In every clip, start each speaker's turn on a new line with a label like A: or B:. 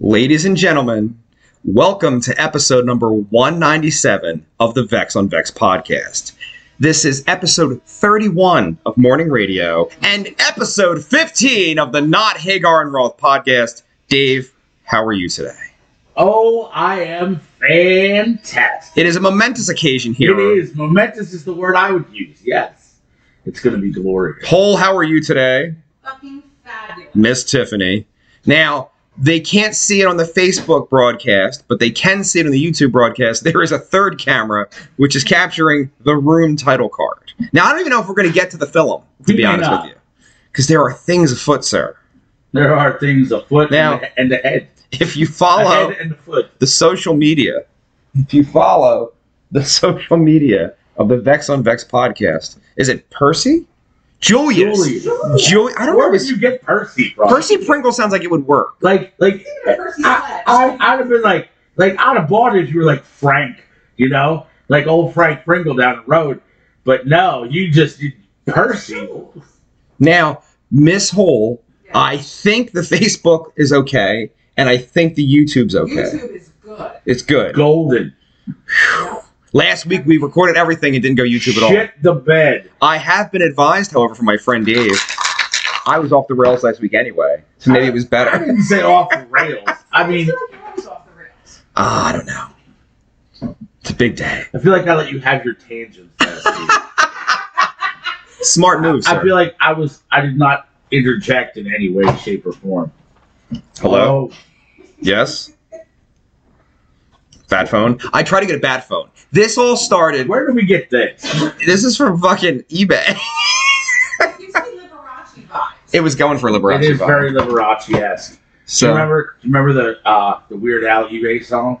A: Ladies and gentlemen, welcome to episode number 197 of the Vex on Vex podcast. This is episode 31 of Morning Radio and episode 15 of the Not Hagar and Roth podcast. Dave, how are you today?
B: Oh, I am fantastic.
A: It is a momentous occasion here.
B: It is. Momentous is the word I would use. Yes. It's going to be glorious.
A: Paul, how are you today?
C: fucking fabulous.
A: Miss Tiffany. Now, they can't see it on the Facebook broadcast, but they can see it on the YouTube broadcast. There is a third camera which is capturing the room title card. Now, I don't even know if we're going to get to the film, to
B: We
A: be
B: may
A: honest
B: not.
A: with you, because there are things afoot, sir.
B: There are things afoot
A: Now-
B: and, the, and the head.
A: If you
B: The
A: follow
B: head and the foot.
A: the social media, if you follow the social media of the Vex on Vex podcast, is it Percy? Julius.
B: Julius.
A: Ju- I don't
B: Where
A: know.
B: did
A: If
B: you get Percy from?
A: Percy Pringle sounds like it would work.
B: Like, like,
C: Percy
B: I, I, I'd have been like, like, I'd have bought it if you were like Frank, you know? Like old Frank Pringle down the road. But no, you just, you, Percy.
A: Now, Miss Hole I think the Facebook is okay, and I think the YouTube's okay.
C: YouTube is good.
A: It's good.
B: Golden.
A: Last week we recorded everything and didn't go YouTube at all.
B: Shit the bed.
A: I have been advised, however, from my friend Dave, I was off the rails last week anyway, so maybe it was
B: I
A: better.
B: didn't say off the rails. I mean,
C: feel like I was off the rails.
A: Ah, I don't know. It's a big day.
B: I feel like I let you have your tangents last week.
A: Smart move, sir.
B: I feel like I was I did not interject in any way, shape, or form.
A: Hello?
B: Oh,
A: Yes? Bad phone? I try to get a bad phone. This all started.
B: where did we get this?
A: This is from fucking eBay.
C: It gives me Liberace vibes.
A: It was going for Liberace.
B: it is
A: vibe.
B: very Liberace esque. Do
A: so,
B: you remember do you remember the uh the Weird Al eBay song?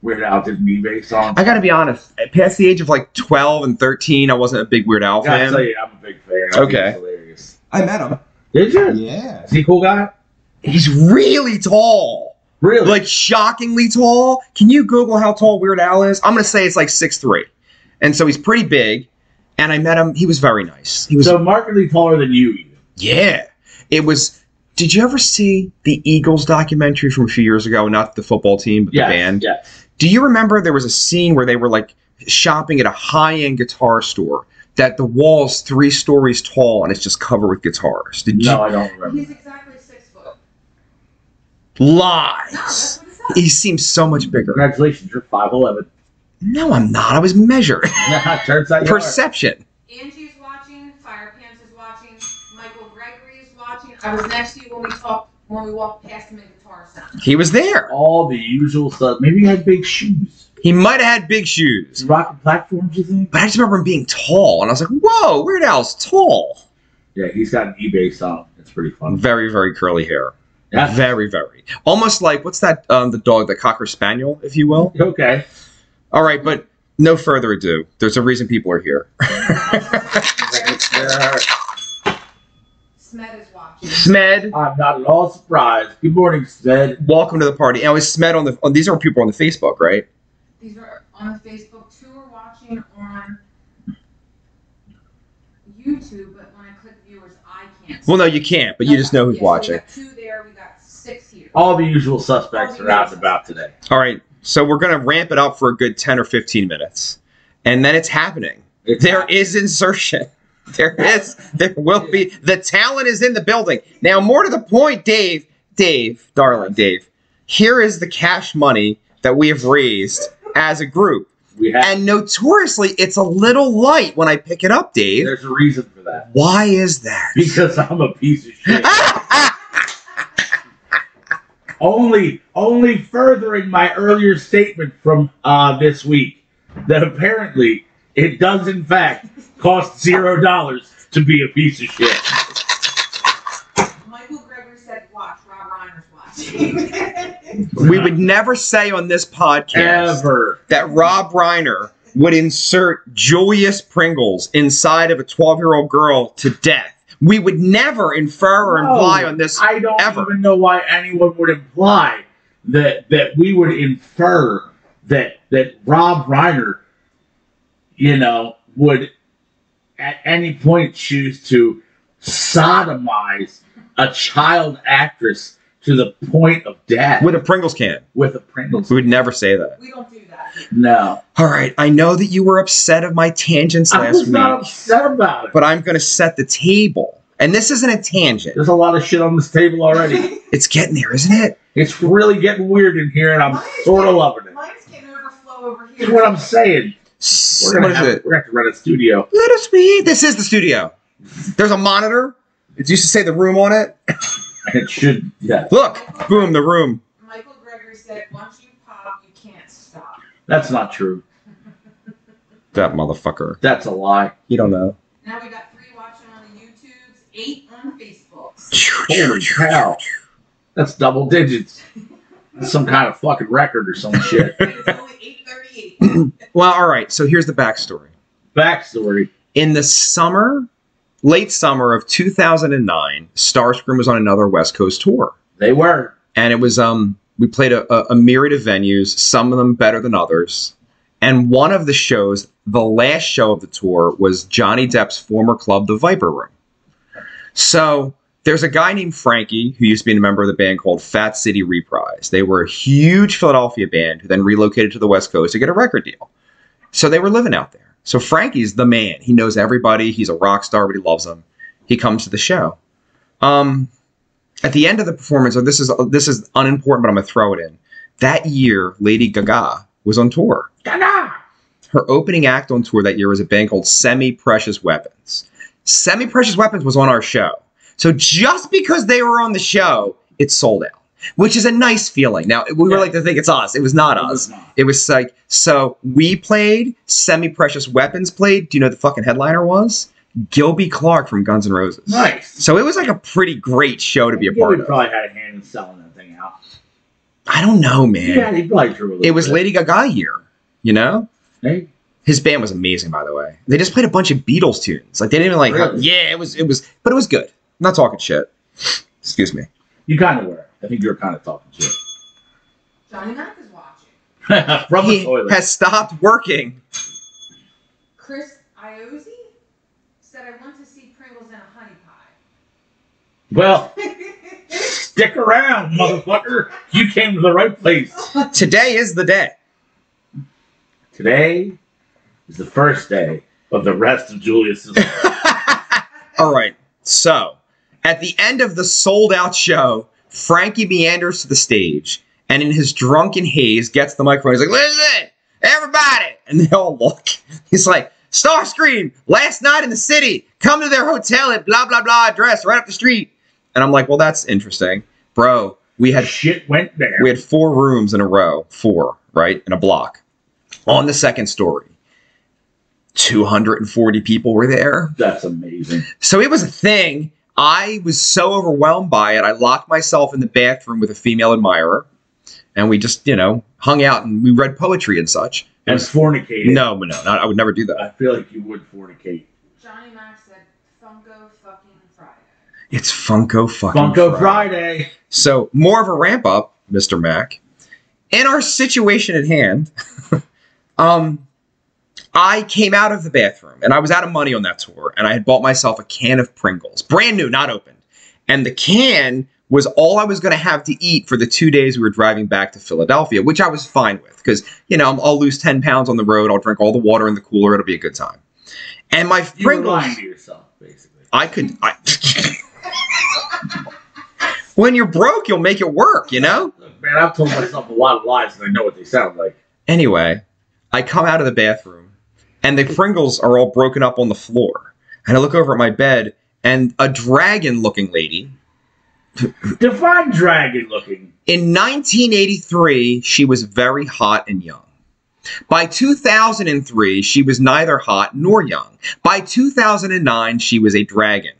B: Weird Al did an eBay song.
A: I gotta be honest. Past the age of like twelve and thirteen, I wasn't a big Weird Al
B: gotta
A: fan.
B: tell you, I'm a big fan. I think
A: Okay.
B: it's hilarious.
A: I met him.
B: Did you?
A: Yeah.
B: Is he a cool guy?
A: He's really tall.
B: Really?
A: Like shockingly tall. Can you Google how tall Weird Al is? I'm gonna say it's like six three, and so he's pretty big. And I met him. He was very nice. He was.
B: so markedly taller than you even.
A: yeah. It was. Did you ever see the Eagles documentary from a few years ago? Not the football team, but
B: Yes,
A: the band.
B: Yes.
A: Do you remember there was a scene where they were like shopping at a high end guitar store that the wall's three stories tall and it's just covered with guitars? Did
B: No, I don't remember.
C: He's exactly six foot.
A: you
C: No,
A: lies?
C: that's what it says.
A: He seems so much bigger.
B: Congratulations, you're five eleven.
A: No, I'm not. I was measured.
B: Turns out you are.
A: Perception.
C: Angie's watching. Fire Pants is watching. Michael Gregory is watching. I was next to you when we talked when we walked past him in guitar sound.
A: He was there.
B: all the usual stuff. Maybe he had big shoes.
A: He might have had big shoes,
B: Rocket platforms, you think?
A: but I just remember him being tall, and I was like, "Whoa, Weird Al's tall."
B: Yeah, he's got an eBay song. It's pretty fun.
A: Very, very curly hair.
B: Yeah.
A: Very, very almost like what's that? Um, the dog, the cocker spaniel, if you will.
B: Okay.
A: All right, but no further ado. There's a reason people are here.
C: Smed is watching.
A: Smed,
B: I'm not at all surprised. Good morning, Sven.
A: welcome to the party. Now, is Smed on the? Oh, these are people on the Facebook, right?
C: These are on the Facebook. Two are watching on YouTube, but when I click viewers, I can't.
A: Well, no, you can't, but you just know who's
C: Yeah, so
A: watching.
C: We got two there. We got six here.
B: All the usual suspects are out and about today.
A: All right, so we're gonna ramp it up for a good ten or fifteen minutes, and then it's happening.
B: It's
A: There is insertion. There is. There will be. The talent is in the building. Now, more to the point, Dave, Dave, darling Dave, here is the cash money that we have raised as a group.
B: we have.
A: And notoriously, it's a little light when I pick it up, Dave.
B: There's a reason for that.
A: Why is that?
B: Because I'm a piece of shit. only, only furthering my earlier statement from uh, this week that apparently it does in fact cost zero dollars to be a piece of shit.
C: Michael Gregory said, "Watch." Rob Reiner's watching.
A: we would never say on this podcast
B: ever.
A: that Rob Reiner would insert Julius Pringles inside of a 12 year old girl to death. We would never infer or
B: No.
A: imply on this.
B: I don't
A: Ever.
B: even know why anyone would imply that that we would infer that that Rob Reiner, you know, would at any point choose to sodomize a child actress to the point of death
A: with a Pringles can.
B: with a Pringles.
A: We would never say that.
C: We don't do that.
B: No,
A: All right, I know that you were upset of my tangents
B: I
A: last
B: was
A: week,
B: not upset about it.
A: but I'm going to set the table. And this isn't a tangent.
B: There's a lot of shit on this table already.
A: It's getting there, isn't it?
B: It's really getting weird in here, and I'm sort of loving it.
C: Mine's getting overflow over here.
B: That's what I'm saying.
A: S-
B: We're gonna,
A: What is
B: have,
A: it?
B: we're gonna have to rent a studio.
A: Let us be. This is the studio. There's a monitor. It used to say the room on it.
B: It should. Yeah,
A: Look, boom, the room.
C: Michael Gregory said, once you pop, you can't stop.
B: that's not true.
A: That motherfucker.
B: That's a lie.
A: You don't know.
C: Now we got three watching on the YouTubes, eight on Facebooks.
B: Holy cow! That's double digits. That's some kind of fucking record or some shit.
C: It's only 838.
A: Well, all right. So here's the backstory.
B: Backstory.
A: In the summer, late summer of 2009, Starscream was on another West Coast tour.
B: They were.
A: and it was um we played a, a, a myriad of venues some of them better than others and one of the shows the last show of the tour was johnny depp's former club the viper room so there's a guy named frankie who used to be a member of the band called fat city reprise they were a huge philadelphia band who then relocated to the west coast to get a record deal so they were living out there so frankie's the man he knows everybody he's a rock star everybody loves him he comes to the show um, at the end of the performance, or this is this is unimportant, but I'm gonna throw it in. That year, Lady Gaga was on tour.
B: Gaga.
A: Her opening act on tour that year was a band called Semi Precious Weapons. Semi Precious Weapons was on our show. So just because they were on the show, it sold out, which is a nice feeling. Now, we were
B: Yeah.
A: like to think it's us. It was not
B: It
A: us.
B: was not.
A: It was like, so we played, Semi Precious Weapons played. Do you know who the fucking headliner was? Gilby Clark from Guns N' Roses.
B: Nice.
A: So it was like a pretty great show to be a
B: Yeah,
A: part
B: we
A: of.
B: probably had a hand in selling that thing out.
A: I don't know, man.
B: Yeah, he probably drew a little
A: it was
B: bit.
A: Lady Gaga year, you know?
B: Hey,
A: His band was amazing, by the way. They just played a bunch of Beatles tunes. Like they didn't even like
B: Really?
A: Yeah, it was it was but it was good. I'm not talking shit. Excuse me.
B: You kind of were. I think you were kind of talking shit.
C: Johnny Mack is watching.
B: From
A: he
B: the toilet.
A: has stopped working.
C: Chris Iozzi said, I want to see Pringles in a honey pie.
B: well, stick around, motherfucker. You came to the right place.
A: Today is the day.
B: Today is the first day of the rest of Julius's.
A: All right. So, at the end of the sold out show, Frankie meanders to the stage and in his drunken haze gets the microphone. He's like, listen, everybody. And they all look. He's like, Starscream, last night in the city, come to their hotel at blah, blah, blah address right up the street. And I'm like, well, that's interesting. Bro, we had
B: shit went down.
A: we had four rooms in a row, four, right, in a block. On the second story, 240 people were there.
B: That's amazing.
A: So it was a thing. I was so overwhelmed by it. I locked myself in the bathroom with a female admirer, and we just, you know, hung out and we read poetry and such.
B: And fornicated.
A: No, no, no, I would never do that.
B: I feel like you would fornicate.
C: Johnny Mack said, Funko fucking Friday.
A: It's Funko fucking Friday.
B: Funko Friday.
A: So more of a ramp up, Mr. Mac. In our situation at hand, um, I came out of the bathroom and I was out of money on that tour, and I had bought myself a can of Pringles, brand new, not opened, and the can was all I was going to have to eat for the two days we were driving back to Philadelphia, which I was fine with because you know I'm- I'll lose ten pounds on the road, I'll drink all the water in the cooler, it'll be a good time. And my
B: You were
A: Pringles,
B: lying to yourself, basically.
A: I could. I, when you're broke, you'll make it work, you know.
B: Look, man, I've told myself a lot of lies, and I know what they sound like.
A: Anyway, I come out of the bathroom and the Pringles are all broken up on the floor. And I look over at my bed and a dragon looking lady.
B: Define dragon looking.
A: In 1983, she was very hot and young. By 2003, she was neither hot nor young. By 2009, she was a dragon.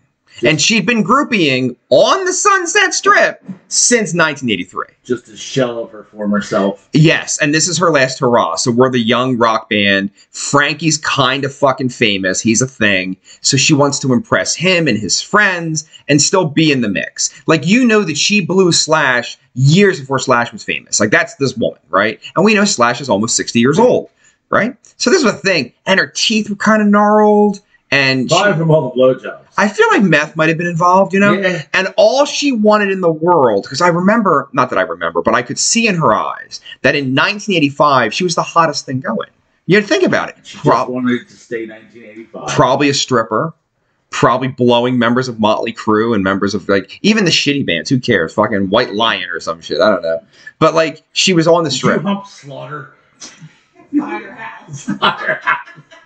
A: And she'd been groupieing on the Sunset Strip since 1983.
B: Just a shell of her former self.
A: Yes, and this is her last hurrah. So we're the young rock band. Frankie's kind of fucking famous. He's a thing. So she wants to impress him and his friends and still be in the mix. Like you know that she blew Slash years before Slash was famous. Like that's this woman, right? And we know Slash is almost 60 years old, right? So this was a thing. And her teeth were kind of gnarled and she,
B: Probably from all the blowjobs.
A: I feel like meth might have been involved, you know. eh,
B: Yeah.
A: And all she wanted in the world, because I remember, not that I remember, but I could see in her eyes that in 1985 she was the hottest thing going. You know, think about it.
B: She just
A: Prob-
B: wanted it to stay 1985.
A: probably a stripper, probably blowing members of Motley Crue and members of like even the shitty bands. Who cares? Fucking White Lion or some shit. I don't know. But like she was on the
B: Did you
A: strip.
B: hump slaughter.
C: Firehouse.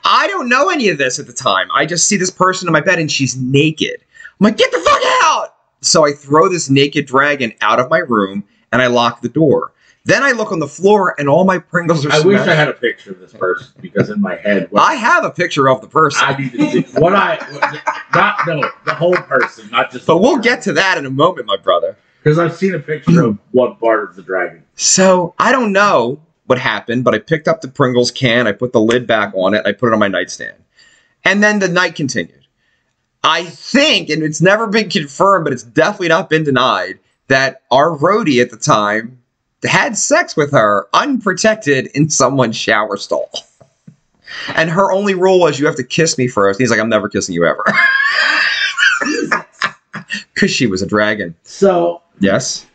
A: I don't know any of this at the time. I just see this person in my bed and she's naked. I'm like, get the fuck out! So I throw this naked dragon out of my room and I lock the door. Then I look on the floor and all my Pringles are
B: I
A: smashed.
B: wish I had a picture of this person because in my head, what
A: I have a picture of the person,
B: I need to see, what I, what- not no, the whole person, not just.
A: but we'll get to that in a moment, my brother.
B: because I've seen a picture of one part of the dragon.
A: So I don't know what happened, but I picked up the Pringles can, I put the lid back on it, I put it on my nightstand. And then the night continued. I think, and it's never been confirmed, but it's definitely not been denied, that our roadie at the time had sex with her unprotected in someone's shower stall. And her only rule was you have to kiss me first. He's like, I'm never kissing you ever. Because she was a dragon.
B: So
A: Yes.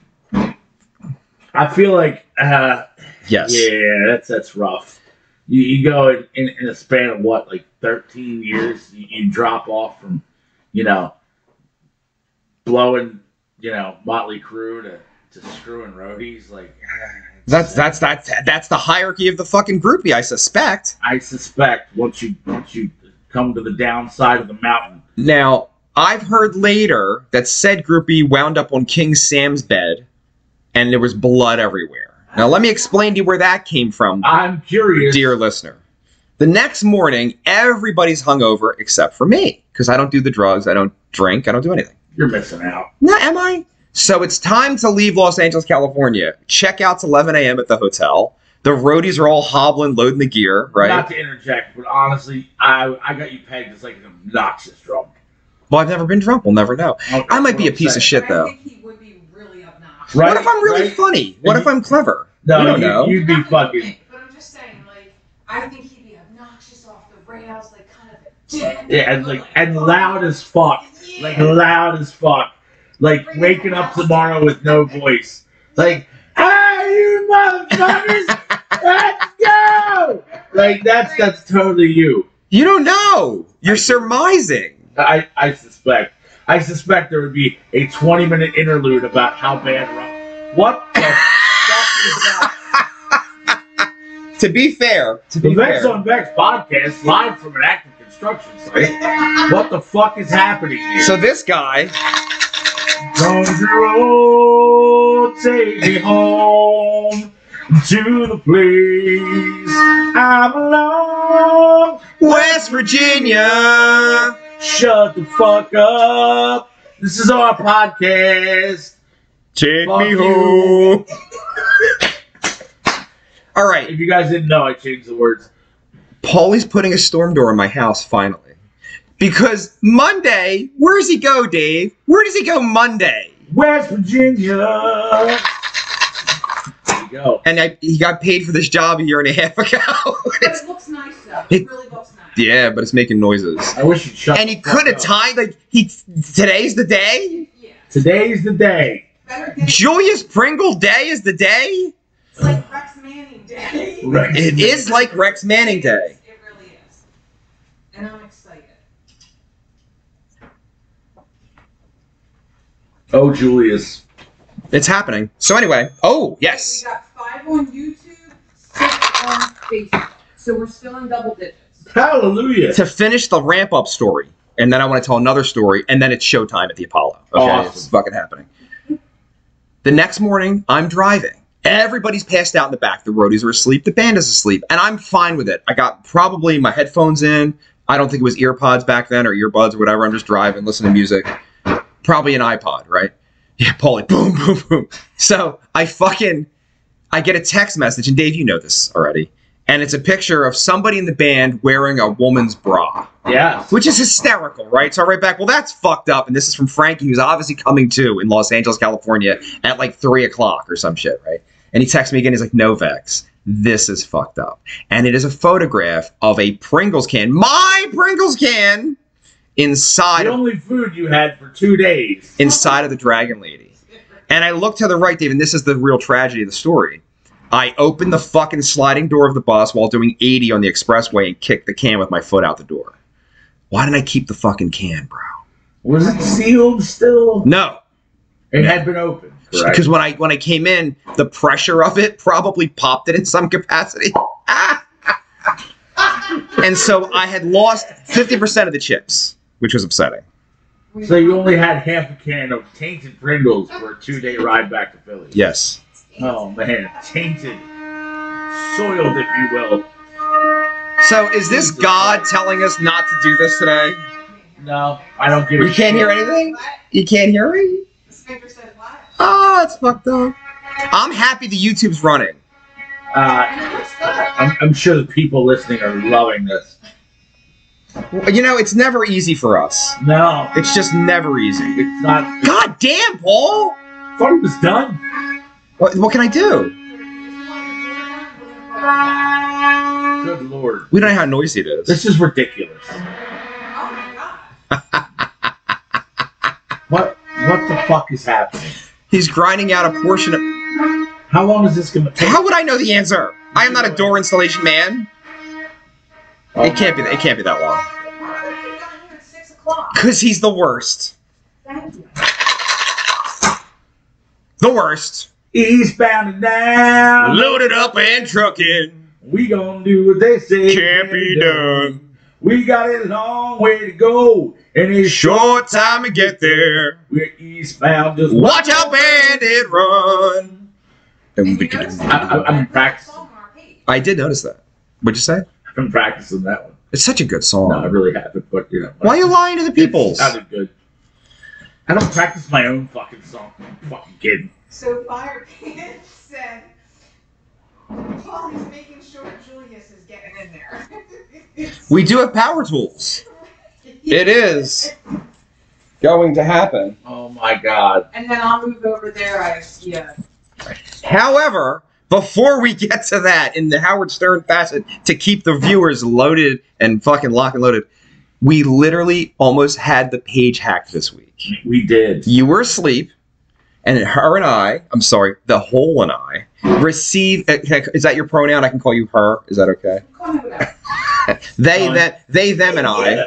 B: I feel like, uh,
A: Yes.
B: yeah, that's that's rough. You, you go in, in, in a span of what, like 13 years, you, you drop off from, you know, blowing, you know, Motley Crue to, to screwing roadies. Like,
A: That's that's that's that's the hierarchy of the fucking groupie, I suspect.
B: I suspect once you once you come to the downside of the mountain,
A: Now, I've heard later that said groupie wound up on King Sam's bed, and there was blood everywhere. Now, let me explain to you where that came from,
B: I'm curious.
A: dear listener. The next morning, everybody's hungover except for me, because I don't do the drugs, I don't drink, I don't do anything.
B: You're missing out.
A: No, am I? So it's time to leave Los Angeles, California. Checkout's 11 a.m. at the hotel. The roadies are all hobbling, loading the gear, right?
B: Not to interject, but honestly, I I got you pegged as like an obnoxious drunk.
A: well, I've never been drunk. We'll never know.
B: Okay,
A: I might
B: what
A: be a
B: I'm
A: piece of
B: saying.
A: shit
C: I
A: though.
C: think he would be really obnoxious.
B: Right,
A: what if I'm really
B: right.
A: funny? What if I'm clever?
B: No,
A: We don't
B: you-
A: know.
B: You'd be
C: Not that
B: fucking-
C: you think, But I'm just saying, like, I think he'd be obnoxious off the rails, like kind of a dick.
B: Yeah, and like and loud as fuck,
C: Yeah.
B: like loud as fuck, like waking up tomorrow with no voice, like ah you motherfuckers, let's go. Like that's that's totally you.
A: You don't know. You're
B: I-
A: surmising.
B: I, I suspect. I suspect there would be a 20 minute interlude about how bad Rob. What the fuck is that?
A: To be fair, to
B: The
A: be
B: Vex
A: fair.
B: on Vex podcast live from an active construction site. What the fuck is happening here?
A: So this guy,
B: Don't you roll, take me home to the place I belong.
A: West Virginia.
B: Shut the fuck up. This is our podcast.
A: Take
B: Fuck
A: me
B: you.
A: home. All right,
B: If you guys didn't know, I changed the words.
A: Paulie's putting a storm door in my house finally. Because Monday, where does he go, Dave? Where does he go Monday?
B: West Virginia. There you go.
A: And I, he got paid for this job a year and a half ago.
C: But it looks nice though. It really looks nice.
A: yeah, but it's making noises.
B: I wish you'd shut.
A: and he
B: the fuck
A: could have
B: up.
A: timed like he today's the day
C: Yeah.
B: Today's the day.
C: Better than
A: julius pringle day is the day
C: it's like Rex Manning Day.
B: Right.
A: it is like rex manning day
C: It really is. And I'm excited.
B: Oh, Julius.
A: it's happening so anyway oh
C: We
A: yes
C: got five on YouTube, six on Facebook. So we're still in double digits.
B: Hallelujah.
A: to finish the ramp up story and then i want to tell another story and then it's showtime at the apollo okay
B: Awesome.
A: it's fucking happening the next morning i'm driving everybody's passed out in the back the roadies are asleep the band is asleep and i'm fine with it i got probably my headphones in i don't think it was earpods back then or earbuds or whatever i'm just driving listening to music probably an iPod, right? Yeah, Paulie, boom, boom, boom. So I fucking, I get a text message, and Dave, you know this already, and it's a picture of somebody in the band wearing a woman's bra,
B: yeah.
A: which is hysterical, right? So I write back, well, that's fucked up, and this is from Frankie, who's obviously coming to in Los Angeles, California, at like three o'clock or some shit, right? And he texts me again, he's like, no vex. This is fucked up. And it is a photograph of a Pringles can, my Pringles can, inside
B: The
A: of,
B: only food you had for two days.
A: inside of the Dragon Lady. And I look to the right, Dave, and this is the real tragedy of the story. I open the fucking sliding door of the bus while doing 80 on the expressway and kick the can with my foot out the door. Why did I keep the fucking can, bro?
B: Was it sealed still?
A: No,
B: It had been opened. correct?
A: because when I when I came in, the pressure of it probably popped it in some capacity. and so I had lost 50% of the chips, which was upsetting.
B: So you only had half a can of tainted Pringles for a two-day ride back to Philly.
A: Yes.
B: Oh man, tainted, soiled, if you will.
A: So is this God telling us not to do this today?
B: No, I don't give a
A: You can't hear
B: shit.
A: anything?
C: What?
A: You can't hear me?
C: The speaker said what?
A: Oh, it's fucked up. I'm happy the YouTube's running.
B: Uh,
C: And it looks good.
B: I'm, I'm sure the people listening are loving this.
A: You know, it's never easy for us.
B: No,
A: It's just never easy.
B: it's not.
A: God damn, Paul!
B: I thought it was done.
A: What, what can I
C: Oh
A: do?
B: Good lord,
A: We don't know how noisy it is.
B: this is ridiculous.
C: Oh my god.
B: What? What the fuck is happening?
A: He's grinding out a portion of.
B: How long is this gonna take?
A: How would I know the answer? I am not a door installation man.
B: Oh,
A: It can't be. It can't be that long.
C: Why would you got here at six o'clock?
A: Cause he's the worst.
C: Thank you.
A: The worst.
B: Eastbound and down.
A: Loaded up and trucking.
B: We gonna do what they say.
A: Can't be done.
B: We got a long way to go, and it's
A: Short time to get there.
B: We're eastbound. Just
A: Watch out, bandit, run.
C: And you notice
B: I, I, I'm
C: that
B: practicing.
C: song on our page.
A: I did notice that. What'd you say?
B: I'm practicing that one.
A: It's such a good song.
B: No, I really haven't, but you know.
A: Why are you lying to the
B: It
A: peoples?
B: sounded good. I don't practice my own fucking song. I'm fucking kidding.
C: So Fire Pants said, Paul is making sure Julius is getting in there.
A: We do have power tools. It is going to happen.
B: Oh my god.
C: And then I'll move over there. I yeah.
A: However, before we get to that in the Howard Stern facet to keep the viewers loaded and fucking lock and loaded, we literally almost had the page hacked this week.
B: We did.
A: you were asleep, and her and I, I'm sorry, the whole and I, receive. uh, can I- Is that your pronoun? I can call you her. Is that okay?
C: Call me whatever.
A: They,
B: Fine.
A: that, they, them, and I.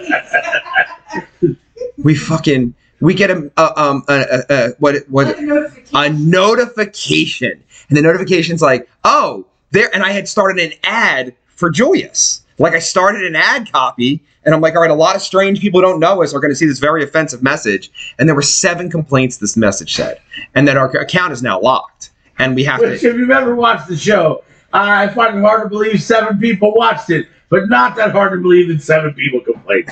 A: We fucking, we get a, a um, a, a, a what, it- what,
C: Let the notification.
A: a notification, and the notification's like, oh, there, and I had started an ad for Julius. Like I started an ad copy, and I'm like, all right, a lot of strange people who don't know us are going to see this very offensive message, and there were seven complaints this message said, and that our account is now locked, and we have
B: Which,
A: to.
B: if you've ever watched the show, I find it hard to believe seven people watched it, but not that hard to believe that seven people complained.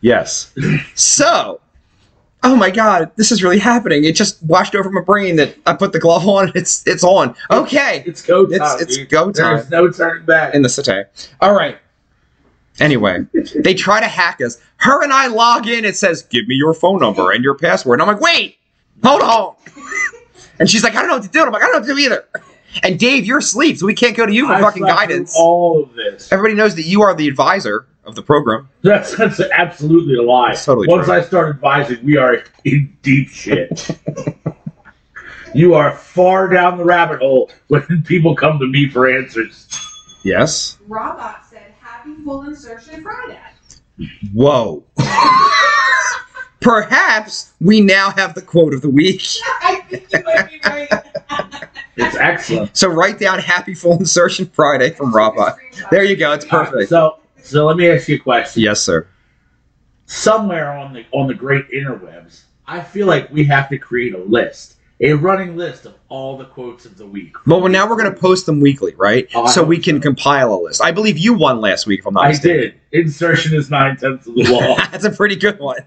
A: Yes. So, oh my God, this is really happening. It just washed over my brain that I put the glove on. It's it's on. Okay,
B: It's go time.
A: It's- it's
B: dude.
A: go time.
B: There's no turning back.
A: in the city. All right. Anyway, they try to hack us. Her and I log in. It says, "Give me your phone number and your password." And I'm like, "Wait, hold on." and she's like, "I don't know what to do." And I'm like, "I don't know what to do either." And Dave, you're asleep, so we can't go to you for
B: I
A: fucking
B: slept through
A: guidance.
B: All of this.
A: Everybody knows that you are the advisor of the program.
B: That's, that's absolutely a lie.
A: That's totally
B: Once
A: true.
B: I start advising, we are in deep shit. you are far down the rabbit hole when people come to me for answers.
A: Yes.
C: Robot said, "Happy full insertion Friday."
A: Whoa. Perhaps we now have the quote of the week.
C: I think you might be right.
B: It's excellent.
A: So write down "Happy Full Insertion Friday" from Rabbi. There you go. It's perfect.
B: So, so let me ask you a question.
A: Yes, sir.
B: Somewhere on the on the great interwebs, I feel like we have to create a list, a running list of all the quotes of the week.
A: Well, well, now we're going to post them weekly, right?
B: Oh, I
A: so
B: hope
A: we can compile a list. I believe you won last week, if I'm not
B: I
A: mistaken.
B: did. Oh. Insertion is nine tenths of the law.
A: That's a pretty good one,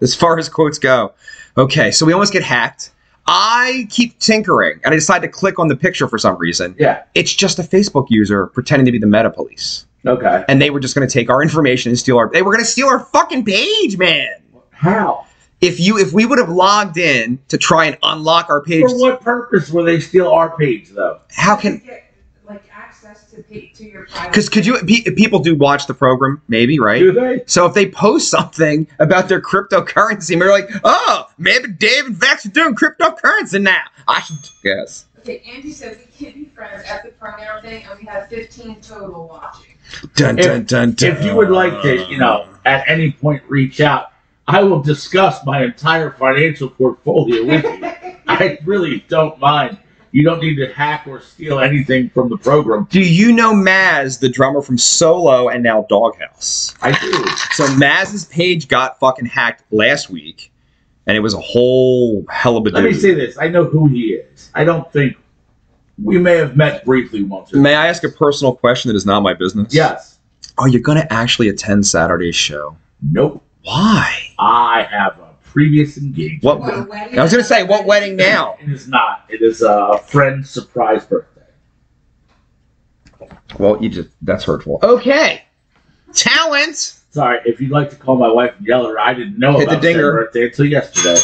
A: as far as quotes go. Okay, so we almost get hacked. I keep tinkering, and I decide to click on the picture for some reason.
B: yeah.
A: It's just a Facebook user pretending to be the Meta Police,
B: Okay.
A: and they were just going to take our information and steal our. They were going to steal our fucking page, man.
B: How?
A: If you, if we would have logged in to try and unlock our page,
B: For what purpose will they steal our page, though?
A: how can
C: Get, like, access access to pay, to your private.
D: Because could you pe- people do watch the program? Maybe right.
B: Do they?
D: So if they post something about their cryptocurrency, and we're like, oh, maybe Dave and Vex are doing cryptocurrency now. I should guess.
C: Okay, Angie said we can't be friends at the pronoun thing, and we have 15 total watching.
D: Dun,
B: If-
D: dun, dun, dun.
B: If you would like to, you know, at any point reach out, I will discuss my entire financial portfolio with you. I really don't mind. You don't need to hack or steal anything from the program.
D: Do you know Maz, the drummer from Solo and now Doghouse?
B: I do.
D: So Maz's page got fucking hacked last week, and it was a whole
B: Let me
D: hullabaloo.
B: say this. I know who he is. I don't think we may have met briefly once. or
D: May I ask a personal question that is not my business?
B: Yes.
D: Are you going to actually attend Saturday's show?
B: Nope.
D: Why?
B: I have a previous engagement.
D: What?
C: What, a
D: I
C: wedding?
D: was going to say, what wedding now?
B: It is not. It is a friend's surprise birthday.
D: Well, you just, that's hurtful. Okay. Talent.
B: Sorry, if you'd like to call my wife and yell at her, I didn't know
D: Hit the
B: about their
D: dinger.
B: birthday until yesterday.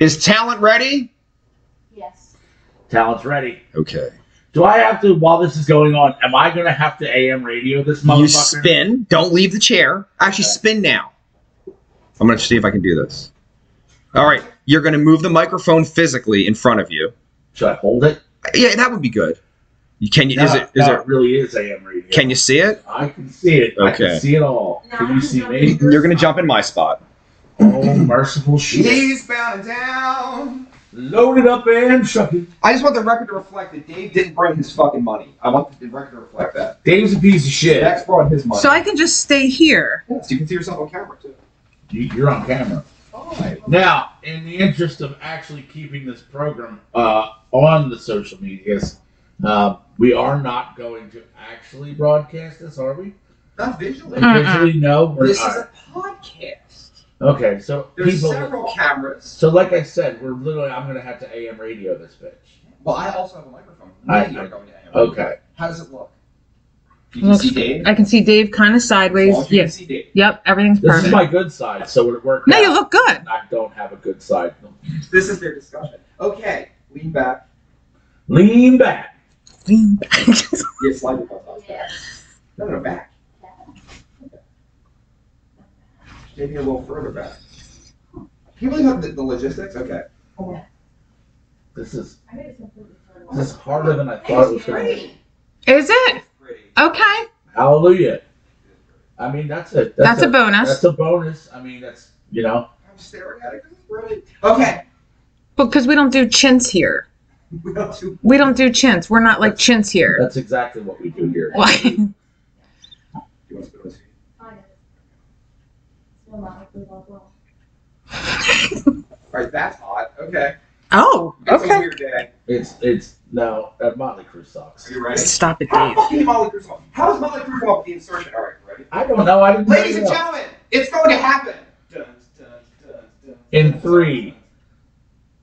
D: Is talent ready?
C: Yes.
B: Talent's ready.
D: Okay.
B: Do I have to, while this is going on, am I going to have to AM radio this motherfucker?
D: You spin. Don't leave the chair. Actually,
B: Okay.
D: spin now. I'm going to see if I can do this. All right. You're going to move the microphone physically in front of you.
B: Should I hold it?
D: Yeah, that would be good. You Can you?
B: No,
D: is it? Is
B: no,
D: it?
B: really is AM radio.
D: Can you see it?
B: I can see it. I
D: Okay.
B: can see it all. Can you see me?
D: You're going to jump in my spot.
B: Oh, merciful shit.
A: bound and down.
B: Load it up and chuck it.
A: I just want the record to reflect that Dave didn't bring his fucking money. I want the record to reflect that.
B: Dave's a piece of shit.
A: Dax brought his money.
E: So I can just stay here.
A: Yes, you can see yourself on camera too.
B: You- You're on camera.
A: Fine.
B: Now, in the interest of actually keeping this program uh, on the social medias, uh, we are not going to actually broadcast this, are we?
A: Not visually.
E: Mm.
B: Officially, no. We're
A: This
B: not.
A: is a podcast.
B: okay, so
A: There's
B: people.
A: several cameras.
B: So, like I said, we're literally. I'm going to have to AM radio this bitch.
A: Well, I also have a microphone.
B: I- Oh.
A: Me, you're going to hang up.
B: Okay.
A: How does it look? You can
E: Looks
A: see Dave.
E: I can see Dave kind of sideways.
A: Well, you can
E: Yes.
A: see Dave.
E: Yep. Everything's
B: This is
E: perfect.
B: my good side, so it worked.
E: No,
B: out.
E: you look good.
B: I don't have a good side.
A: This is their discussion. Okay, lean back.
B: Lean back.
E: Lean back.
A: Yeah, slide your butt off back. No, no, back. Maybe a little further back. Can you believe how the, the logistics? Okay.
B: This is
C: I think it's completely turned
B: this
C: off.
B: is harder than I thought it was
C: It's
B: going to be.
C: free.
E: Is it?
A: Pretty.
E: Okay.
B: Hallelujah. I mean, that's it.
E: That's a bonus.
B: That's a bonus. I mean, that's you know.
A: I'm staring at it because it's really okay.
E: Because we don't do chintz here.
A: We don't do
E: We don't do chintz. We're not like chintz here.
B: That's exactly what we do here.
E: Why?
A: you want to spit on
C: Fine. Well, not like we've all gone.
A: Alright, that's hot. Okay.
E: oh,
A: It's a
E: okay.
A: weird day.
B: It's it's no that Motley Crue
A: Are
B: sucks.
A: you ready?
E: Stop it,
A: How
E: Dave.
A: fucking did Molly Crew come up? How does Molly Crew come up with the insertion? Alright, ready?
B: I don't know. I didn't.
A: Ladies
B: make
A: and
B: it up.
A: gentlemen, it's going to happen. Dun, dun, dun, dun,
B: In
A: dun,
B: three.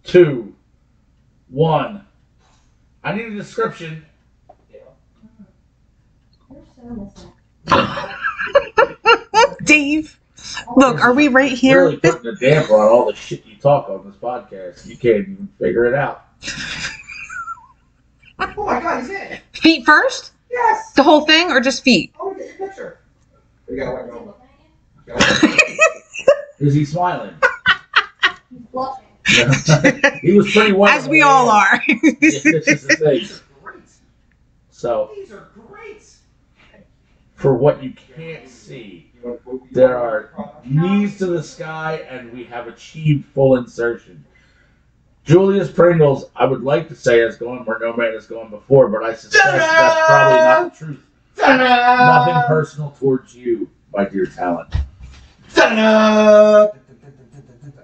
B: Two, one. I need a description.
E: Dave, look, are we right here?
B: Really putting a damper on all the shit you talk on this podcast. You can't even figure it out.
A: dun. Oh my god, he's in.
E: Feet first?
A: Yes.
E: The whole thing or just feet?
A: Oh, get your picture. We gotta let go. Gotta
B: Is he smiling?
C: He's watching.
B: he was pretty white.
E: As we all are.
B: this is the
A: let go.
B: thing.
A: These are great.
B: So
A: These are great.
B: for what you can't see.
A: You wanna put-
B: There are- knees to the sky, and we have achieved full insertion. Julius Pringles, I would like to say, has gone where no man has gone before, but I suspect that's probably not the truth.
A: Ta-da!
B: Nothing personal towards you, my dear talent.
A: Ta-da!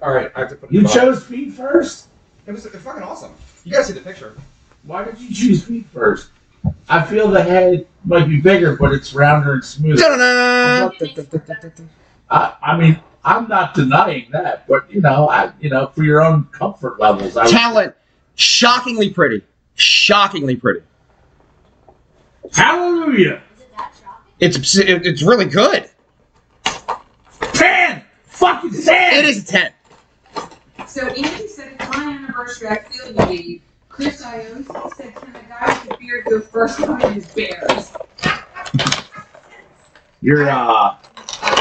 A: All right, I have to put. it
B: You
A: on.
B: chose feet first?
A: It was fucking awesome. You gotta see the picture.
B: Why did you choose feet first? I feel the head might be bigger, but it's rounder and smoother.
D: Ta-da!
B: I, I mean, I'm not denying that, but you know, I, you know, for your own comfort levels, I
D: Talent. Shockingly pretty. Shockingly pretty.
B: Hallelujah!
D: It's it- it's really good.
B: Ten! Fucking ten!
D: It is a ten.
C: So Angie said it's my anniversary. I feel you, Dave. Chris Ione said, "Can a guy with a beard go first behind his bears?"
B: You're, uh,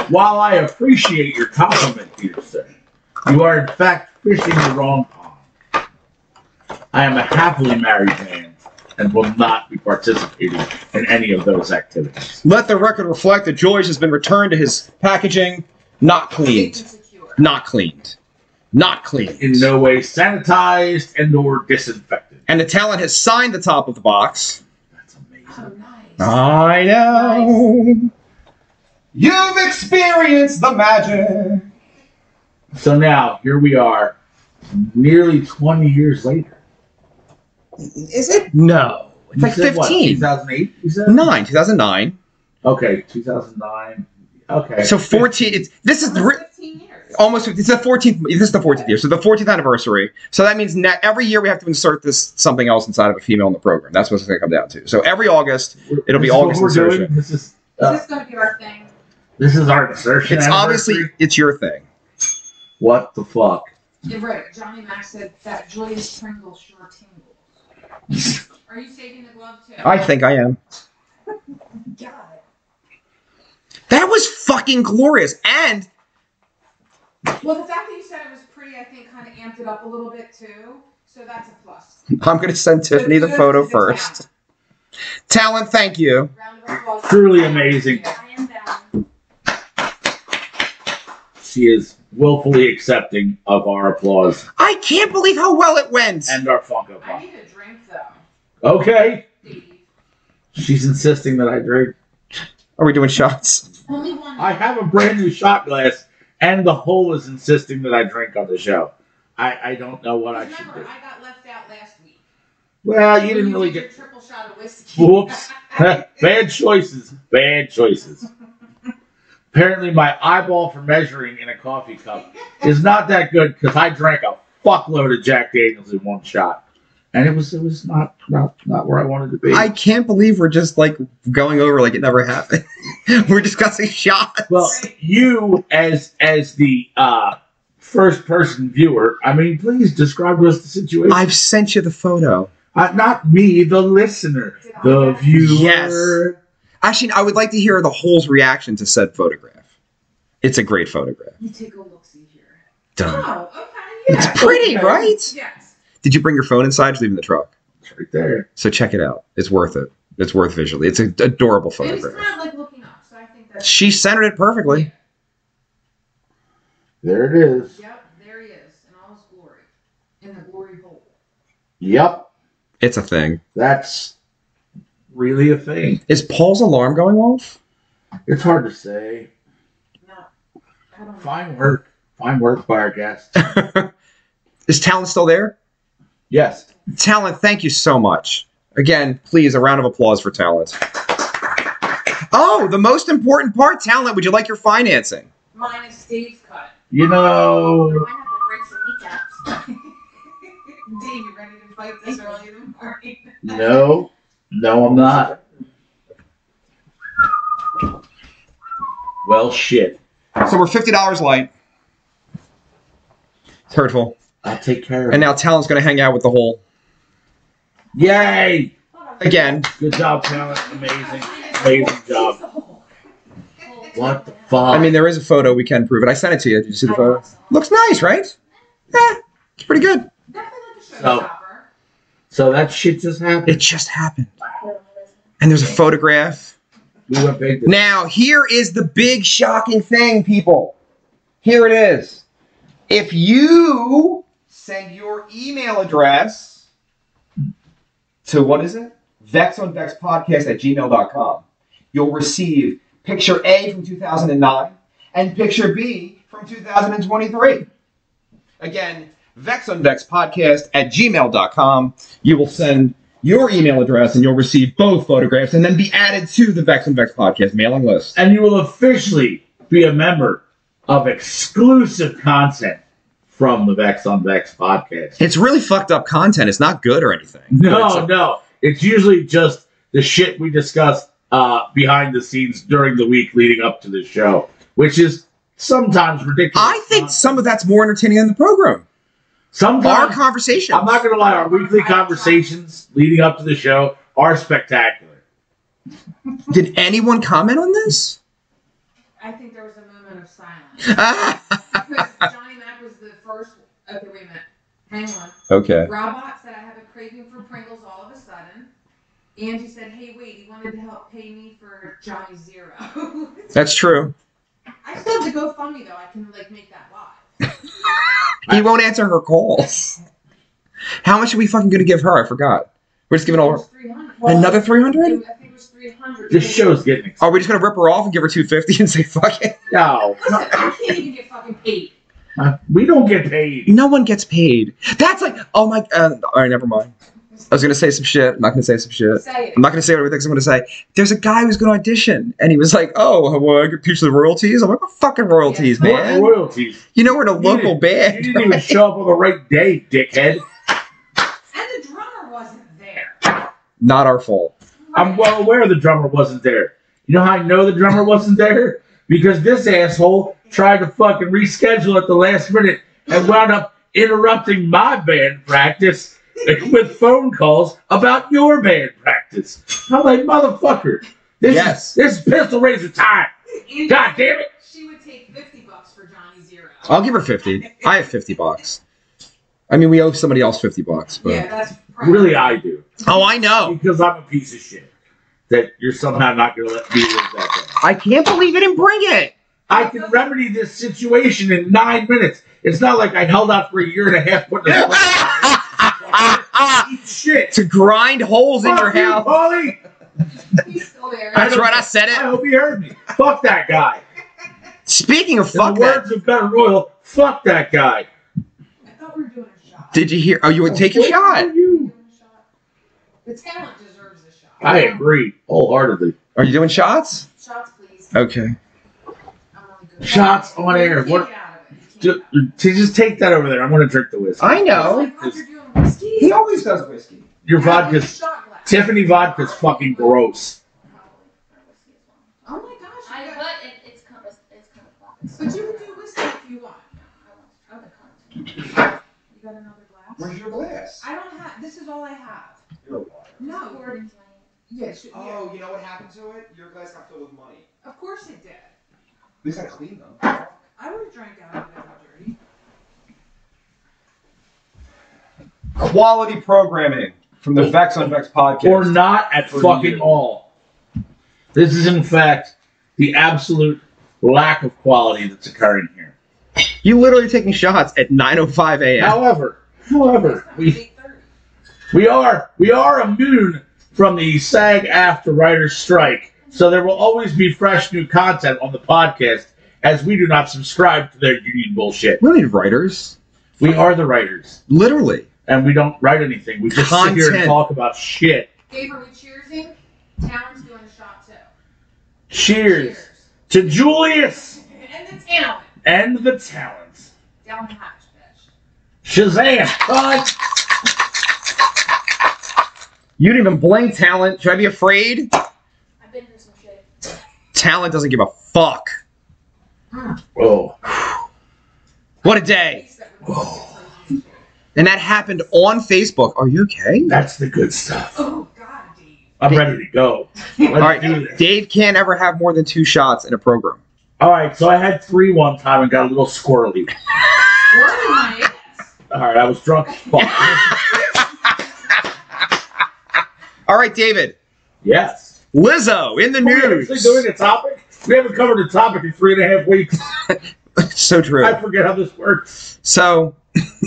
B: while I appreciate your compliment here, sir, you are in fact fishing the wrong pond. I am a happily married man and will not be participating in any of those activities.
D: Let the record reflect that George has been returned to his packaging, not
C: Safe
D: cleaned,
C: and secure.
D: not cleaned, not cleaned.
B: In no way sanitized and or disinfected.
D: And the talent has signed the top of the box.
B: That's
C: Oh,
B: amazing.
C: nice.
D: I know.
A: You've experienced the magic.
B: So now, here we are, nearly 20 years later.
E: Is it?
D: No. It's
B: You
D: like
B: said what,
D: 15.
B: 2008, you said?
D: Nine, 2009.
B: Okay, 2009. Okay.
D: So 14. It's this is the re-
C: Fifteen years.
D: almost. It's the 14th. This is the 14th year. So the 14th anniversary. So that means ne- every year we have to insert this something else inside of a female in the program. That's what it's going to come down to. So every August,
B: We're-
D: it'll be
B: this is what
D: August
B: we're doing.
D: insertion.
B: This is,
C: Is
B: uh,
C: this gonna be our thing?
B: this is our insertion.
D: it's obviously
B: anniversary.
D: it's your thing.
B: What the fuck?
C: You're right. Johnny Mac said that Julius Pringle sure tingles. Are you saving the glove too?
D: I think I am.
C: God.
D: That was fucking glorious. And
C: Well, the fact that you said it was pretty, I think, kind of amped it up a little bit too. So that's a plus.
D: I'm going to send Tiffany the
C: Good
D: photo
C: to the
D: first. Talent, thank you.
C: town. Round of applause.
B: Truly amazing.
C: Yeah.
F: I am down.
B: She is willfully accepting of our applause
D: I can't believe how well it went.
B: and our Funko
C: I
B: Pop.
C: need a drink though,
B: Okay.
C: Steve.
B: She's insisting that I drink.
D: Are we doing shots?
C: Only one.
B: I have a brand new shot glass, and the hole is insisting that I drink on the show. I, I don't know what I should
C: Remember,
B: do.
C: I got left out last week.
B: Well, you didn't
C: When
B: really
C: did
B: get.
C: your triple shot of whiskey.
B: Whoops. Bad choices. Bad choices. Apparently, my eyeball for measuring in a coffee cup is not that good because I drank a fuckload of Jack Daniels in one shot, and it was it was not not, not where I wanted to be.
D: I can't believe we're just like going over like it never happened. we're discussing shots.
B: well, you as as the uh, first person viewer, I mean, please describe to us the situation.
D: I've sent you the photo.
B: Uh, not me, the listener, the viewer.
D: Actually, I would like to hear the whole's reaction to said photograph. It's a great photograph.
C: You take a look see here.
D: Done.
C: Oh, okay.
D: It's
C: Yeah.
D: pretty,
B: Okay.
D: right?
C: Yes.
D: Did you bring your phone inside? It's leaving the truck.
B: It's right there.
D: So check it out. It's worth it. It's worth visually. It's an adorable
C: It was
D: photograph.
C: kind of like looking up, so I think that's.
D: She centered it perfectly.
B: There it is.
C: Yep, there he is in all his glory, in the glory hole.
B: Yep,
D: It's a thing.
B: that's really a thing.
D: Is Paul's alarm going off?
B: It's hard to say.
C: Not. I don't know.
B: Fine work. Fine work by our guest.
D: Is Talent still there?
B: yes.
D: Talent, thank you so much. Again, please, a round of applause for Talent. Oh, the most important part, Talent, would you like your financing?
C: Minus Steve's cut.
B: You
F: I
B: know,
F: might have to break some kneecaps.
C: Dave, you ready to fight this early in the morning?
B: no. No, I'm not. Well, shit.
D: So we're $50 light. It's hurtful.
B: I'll take care of
D: And now Talent's going to hang out with the whole.
B: it. Yay!
D: Again,
B: Good job, talent. Amazing. Amazing job. What the fuck?
D: I mean, there is a photo. We can prove it. I sent it to you. Did you see the photo? Looks nice, right? Eh, it's pretty good.
C: Definitely
B: So-
C: like a showstopper.
B: so that shit just happened.
D: It just happened. And there's a photograph.
B: We went big. this-
D: Now, here is the big shocking thing, people. Here it is. If you send your email address to what is it? VexOnVexPodcast at gmail.com, you'll receive picture A from 2009 and picture B from 2023. Again, VexOnVexPodcast at gmail.com. You will send your email address and you'll receive both photographs and then be added to the Vex and Vex podcast mailing list.
B: And you will officially be a member of exclusive content from the Vex on Vex podcast.
D: It's really fucked up content. It's not good or anything. But it's
B: No,
D: a-
B: no. It's usually just the shit we discuss uh, behind the scenes during the week leading up to the show, which is sometimes ridiculous.
D: I think some of that's more entertaining than the program. Our
B: Sometimes
D: conversation.
B: I'm not going to lie, our weekly conversations leading up to the show are spectacular.
D: Did anyone comment on this?
C: I think there was a moment of silence.
D: Ah!
C: Because Johnny Mac was the first. Okay, wait a minute. Hang on.
D: okay.
C: Robot said I have a craving for Pringles all of a sudden. Angie said, hey, wait, he wanted to help pay me for Johnny Zero. I
D: That's true.
C: still have to go fund me, though. I can, like, make that live.
D: He won't answer her calls. How much are we fucking going to give her? I forgot. We're just giving
C: It
D: all her.
C: was 300.
D: Another 300?
C: I think it was 300.
B: This show's getting exciting.
D: Are we just going to rip her off and give her 250 and say fuck it?
B: No,
C: Listen, I can't even get fucking paid.
B: uh, we don't get paid.
D: No one gets paid. That's like, oh my. Uh, all right, never mind. I was going to say some shit. I'm not going to say some shit.
C: Say it.
D: I'm not going to say what everything's I'm going to say. There's a guy who's going to audition, and he was like, oh, well, I get a piece of the royalties? I'm like, what fucking royalties,
C: Yeah.
B: What
D: man?
B: royalties?
D: You know, we're in a local
B: You
D: band.
B: didn't even show up on the right day, dickhead.
C: And the drummer wasn't there.
D: Not our fault.
B: I'm well aware the drummer wasn't there. You know how I know the drummer wasn't there? Because this asshole tried to fucking reschedule at the last minute and wound up interrupting my band practice with phone calls about your band practice. I'm like, motherfucker, this is
D: Yes.
B: this is pistol razor time.
C: Angie-
B: God damn it.
C: She would take 50 bucks for Johnny Zero.
D: I'll give her 50. I have 50 bucks. I mean, we owe somebody else 50 bucks, but.
C: Yeah, that's probably-
B: Really I do.
D: Oh, I know.
B: Because I'm a piece of shit. That you're somehow not gonna let me live that down.
D: I can't believe it and bring it.
B: I can remedy this situation in nine minutes. It's not like I held out for a year and a half putting this Eat shit.
D: to grind holes in your
B: Fuck you,
D: house.
B: Paulie.
C: He's still there.
D: That's right, I said
B: I
D: it.
B: hope he heard me. Fuck that guy.
D: Speaking of
B: In
D: fuck
B: the
D: that,
B: words of Better Royal, fuck that guy.
C: I thought we were doing a shot.
D: did you hear? Oh, you would take your
B: What
D: shot.
B: are you?
C: The talent deserves a shot.
B: I agree wholeheartedly.
D: Are you doing shots?
C: Shots, please.
D: Okay.
C: I'm only good.
B: Shots on air.
C: You can't
B: What-
C: get out of it. You
B: Just,
C: can't.
B: just take that over there. I'm gonna drink the whiskey.
D: I
C: It's
D: know.
C: like Roger doing whiskey.
A: He always does whiskey.
B: Your
C: Have a
B: vodka's
C: shot glass.
B: Tiffany vodka's fucking gross.
C: Oh my gosh.
F: I
C: you
F: but
C: got-
F: it, it's kind of it's kind of
C: But you can do whiskey if you want. Oh, You got another glass?
A: Where's your glass?
C: I don't have. This is all I have.
A: Your water.
C: No. Yes. you- Yeah.
A: Oh, you know what happened to it? Your glass got filled with money.
C: Of course it did.
A: At least I cleaned them.
C: I would have drank out of it. if it were dirty.
D: Quality programming from the Vex on Vex podcast.
B: Or not at
D: For
B: fucking
D: you.
B: all. This is in fact the absolute lack of quality that's occurring here.
D: you literally are taking shots at 9:05 a.m.
B: However, however,
C: It's not
B: we
C: 8:30.
B: We are we are immune from the SAG after writer's strike, so there will always be fresh new content on the podcast as we do not subscribe to their union bullshit.
D: We don't need writers.
B: We are the writers,
D: Literally.
B: and we don't write anything. We just sit here and
D: Content.
B: talk about shit.
C: Dave, are we cheersing? Town's doing a shot too.
B: Cheers to Julius
C: And the talent.
B: and the talents.
C: Down the hatch, bitch.
B: Shazam! son.
D: You didn't even blink, talent. Should I be afraid?
F: I've been through some shit.
D: Talent doesn't give a fuck.
B: Oh,
D: What a day. And that happened on Facebook. Are you okay?
B: that's the good stuff.
C: Oh, God, Dave.
B: I'm ready to go. Let's
D: All right.
B: do this.
D: Dave can't ever have more than two shots in a program.
B: All right, so I had three one time and got a little squirrely.
C: Where my ass?
B: All right, I was drunk as fuck.
D: All right, David.
B: yes.
D: Lizzo in the
B: Are we Oh, doing
D: news.
B: a topic? We haven't covered a topic in three and a half weeks.
D: so true.
B: I forget how this works.
D: So,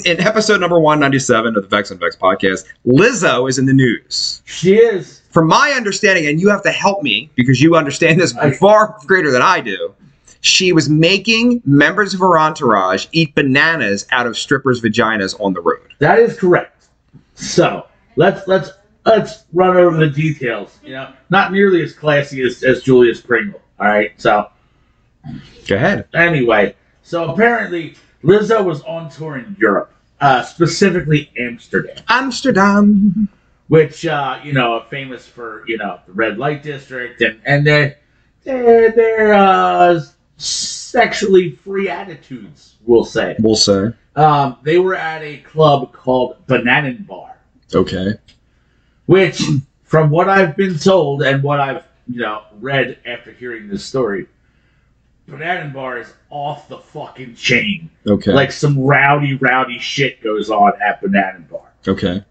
D: in episode number 197 of the Vex and Vex podcast, Lizzo is in the news.
B: She is.
D: From my understanding, and you have to help me because you understand this
B: I-
D: far greater than I do, she was making members of her entourage eat bananas out of strippers' vaginas on the road.
B: That is correct. So let's let's let's run over the details. You know, not nearly as classy as, as Julius Pringle. All right. So
D: Go ahead.
B: anyway, so apparently Lizzo was on tour in Europe, uh, specifically Amsterdam.
D: Amsterdam.
B: which uh, you know are famous for you know the red light district and and their their, their uh, sexually free attitudes, we'll say.
D: We'll say.
B: Um, they were at a club called Bananen Bar,
D: Okay.
B: which, from what I've been told and what I've you know read after hearing this story, Bananen Bar is off the fucking chain.
D: Okay.
B: Like some rowdy, rowdy shit goes on at Bananen Bar.
D: okay.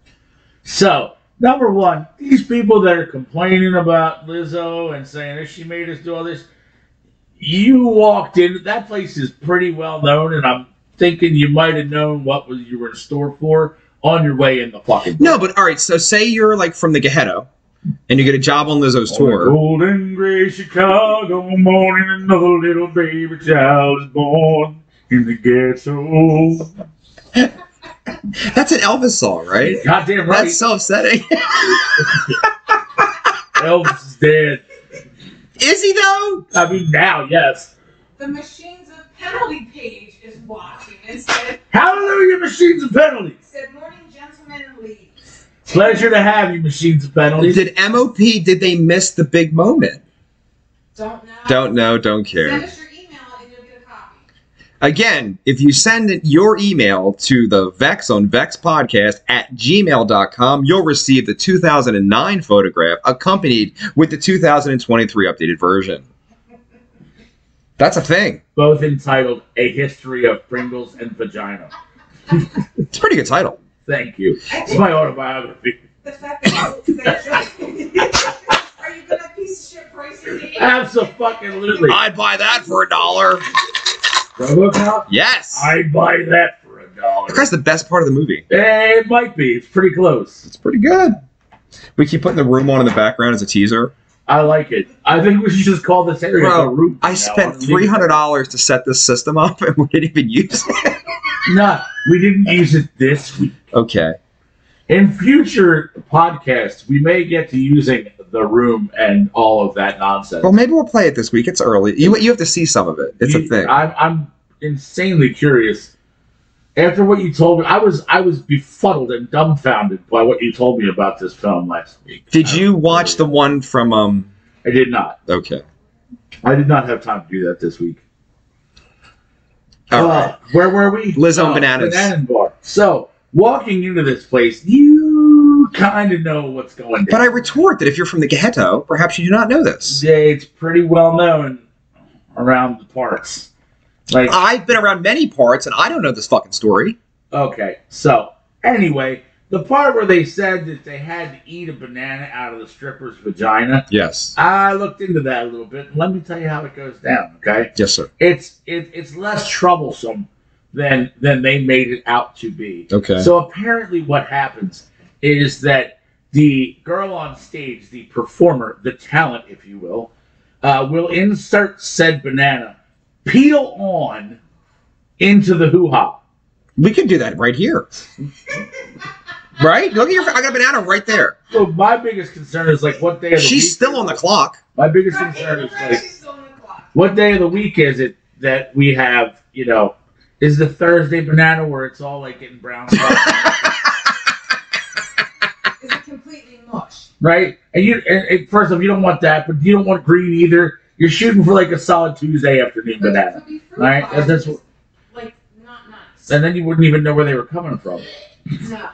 B: So, number one, these people that are complaining about Lizzo and saying that she made us do all this, you walked in. That place is pretty well known, and I'm thinking you might have known what was you were in store for on your way in the fucking
D: No, but all right. So say you're like from the ghetto, and you get a job on Lizzo's
B: On a
D: tour.
B: golden gray Chicago morning, another little baby child is born in the ghetto.
D: That's an Elvis song, right?
B: Goddamn right,
D: That's so upsetting.
B: Elvis is dead.
D: Is he though?
B: I mean, now, yes.
C: The machines of penalty page is watching and said,
B: Hallelujah, machines and penalties.
C: said, morning gentlemen leaves.
B: Pleasure to have you, Machines of Penalties.
D: Did MOP? Did they miss the big moment?
C: Don't know.
D: Don't know. Don't
C: Send
D: care.
C: us your email and you'll get a copy.
D: Again, if you send it- your email to the Vex on Vex podcast at gmail.com, you'll receive the 2009 photograph accompanied with the 2023 updated version. That's a thing.
B: Both entitled A History of Pringles and Vagina.
D: It's a pretty good title.
B: Thank you.
E: I
B: It's
E: think
B: my autobiography.
E: the fact that you that
C: Are you gonna piece of shit pricing me?
B: Ah, Absolutely.
D: I'd buy that for a dollar.
B: Robocop?
D: Yes.
B: I buy that for a dollar.
D: That's the best part of the movie.
B: Eh, It might be. It's pretty close.
D: It's pretty good. We keep putting the room on in the background as a teaser.
B: I like it. I think we should just call this area
D: Bro,
B: the root.
D: I spent three hundred dollars to set this system up, and we didn't even use it.
B: No, we didn't use it this week.
D: Okay.
B: In future podcasts, we may get to using the room and all of that nonsense.
D: Well, maybe we'll play it this week. It's early. You you have to see some of it. It's a
B: You-
D: thing.
B: I'm, I'm insanely curious. After what you told me, I was I was befuddled and dumbfounded by what you told me about this film last week.
D: Did
B: I
D: you
B: don't
D: watch the
B: really-
D: one from um?
B: I did not.
D: Okay.
B: I did not have time to do that this week. Uh,
D: All right.
B: Where were we? Oh,
D: Liz on bananas.
B: Banana bar. So walking into this place, you kind of know what's going down.
D: But I retort that if you're from the ghetto, perhaps you do not know this.
B: Yeah, it's pretty well known around the parts. Like
D: I've been around many parts, and I don't know this fucking story.
B: Okay, so anyway, the part where they said that they had to eat a banana out of the stripper's vagina,
D: Yes.
B: I looked into that a little bit. And let me tell you how it goes down. Okay,
D: Yes, sir.
B: it's it, it's less troublesome than than they made it out to be.
D: Okay.
B: So apparently, what happens is that the girl on stage, the performer, the talent, if you will, uh, will insert said banana, peel on into the hoo ha.
D: We can do that right here. right? Look at your. I got a banana right there.
B: So my biggest concern is like what day of the week
D: She's still on the clock.
B: My biggest
C: Right,
B: concern is
C: right,
B: like
C: she's still on the clock.
B: what day of the week is it that we have? You know, is the Thursday banana where it's all like getting brown,
C: Is it completely mush?
B: right? And you, and, and first off, you don't want that, but you don't want green either. You're shooting for like a solid Tuesday afternoon
C: But it
B: banana,
C: could be fruit
B: Right,
C: flies,
B: that's what-
C: Like, not nice.
B: and then you wouldn't even know where they were coming from.
C: No,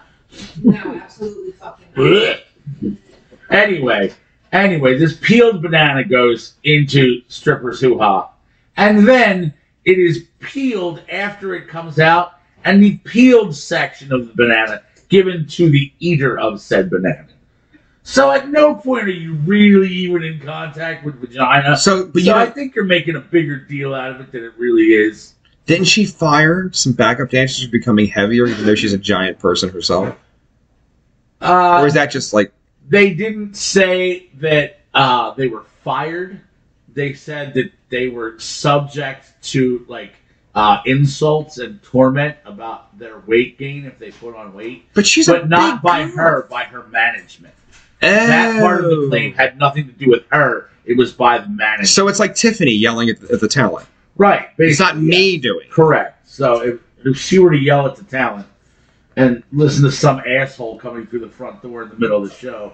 C: no, absolutely fucking not.
B: Blech. anyway, anyway, this peeled banana goes into stripper's hoo ha, and then it is peeled after it comes out, and the peeled section of the banana given to the eater of said banana. So at no point are you really even in contact with vagina.
D: So, but you
B: Uh, so I
D: know,
B: think you're making a bigger deal out of it than it really is.
D: Didn't she fire some backup dancers for becoming heavier, even though she's a giant person herself?
B: Uh,
D: Or is that just like
B: they didn't say that uh, they were fired. They said that they were subject to like uh, insults and torment about their weight gain if they put on weight,
D: But she's a
B: but not
D: big
B: by
D: girl.
B: her, by her management.
D: Oh.
B: That part of the claim had nothing to do with her. It was by the management.
D: So it's like Tiffany yelling at the, at the talent.
B: right.
D: It's not
B: basically, yeah.
D: me doing. it.
B: Correct. So if, if she were to yell at the talent and listen to some asshole coming through the front door in the middle of the show,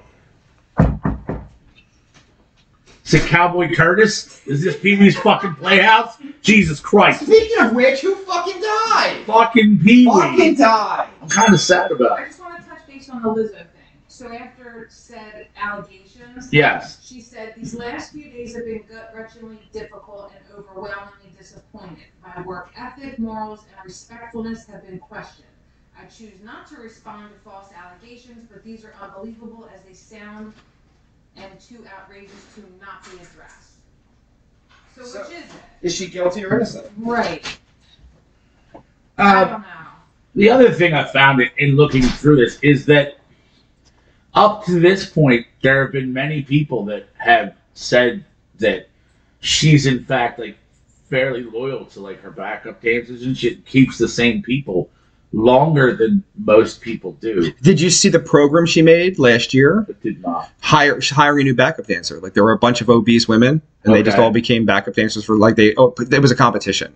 B: Is it Cowboy Curtis? Is this Pee Wee's fucking Playhouse? Jesus Christ.
A: Speaking of which, who fucking died?
B: Fucking Pee
A: Fucking
B: Wee.
A: died.
B: I'm kind of sad about
C: I
B: it.
C: just want to touch base on the Lizzo thing. So after said allegations,
B: Yes.
C: She said, These last few days have been gut wrenchingly difficult and overwhelmingly disappointed. My work ethic, morals, and respectfulness have been questioned. I choose not to respond to false allegations, but these are unbelievable as they sound and too outrageous to not be addressed. So,
A: So-
C: which is it?
A: Is she guilty or innocent?
C: Right. I
B: Um,
C: don't know.
B: The other thing I found in- in looking through this is that up to this point, there have been many people that have said that she's in fact like fairly loyal to like her backup dancers and shit, keeps the same people longer than most people do,
D: Did you see the program she made last year?
B: but did not.
D: Hire hiring a new backup dancer. Like there were a bunch of obese women, and they just
B: Okay.
D: all became backup dancers for like they. Oh, it was a competition,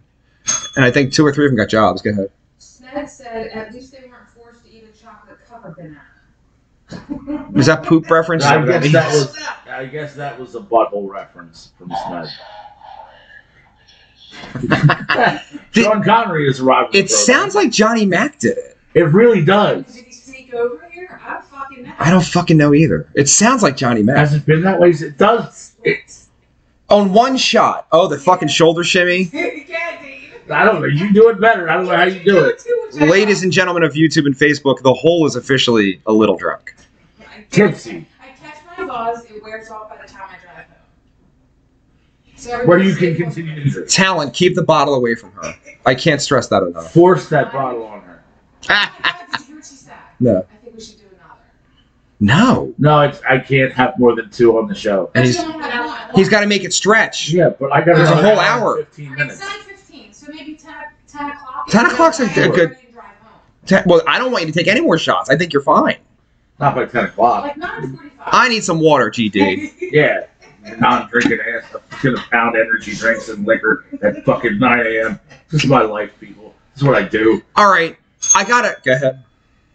D: and I think two or three of them got jobs. Go ahead.
C: Sned said, At least they weren't forced to eat a chocolate covered banana.
D: Was that poop reference?
B: I guess that was
C: Shut up.
B: I guess that was a butthole reference from Snug. Sean Connery is arriving.
D: It sounds like Johnny Mack did it.
B: It really does.
C: Did he sneak over here? I'm fucking mad.
D: I don't fucking know either. It sounds like Johnny Mack.
B: Has it been that way? It does. It,
D: On one shot. Oh, the fucking shoulder shimmy.
C: yeah, Dave.
B: I don't know. You do it better. I don't know how you do it.
D: Ladies and gentlemen of YouTube and Facebook, the hole is officially a little drunk.
C: I catch-
B: Tipsy.
C: I catch my buzz. It wears off by the time I drive home. So everybody
B: Where you
C: stay
B: can continue to
C: focused.
B: drink.
D: Talent, keep the bottle away from her. I can't stress that enough.
B: Force that bottle on her.
C: Oh my God, did you hear what she said?
D: No.
C: I think we should do another.
D: no.
B: No, it's, I can't have more than two on the show.
D: And
C: But
D: he's
C: you only had one.
D: he's got to make it stretch.
B: Yeah, but I got
D: There's a
B: another
D: whole
B: and
D: hour.
B: Fifteen
C: It's
B: minutes.
C: 9.15, so maybe 10, 10 o'clock.
D: 10 o'clock's a good-
C: Everybody can drive home.
D: Ta- Well, I don't want you to take any more shots. I think you're fine.
B: Not by ten o'clock.
C: Like 9.45.
D: I need some water, GD.
B: Yeah. Non-drinking ass. I'm gonna pound energy drinks and liquor at fucking nine a.m. This is my life, people. This is what I do.
D: All right. I got to Go ahead.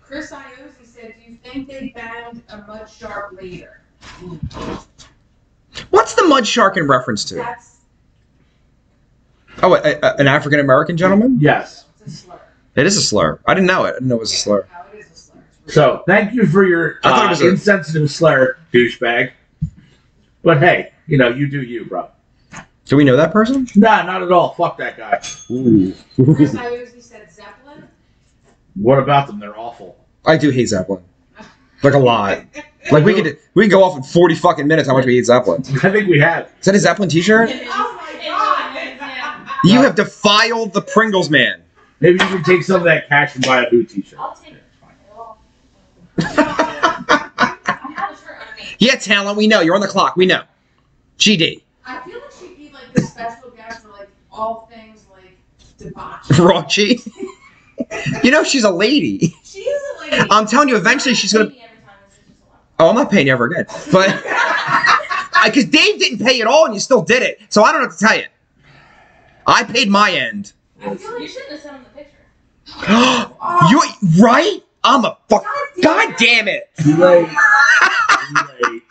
C: Chris Iozzi said, do you think they found a mud shark later?
D: What's the mud shark in reference to?
C: That's
D: Oh, a, a- an African American gentleman?
B: Yes.
C: it's a slur.
D: It is a slur. I didn't know it. I didn't know it was a slur.
C: No, it is a slur. It's really-
B: So thank you for your
D: I thought it
B: uh,
D: was a-
B: insensitive slur, douchebag. But hey, you know you do you, bro.
D: Do we know that person?
B: Nah, not at all. Fuck that guy.
C: Chris Iozzi said Zeppelin.
B: What about them? They're awful.
D: I do hate Zeppelin. Like a lot. Like we could we could go off in forty fucking minutes how much we hate Zeppelin.
B: I think we have.
D: Is that a Zeppelin t-shirt?
C: Oh my god!
D: You have defiled the Pringles man.
B: Maybe you can take some of that cash and buy a Who t-shirt.
F: I'll take it. Well,
C: I'm not sure. I mean,
D: Yeah, talent, we know. You're on the clock, we know. GD.
C: I feel like she'd be like the special guest for like all things like debauchery.
D: Raunchy. you know she's a lady.
C: She is a lady.
D: I'm telling you, eventually she's gonna
F: maybe every time this is just a lot.
D: Oh, I'm not paying you ever again. But because Dave didn't pay at all and you still did it. So I don't have to tell you. I paid my end.
F: I feel like you shouldn't have sent him the picture.
D: you right? I'm a fuck God damn it.
B: Too late. Too late.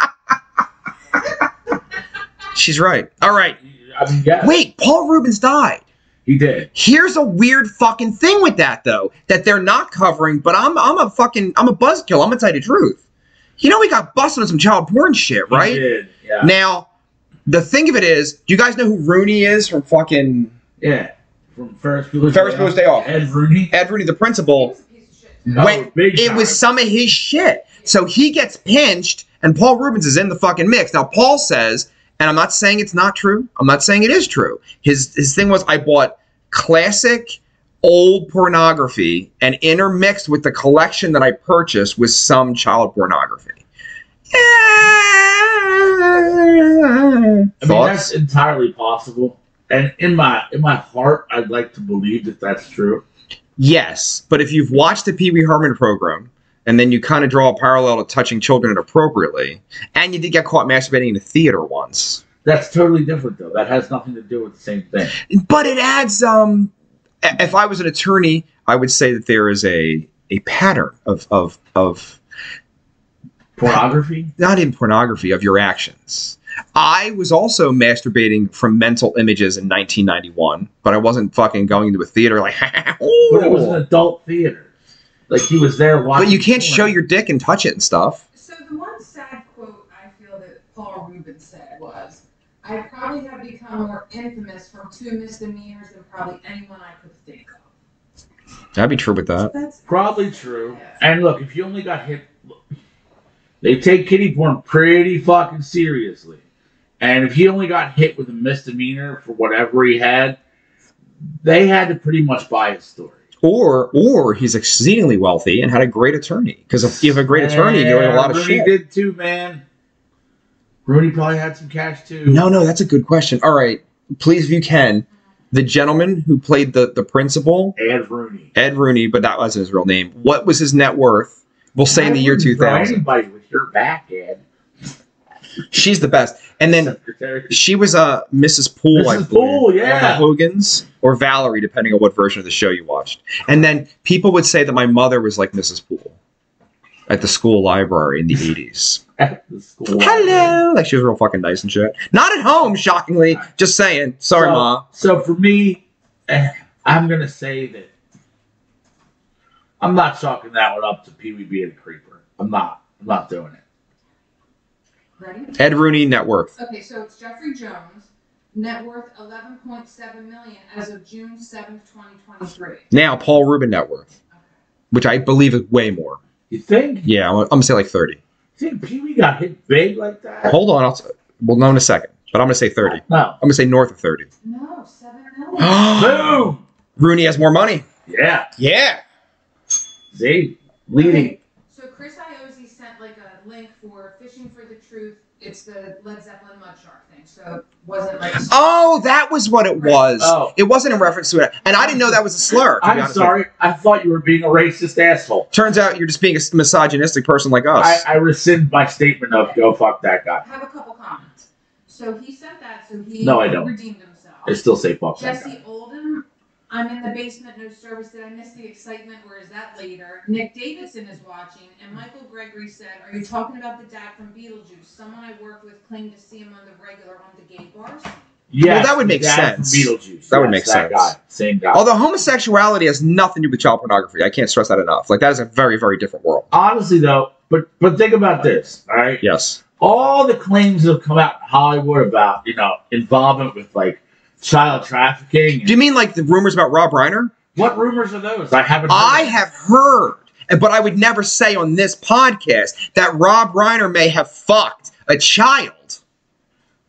D: She's right. All right.
B: I mean, yeah,
D: Wait, Paul Rubens died.
B: he did.
D: Here's a weird fucking thing with that though, that they're not covering, but I'm I'm a fucking I'm a buzzkill. I'm gonna tell you the truth. You know he got busted on some child porn shit,
B: He
D: right?
B: did. Yeah.
D: Now, the thing of it is, do you guys know who Rooney is from fucking
B: yeah. From Ferris Bueller's
D: Ferris Bueller's Day Off?
B: Ed Rooney.
D: Ed Rooney, the
C: He
D: principal,
C: was a piece of shit.
B: No,
D: Wait,
B: big
D: it
B: time.
D: was some of his shit. So he gets pinched, and Paul Rubens is in the fucking mix. Now Paul says, and I'm not saying it's not true. I'm not saying it is true. His his thing was I bought classic old pornography and intermixed with the collection that I purchased with some child pornography.
B: I mean, that's
D: Thoughts?
B: entirely possible. And in my in my heart, I'd like to believe that that's true.
D: Yes, but if you've watched the Pee Wee Herman program and then you kind of draw a parallel to touching children inappropriately, and you did get caught masturbating in a theater once,
B: That's totally different, though. That has nothing to do with the same thing.
D: but it adds. Um, i- if I was an attorney, I would say that there is a a pattern of of of
B: Pornography.
D: not in pornography of your actions. I was also masturbating from mental images in 1991, but I wasn't fucking going to a theater like.
B: But it was an adult theater. Like he was there watching.
D: but you can't
B: porn.
D: show your dick and touch it and stuff.
C: So the one sad quote I feel that Paul Rubin said was, "I probably have become more infamous from two misdemeanors than probably anyone I could think of."
D: That'd be true with that.
C: That's
B: Probably true. And look, if you only got hit, look, they take kitty porn pretty fucking seriously. And if he only got hit with a misdemeanor for whatever he had, they had to pretty much buy his story.
D: Or or he's exceedingly wealthy and had a great attorney. Because if you have a great attorney, you get away with a lot of
B: Rooney
D: shit.
B: did too, man. Rooney probably had some cash too.
D: No, no, that's a good question. All right, please, if you can, the gentleman who played the the principal,
B: and Rooney.
D: Ed Rooney, but that wasn't his real name. What was his net worth? We'll say in the year
B: I wouldn't throw
D: 2000.
B: Anybody with your back, Ed.
D: She's the best. And then
B: Secretary.
D: she was uh, Mrs. Poole,
B: Mrs.
D: I believe.
B: Poole,
D: one of the
B: yeah.
D: Hogan's or Valerie, depending on what version of the show you watched. And then people would say that my mother was like Mrs. Poole at the school library in the 80s.
B: at the school.
D: Hello. Like she was real fucking nice and shit. Not at home, shockingly. Just saying. Sorry,
B: So-
D: ma.
B: So for me, eh, I'm gonna say that I'm not chalking that one up to Pee Wee being a creeper. I'm not. I'm not doing it.
C: ready.
D: Ed Rooney net worth.
C: Okay, so it's Jeffrey Jones, net worth 11.7 million as of June 7th, 2023.
D: Now Paul Rubin net worth, which I believe is way more.
B: You think?
D: Yeah, I'm, I'm gonna say like 30.
B: You think Pee Wee got hit big like that?
D: Hold on, I'll t- well, no, in a second. But I'm gonna say 30. I'm
B: No.
D: gonna say north of 30.
C: No, 7 million.
B: Boom.
D: Rooney has more money.
B: Yeah.
D: Yeah.
B: See, leading.
C: Okay, So Chris Iozzi sent like a link for Fishing for the Truth. It's the Led Zeppelin mud shark thing. So it wasn't like
D: Oh, that was what it was.
B: Oh.
D: It wasn't in reference to it, and I didn't know that was a slur. to be
B: I'm
D: honest with
B: sorry. I thought you were being a racist asshole.
D: you. Turns out you're just being a misogynistic person like us.
B: I, I rescind my statement of go fuck that guy.
C: have a couple comments. So he sent that, so he
B: No, I don't.
C: redeemed himself.
B: I still say fuck that guy.
C: Jesse Oldham, I'm in the basement, no service. Did I miss the excitement, or is that later? Nick Davidson is watching, and Michael Gregory said, Are you talking about the dad from Beetlejuice? Someone I worked with claimed to see him on the regular on the gay bar scene."
B: Yeah,
D: Well, that would make sense.
B: Beetlejuice.
D: That would
B: Yes,
D: make sense.
B: Guy. Same guy.
D: Although homosexuality has nothing to do with child pornography, I can't stress that enough. Like that is a very, very different world.
B: honestly though, but but think about this, all right?
D: Yes.
B: All the claims that have come out in Hollywood about you know involvement with like child trafficking. and-
D: Do you mean like the rumors about Rob Reiner?
B: what rumors are those? I haven't. heard.
D: I have heard, but I would never say on this podcast that Rob Reiner may have fucked a child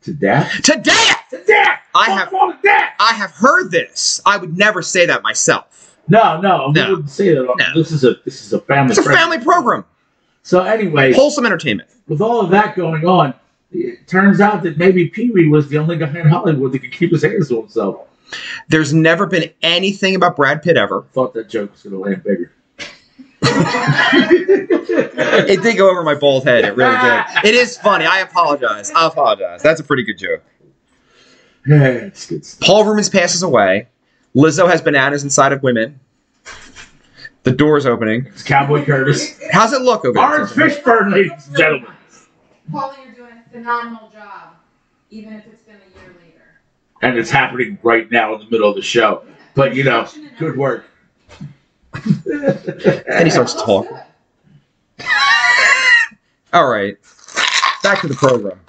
B: to death.
D: to death.
B: To death.
D: I
B: Fuck
D: have-
B: all to death.
D: I have heard this. I would never say that myself.
B: No, no, we
D: No.
B: wouldn't say that. uh,
D: No.
B: This is a this is a family.
D: It's a family program,
B: So anyway,
D: wholesome entertainment.
B: with all of that going on, it turns out that maybe Pee Wee was the only guy in Hollywood that could keep his hands to himself.
D: There's never been anything about Brad Pitt ever.
B: Thought that joke was gonna land bigger.
D: It did go over my bald head. It really did. It is funny. I apologize. I apologize. That's a pretty good joke.
B: Yeah, it's good stuff.
D: Paul Rubens passes away. Lizzo has bananas inside of women. The door's opening.
B: It's Cowboy Curtis.
D: How's it look over
B: Orange
D: there?
B: fish burn, ladies and gentlemen.
C: Paula, you're doing a phenomenal job, even if it's been a year later.
B: and it's happening right now in the middle of the show. But you know,
C: Construction and
B: good work.
D: And he
C: Looks
D: starts talking.
C: good.
D: All right. Back to the program.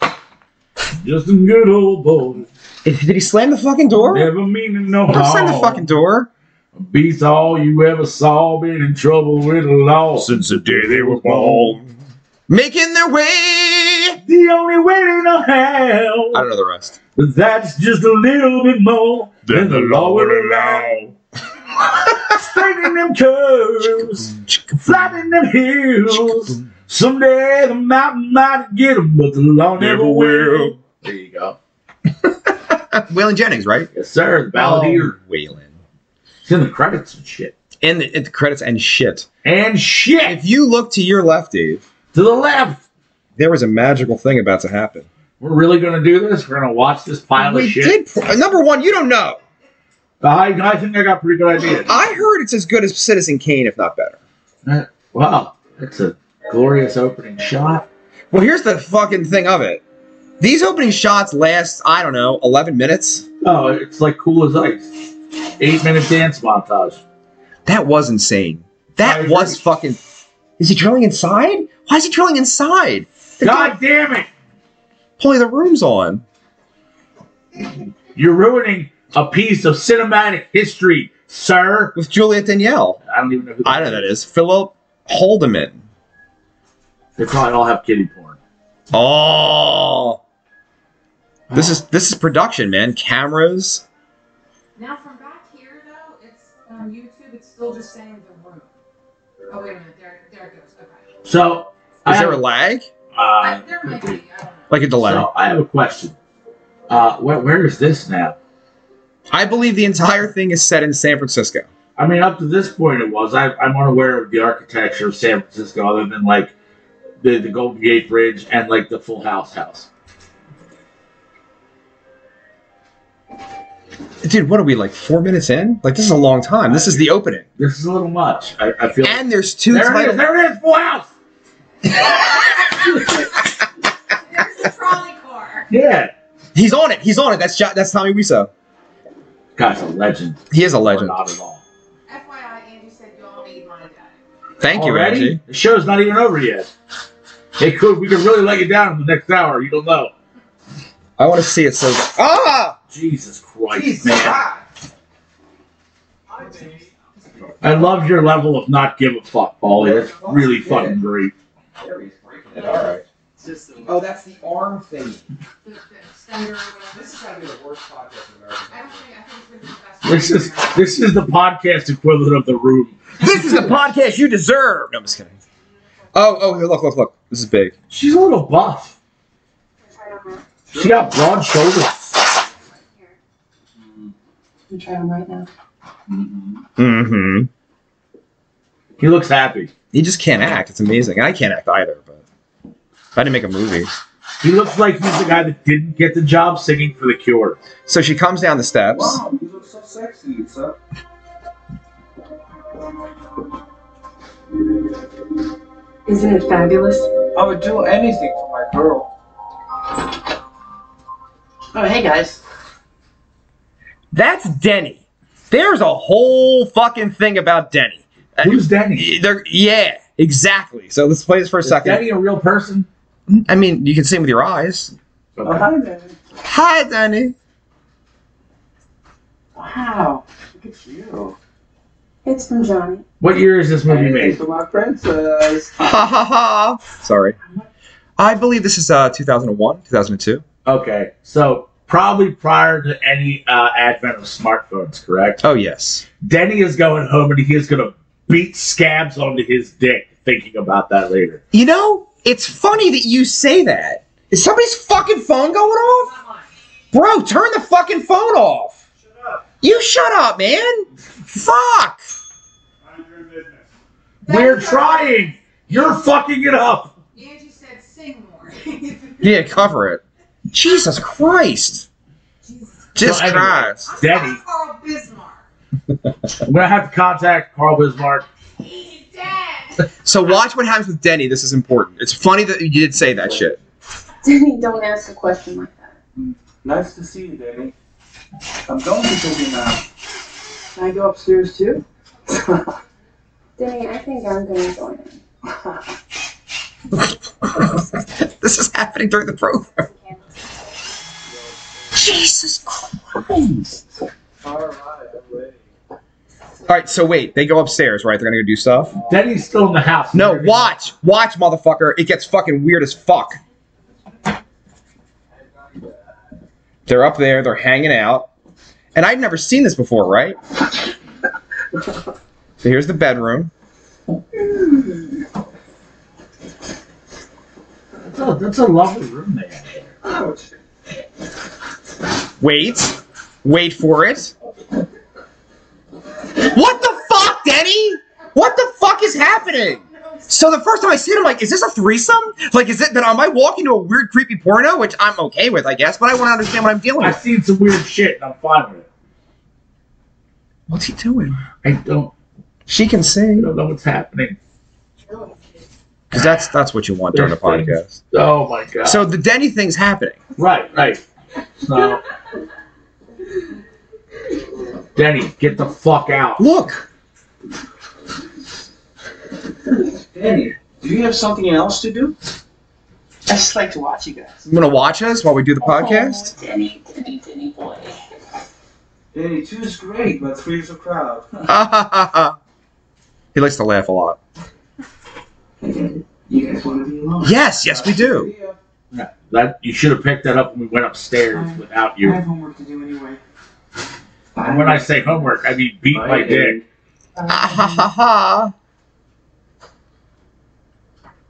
B: Just a good old boy,
D: Did he slam the fucking door?
B: never meaning no
D: Don't slam the
B: harm.
D: fucking door.
B: Beats all you ever saw. Been in trouble with the law since the day they were born.
D: Making their way. I
B: The only way to know how.
D: don't know the rest.
B: That's just a little bit more than the law will allow. Straightening them curves, flattening them hills. Someday the mountain might get 'em, but the law never will. There you go.
D: Waylon Jennings, right?
B: Yes, sir. The balladeer.
D: Oh, Waylon.
B: It's in the credits and shit.
D: And the, and the credits and shit.
B: And shit
D: If you look to your left, Dave,
B: to the left.
D: there was a magical thing about to happen.
B: We're really gonna do this. We're gonna watch this pile
D: we
B: of shit.
D: did. pro- Number one, you don't know.
B: I, I think I got pretty good ideas.
D: I heard it's as good as Citizen Kane, if not better. Uh,
B: Wow, that's a glorious opening shot.
D: Well, here's the fucking thing of it. These opening shots last, I don't know, 11 minutes?
B: Oh, it's like cool as ice. Eight minute dance montage.
D: That was insane.
B: I
D: That
B: agree.
D: was fucking. Is he drilling inside? Why is he drilling inside? The guy
B: God damn it!
D: pulling the rooms on.
B: You're ruining a piece of cinematic history, sir.
D: with Juliet Danielle.
B: I don't even know who
D: I know who that is Philip Holdeman.
B: They probably all have kitty porn.
D: Oh, this is this is production, man. Cameras.
C: Now from back here though, it's on YouTube. It's still just saying the room. Oh wait a minute, there, there it goes. Okay.
B: So, I
D: Is there a
B: have-
D: lag?
B: uh,
C: I, there might be. I don't know.
D: Like a delay?
B: so I have a question. Uh, where, where is this now?
D: I believe the entire thing is set in San Francisco.
B: I mean, up to this point, it was. I, I'm unaware of the architecture of San Francisco other than like the, the Golden Gate Bridge and like the Full House house.
D: Dude, what are we like four minutes in? Like this is a long time. This is the opening,
B: This is a little much. I, I feel.
D: and there's two
B: there it is.
D: titles.
B: There it is. Full House.
E: There's the trolley car.
B: Yeah.
D: He's on it. He's on it. That's jo- that's Tommy Wiseau.
B: Guy's a legend.
D: He is a legend.
B: Or not at all.
C: FYI, Angie said you all need my dad.
D: Thank you,
B: Already?
D: Reggie.
B: The show's not even over yet. It could. We could really let you down in the next hour. You don't know.
D: I want to see it. Says ah.
B: Jesus Christ,
A: Jesus
B: man.
A: Christ. I think-
B: I love your level of not give a fuck, Paulie. That's really fucking great.
A: There he's breaking it. All right. Oh, that's the arm thing.
C: The, the extender or whatever.
A: This is gotta be the worst podcast in
C: I don't
A: America.
C: think I think it's been the best.
B: This is this is the podcast equivalent of the room.
D: This is the podcast you deserve. No, I'm just kidding. Oh, oh, here, look, look, look. This is big.
B: She's a little buff. She got broad shoulders.
G: I'm trying them right now.
D: Mm-hmm.
B: He looks happy.
D: He just can't act. It's amazing. I can't act either, but if I didn't make a movie.
B: He looks like he's the guy that didn't get the job singing for the Cure.
D: So she comes down the steps.
A: Wow, you look so sexy, sir.
G: Isn't it fabulous?
A: I would do anything for my girl.
H: Oh, hey guys.
D: That's Denny. There's a whole fucking thing about Denny.
B: Who's Denny?
D: They're- Uh, yeah, exactly. So let's play this for a
B: Is
D: second.
B: Denny a real person?
D: I mean, you can see him with your eyes.
A: Oh, hi, Danny.
D: Hi, Denny.
H: Wow. Look at you.
G: It's from Johnny.
B: What year is this movie
A: Hey,
B: made?
A: for my princess.
D: Ha ha ha. Sorry. I believe this is uh, 2001, 2002.
B: Okay, so probably prior to any uh, advent of smartphones, correct?
D: Oh, yes.
B: Denny is going home and he is going to beat scabs onto his dick. Thinking about that later.
D: You know, it's funny that you say that. Is somebody's fucking phone going off?
C: Not mine.
D: Bro, turn the fucking phone off. You shut up, man. Fuck.
B: We're trying. You're fucking it up.
C: Angie said sing more.
D: Yeah, cover it. Jesus Christ.
C: Jesus.
D: Jesus
B: Well, anyway.
D: Christ.
C: I'm
B: Daddy.
C: not Carl Bismarck.
B: I'm gonna have to contact Carl Bismarck.
C: He's dead.
D: So watch what happens with Denny. This is important. It's funny that you did say that shit.
G: Denny, don't ask a question like that.
A: Nice to see you, Danny. I'm going to take you now.
H: Can I go upstairs too?
G: Denny, I think I'm gonna join him.
D: This is happening during the program. Jesus Christ.
A: All right, I'm ready.
D: All right, so wait. They go upstairs, right? They're going to go do stuff?
B: Denny's still in the house.
D: No, watch. Watch, motherfucker. It gets fucking weird as fuck. They're up there, they're hanging out. And I'd never seen this before, right? So here's the bedroom.
B: That's a, that's a lovely room they have. there.
A: Ouch.
D: Wait. Wait for it. What the fuck, Denny? What the fuck is happening? So the first time I see it, I'm like, is this a threesome? Like, is it that am I walking to a weird, creepy porno, which I'm okay with, I guess, but I want to understand what I'm dealing
B: I've
D: with.
B: seen some weird shit and I'm fine with it.
D: What's he doing?
B: I don't,
D: She can
B: I
D: sing.
B: don't know what's happening.
D: because that's that's what you want during a
B: There's
D: podcast.
B: Oh my god.
D: So the Denny thing's happening.
B: right, right. So Denny, get the fuck out.
D: Look,
H: Danny, do you have something else to do? I just like to watch you guys.
D: you want to watch us while we do the podcast?
F: Oh, Denny, Denny, Denny boy.
A: Danny, two is great, but three is a crowd.
D: he likes to laugh a lot.
H: You guys want to be alone?
D: Yes, yes, we do.
B: That you should have picked that up when we went upstairs without
H: I
B: you.
H: have homework to do anyway.
B: And when I say homework, I mean beat my dick.
D: Ah, ha ha ha.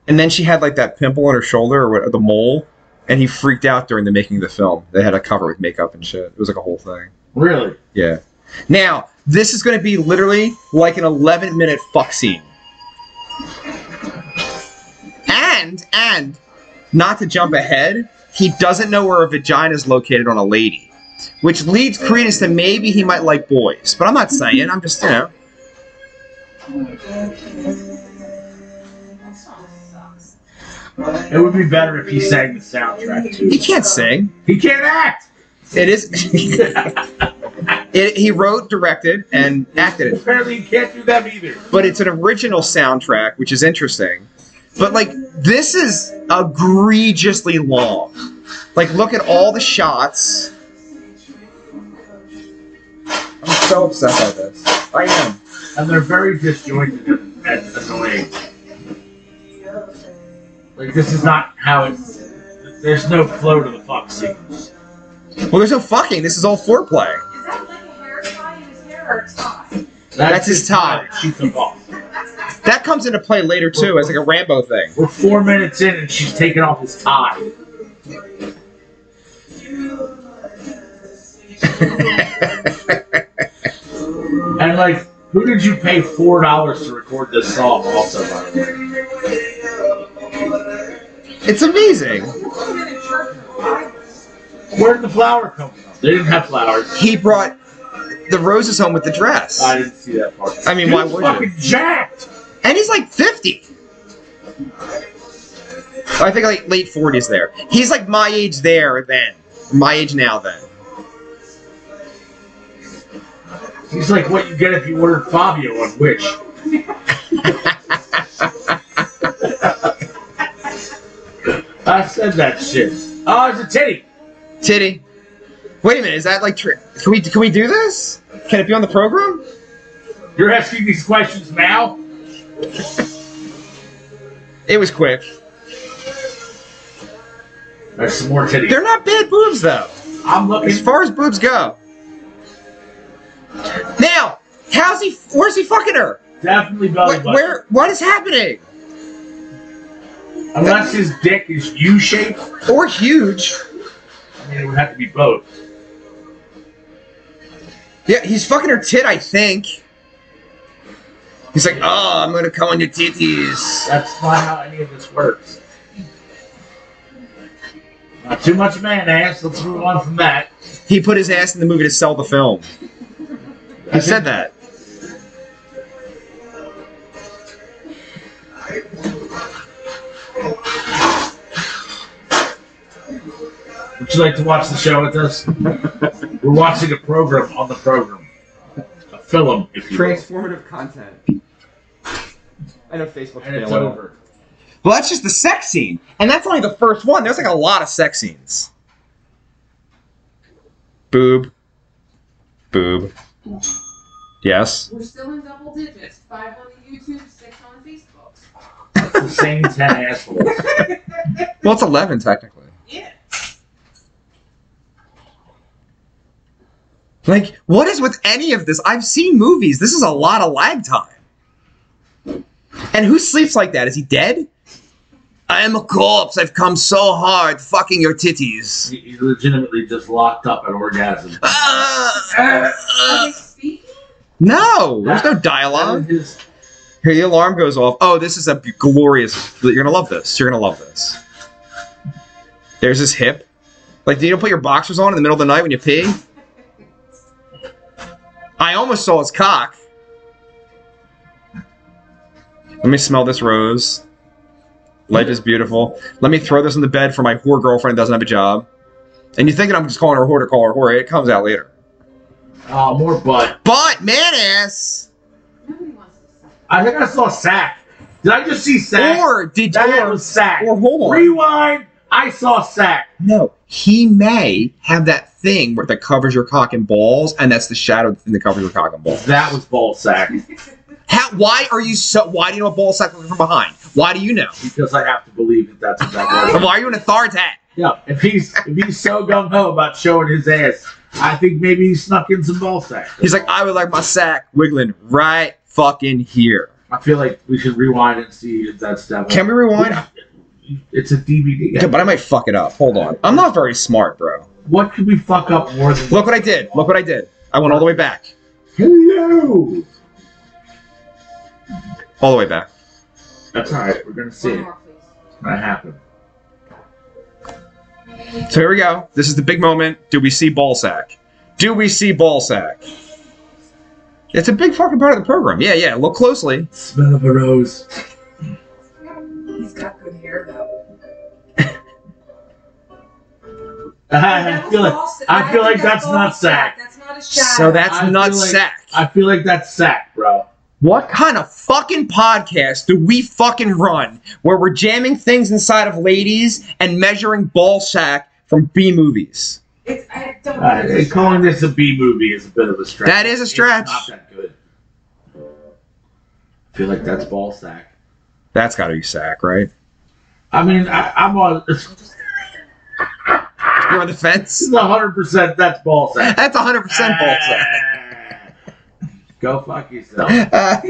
D: And then she had like that pimple on her shoulder or what- the mole, and he freaked out during the making of the film. They had a cover with makeup and shit. It was like a whole thing.
B: Really?
D: Yeah. Now this is going to be literally like an 11 minute fuck scene. And and not to jump ahead, he doesn't know where a vagina is located on a lady, which leads credence to maybe he might like boys. But I'm not saying. I'm just you know.
F: That song sucks.
B: It would be better if he sang the soundtrack too.
D: He can't sing.
B: He can't act.
D: It is. it, he wrote, directed, and acted it.
B: Apparently, he can't do that either.
D: But it's an original soundtrack, which is interesting. But like, this is egregiously long. Like, look at all the shots. I'm so upset by this. I am.
B: And they're very disjointed and and annoying. Like this is not how it. There's no flow to the fuck scene.
D: Well, there's no fucking. This is all foreplay.
E: Is that like a hair tie in his hair or a tie?
D: That's his tie.
B: She took off.
D: That comes into play later too, as like a Rambo thing.
B: We're four minutes in and she's taking off his tie. And like, who did you pay four dollars to record this song? Also, by the way,
D: it's amazing.
B: where did the flower come from? They didn't have flowers.
D: He brought the roses home with the dress.
B: I didn't see that part.
D: I mean,
B: Dude's
D: why would you?
B: Fucking jacked.
D: And he's like 50. I think like late 40s there. He's like my age there then. My age now then.
B: He's like what you get if you ordered Fabio on Wish. I said that shit. Oh, it's a titty.
D: Titty. Wait a minute, is that like tri- can we can we do this? Can it be on the program?
B: You're asking these questions now?
D: It was quick.
B: There's some more titty.
D: They're not bad boobs though.
B: I'm
D: As
B: looking.
D: far as boobs go. Now, how's he where's he fucking her?
B: Definitely belly
D: Where,
B: button.
D: where what is happening?
B: Unless his dick is U-shaped,
D: Or huge.
B: I mean, it would have to be both.
D: Yeah, he's fucking her tit, I think. He's like, oh, I'm gonna come on your titties.
B: That's not how any of this works. Not too much man ass. Let's move on from that.
D: He put his ass in the movie to sell the film. He said that.
B: Would you like to watch the show with us? We're watching a program on the program. A film, if you will.
A: Transformative content. I know Facebook's
B: And it's over.
D: Well, that's just the sex scene, and that's only the first one. There's like a lot of sex scenes. Boob. Boob. Yes.
C: We're still in double digits. Five on the YouTube, six on the Facebook.
B: It's the same 10 assholes.
D: Well, it's 11 technically.
C: Yeah.
D: Like, what is with any of this? I've seen movies. This is a lot of lag time. And who sleeps like that? Is he dead? I am a corpse. I've come so hard, fucking your titties.
B: He- He's legitimately just locked up at orgasm.
D: Ah!
C: Are they speaking?
D: No, there's no dialogue.
B: His-
D: Here, the alarm goes off. Oh, this is a b- glorious. You're gonna love this. You're gonna love this. There's his hip. Like, do you don't put your boxers on in the middle of the night when you pee? I almost saw his cock. Let me smell this rose. Life is beautiful. Let me throw this on the bed for my whore girlfriend who doesn't have a job. And you're thinking I'm just calling her a whore to call her a whore. It comes out later.
B: Oh, more butt.
D: But man ass.
C: Nobody wants to suck.
B: I think I saw sack. Did I just see sack?
D: Or did
B: that
D: you?
B: was sack.
D: Or hold on.
B: Rewind. I saw sack.
D: No, he may have that thing where that covers your cock and balls, and that's the shadow thing that covers your cock and balls.
B: That was ball sack
D: How, why are you so? Why do you know a ball sack looking from behind? Why do you know?
B: because I have to believe that that's what that was.
D: And why are you an authority?
B: Yeah, if he's if he's so gung ho about showing his ass, I think maybe he snuck in some ball sack.
D: He's like, I would like my sack wiggling right fucking here.
B: I feel like we should rewind and see if that's that.
D: Can we rewind?
B: It's a DVD.
D: Yeah, but I might fuck it up. Hold on. I'm not very smart, bro.
B: what could we fuck up more than?
D: Look what I did. Look what I did. I went all the way back.
B: Hello.
D: All the way back.
B: That's all right. We're gonna see
C: One
B: it.
C: more, please.
B: It's gonna happen.
D: So here we go. This is the big moment. Do we see ball sack? Do we see ball sack? It's a big fucking part of the program. Yeah, yeah. Look closely.
B: Smell of a rose.
E: He's got good hair though.
B: I feel like I feel like that's not sack.
E: That's not a shadow.
D: So that's
B: I
D: not
B: feel like-
D: sack.
B: I feel like that's sack, bro.
D: What kind of fucking podcast do we fucking run where we're jamming things inside of ladies and measuring ball sack from B movies?
E: It's, I don't
B: Uh,
E: know.
B: calling this a B movie is a bit of a stretch.
D: That is a stretch.
B: It's not that good. I feel like that's ball sack.
D: That's got to be sack, right?
B: I mean, I, I'm on. This
D: You're on the fence.
B: is 100. percent That's ball sack.
D: That's 100% ball sack.
B: Ah. Go fuck yourself.
D: Uh,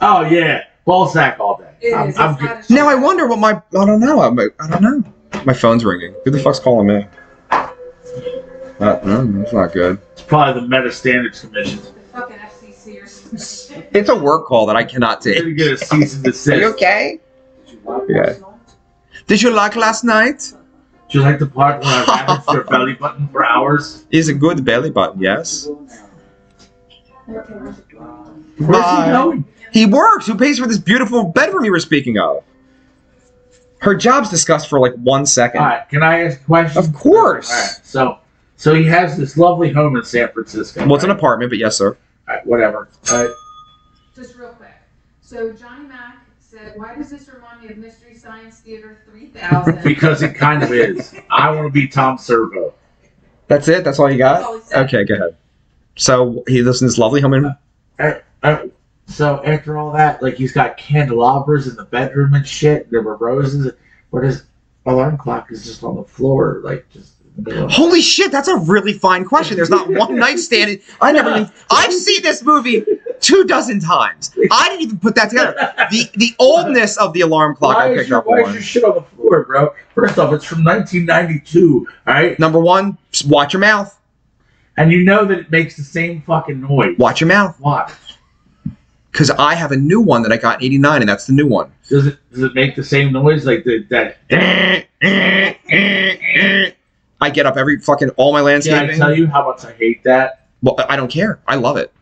B: Oh yeah, ball sack all day.
E: It
B: I'm,
E: is.
B: I'm
E: it's
B: good.
E: not a shadow.
D: Now I wonder what my I don't know I'm, I don't know. My phone's ringing. Who the fuck's calling me? Uh, mm, that's not good.
B: It's probably the Meta Standards Commission.
C: The fucking FCC or some shit.
D: It's a work call that I cannot
B: We're
D: take.
B: gonna get a cease and desist.
D: Are you okay? Yeah. Did you like last night?
B: Do you like the part where I ravaged your belly button for hours?
D: Is a good belly button, yes.
B: Where's
D: Bye.
B: he going?
D: He works. Who pays for this beautiful bedroom you were speaking of? Her job's discussed for like one second.
B: All right, can I ask a question?
D: Of course.
B: All right, so so he has this lovely home in San Francisco.
D: Well, it's an
B: right?
D: apartment, but yes, sir.
B: All right, whatever. All right.
C: Just real quick. So Johnny Mack said, "Why does this remind me of Mystery Science Theater 3000?"
B: Because it kind of is. I want to be Tom Servo.
D: That's it. That's all you
E: That's
D: got.
E: all he said.
D: Okay, go ahead. So he lives in this lovely home in
B: So after all that, like he's got candelabras in the bedroom and shit. There were roses, but his alarm clock is just on the floor, like just. in the middle of-
D: Holy shit, that's a really fine question. There's not one nightstand. in- I never even. I've seen this movie two dozen times. I didn't even put that together. The the oldness of the alarm clock
B: Why
D: I
B: is
D: picked
B: your,
D: up
B: why is
D: on.
B: your shit on the floor, bro? First off, it's from 1992, all right?
D: Number one, just watch your mouth.
B: And you know that it makes the same fucking noise.
D: Watch your mouth.
B: Why?
D: Because I have a new one that I got in 89, and that's the new one.
B: Does it does it make the same noise like the, that?
D: I get up every fucking all my
B: Can I
D: landscaping.
B: tell you how much I hate that?
D: well, I don't care. I love it.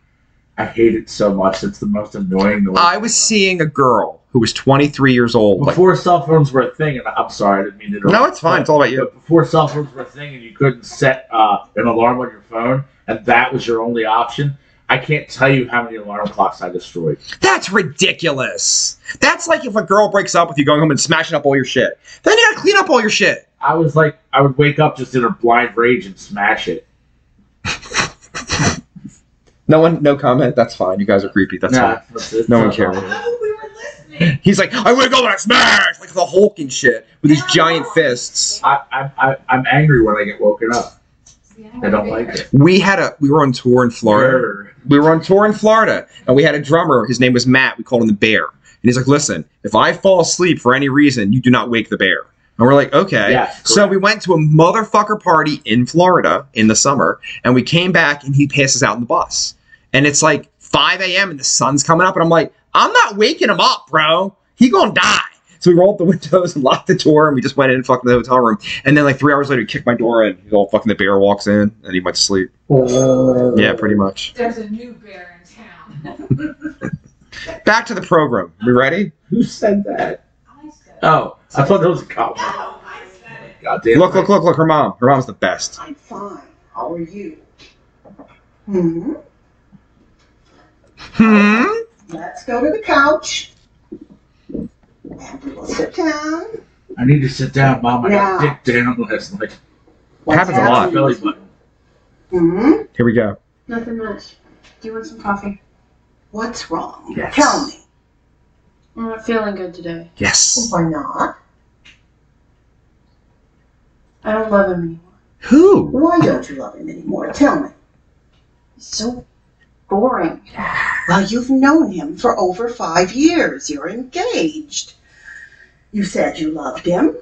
B: I hate it so much. It's the most annoying noise.
D: I was seeing a girl who was 23 years old. Like,
B: before cell phones were a thing, and I'm sorry, I didn't mean to. interrupt,
D: no, it's fine. It's all about you.
B: But before cell phones were a thing, and you couldn't set uh, an alarm on your phone, and that was your only option. I can't tell you how many alarm clocks I destroyed.
D: That's ridiculous. That's like if a girl breaks up with you going home and smashing up all your shit. Then you gotta clean up all your shit.
B: I was like, I would wake up just in a blind rage and smash it.
D: No one, no comment. That's fine. You guys are creepy. That's
B: Nah, that's it.
D: No one cares.
E: Oh, we were listening.
D: fine. He's like, I wake up and I smash like the Hulk and shit with his giant fists.
B: I, I, I, I'm angry when I get woken up. I don't like it.
D: We had a, we were on tour in Florida. We were on tour in Florida, and we had a drummer. His name was Matt. We called him the Bear, and he's like, "Listen, if I fall asleep for any reason, you do not wake the bear." And we're like, "Okay."
B: Yeah.
D: So we went to a motherfucker party in Florida in the summer, and we came back, and he passes out in the bus, and it's like 5 a.m. and the sun's coming up, and I'm like, I'm not waking him up, bro. He gonna die. So we rolled the windows and locked the door, and we just went in and fucked in the hotel room. And then like three hours later, he kicked my door in. He's all fucking the bear walks in, and he went to sleep.
B: Correct.
D: Yeah, pretty much.
C: There's a new bear in town.
D: Back to the program. We ready?
B: Who said that?
C: I said. "Oh,
B: Oh, I thought that was a compliment.
E: No, I said it.
B: God damn.
D: Look, look, look, look. Her mom. Her mom's the best.
H: I'm fine. How are you? Hmm.
D: Hmm.
H: Let's go to the couch. Everyone sit down.
B: I need to sit down, Mom. I got
H: Yeah.
B: dick down last night.
D: Happens a lot.
B: Belly button.
H: Hmm.
D: Here we go.
G: Nothing much.
H: Do you want some coffee? What's wrong?
B: Yes.
H: Tell me.
G: I'm not feeling good today.
D: Yes.
H: Why not?
G: I don't love him anymore.
D: Who?
H: Why don't you love him anymore? Tell me.
G: He's so boring.
H: Well, you've known him for over five years. You're engaged. You said you loved him.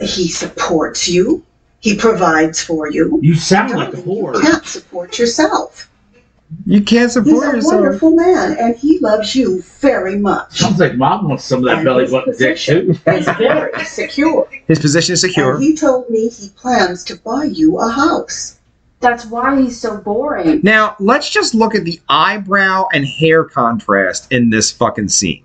H: He supports you. He provides for you.
B: You sound
H: Tell
B: like a
H: me, you
B: whore.
H: can't support yourself.
D: You can't
H: He's
D: support
H: a
D: yourself.
H: wonderful man, and he loves you very much.
B: Sounds like Mom wants some of that
H: And
B: belly
H: his
B: button dick too.
H: He's very secure.
D: His position is secure.
H: And he told me he plans to buy you a house.
G: That's why he's so boring.
D: Now, let's just look at the eyebrow and hair contrast in this fucking scene.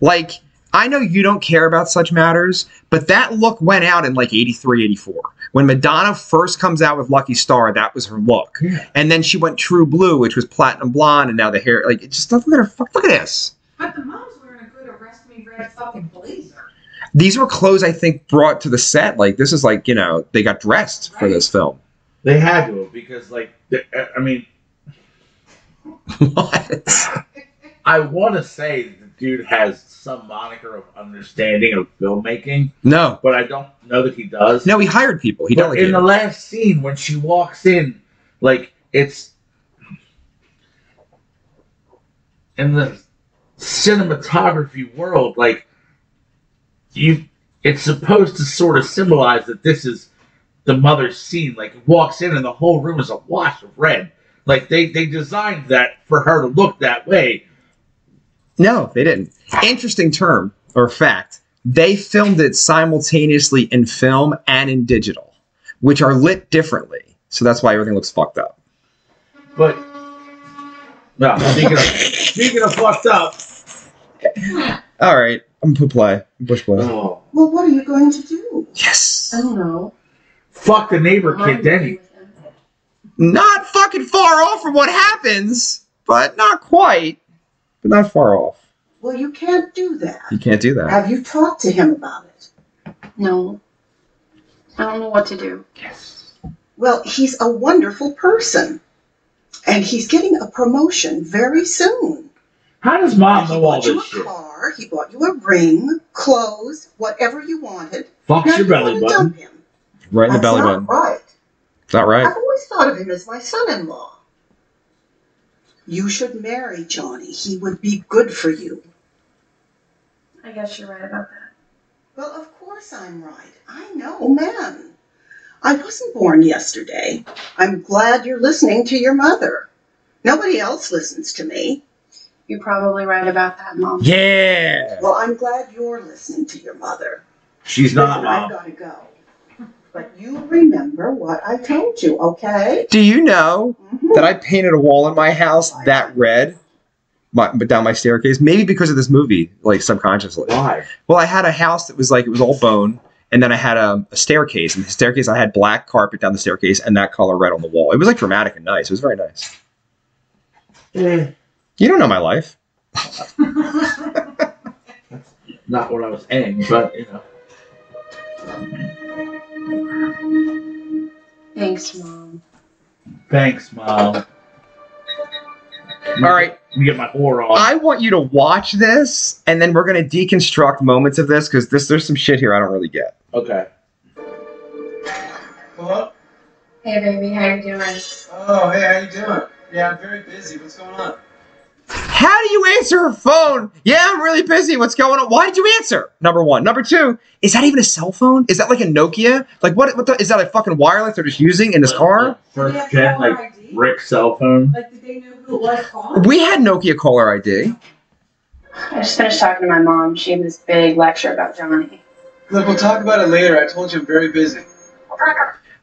D: Like, I know you don't care about such matters, but that look went out in like 83, 84. When Madonna first comes out with Lucky Star, that was her look.
B: Yeah.
D: And then she went True Blue, which was platinum blonde, and now the hair, like, it just look at her. Fuck, look at this.
C: But the mom's wearing a good arrest me red fucking blazer.
D: These were clothes I think brought to the set. Like, this is like, you know, they got dressed for this film.
B: They had to have because, like, the- I- I mean,
D: what?
B: I want to say that the dude has some moniker of understanding of filmmaking,
D: No.
B: but I don't know that he does.
D: No, he hired people. He
B: But
D: delegated.
B: in the last scene when she walks in, like it's in the cinematography world, like you, it's supposed to sort of symbolize that this is the mother's scene. Like it walks in and the whole room is a wash of red. Like they they designed that for her to look that way.
D: No, they didn't. Interesting term or fact. They filmed it simultaneously in film and in digital, which are lit differently. So that's why everything looks fucked up.
B: But no, speaking of speaking of fucked up.
D: All right, I'm gonna put play. Push play.
B: Oh,
H: Well, what are you going to do?
D: Yes.
G: I don't know.
B: fuck the neighbor kid, Denny.
D: Not fucking far off from what happens, but not quite. But not far off.
H: Well, you can't do that.
D: You can't do that.
H: Have you talked to him about it?
G: No. I don't know what to do.
H: Well, he's a wonderful person. And he's getting a promotion very soon.
B: How does mom
H: he
B: know all
H: bought you a
B: this shit?
H: car, he bought you a ring, clothes, whatever you wanted.
B: Fuck
H: now
B: your
H: you
B: belly
H: want to
B: button.
H: dump him.
D: Right in the
H: That's
D: belly button.
H: not Right.
D: It's not right.
H: I've always thought of him as my son-in-law. You should marry Johnny. He would be good for you.
G: I guess you're right about that.
H: Well, of course I'm right. I know, man. Oh, I wasn't born yesterday. I'm glad you're listening to your mother. Nobody else listens to me.
G: You're probably right about that, Mom.
D: Yeah.
H: Well, I'm glad you're listening to your mother.
B: She's not
H: Listen, I've
B: mom.
H: got to go. But you remember what I told you, okay?
D: Do you know
H: Mhm.
D: that I painted a wall in my house that red, my, but down my staircase, maybe because of this movie, like subconsciously.
B: Why?
D: Well, I had a house that was like it was all bone, and then I had um, a staircase, and the staircase I had black carpet down the staircase, and that color red on the wall. It was like dramatic and nice. It was very nice.
B: Eh,
D: You don't know my life.
B: not what I was saying, but you know.
G: Thanks, Mom.
B: Thanks, mom.
D: All right,
B: Let me get my whore on.
D: I want you to watch this, and then we're gonna deconstruct moments of this because this there's some shit here I don't really get.
B: okay.
A: Hello?
G: Hey, baby, how you doing?
A: Oh, hey, how you doing? Yeah, I'm very busy. What's going on?
D: How do you answer a phone? Yeah, I'm really busy. What's going on? Why did you answer? Number one. Number two. Is that even a cell phone? Is that like a Nokia? Like what? What the, is that a fucking wireless they're just using in this car?
C: Did they have
B: First gen,
C: caller
B: like
C: ID?
B: Rick's cell phone.
C: Like, did they know who it was calling?
D: We had Nokia caller ID.
G: I just finished talking to my mom. She had this big lecture about Johnny.
A: Look, we'll talk about it later. I told you I'm very busy.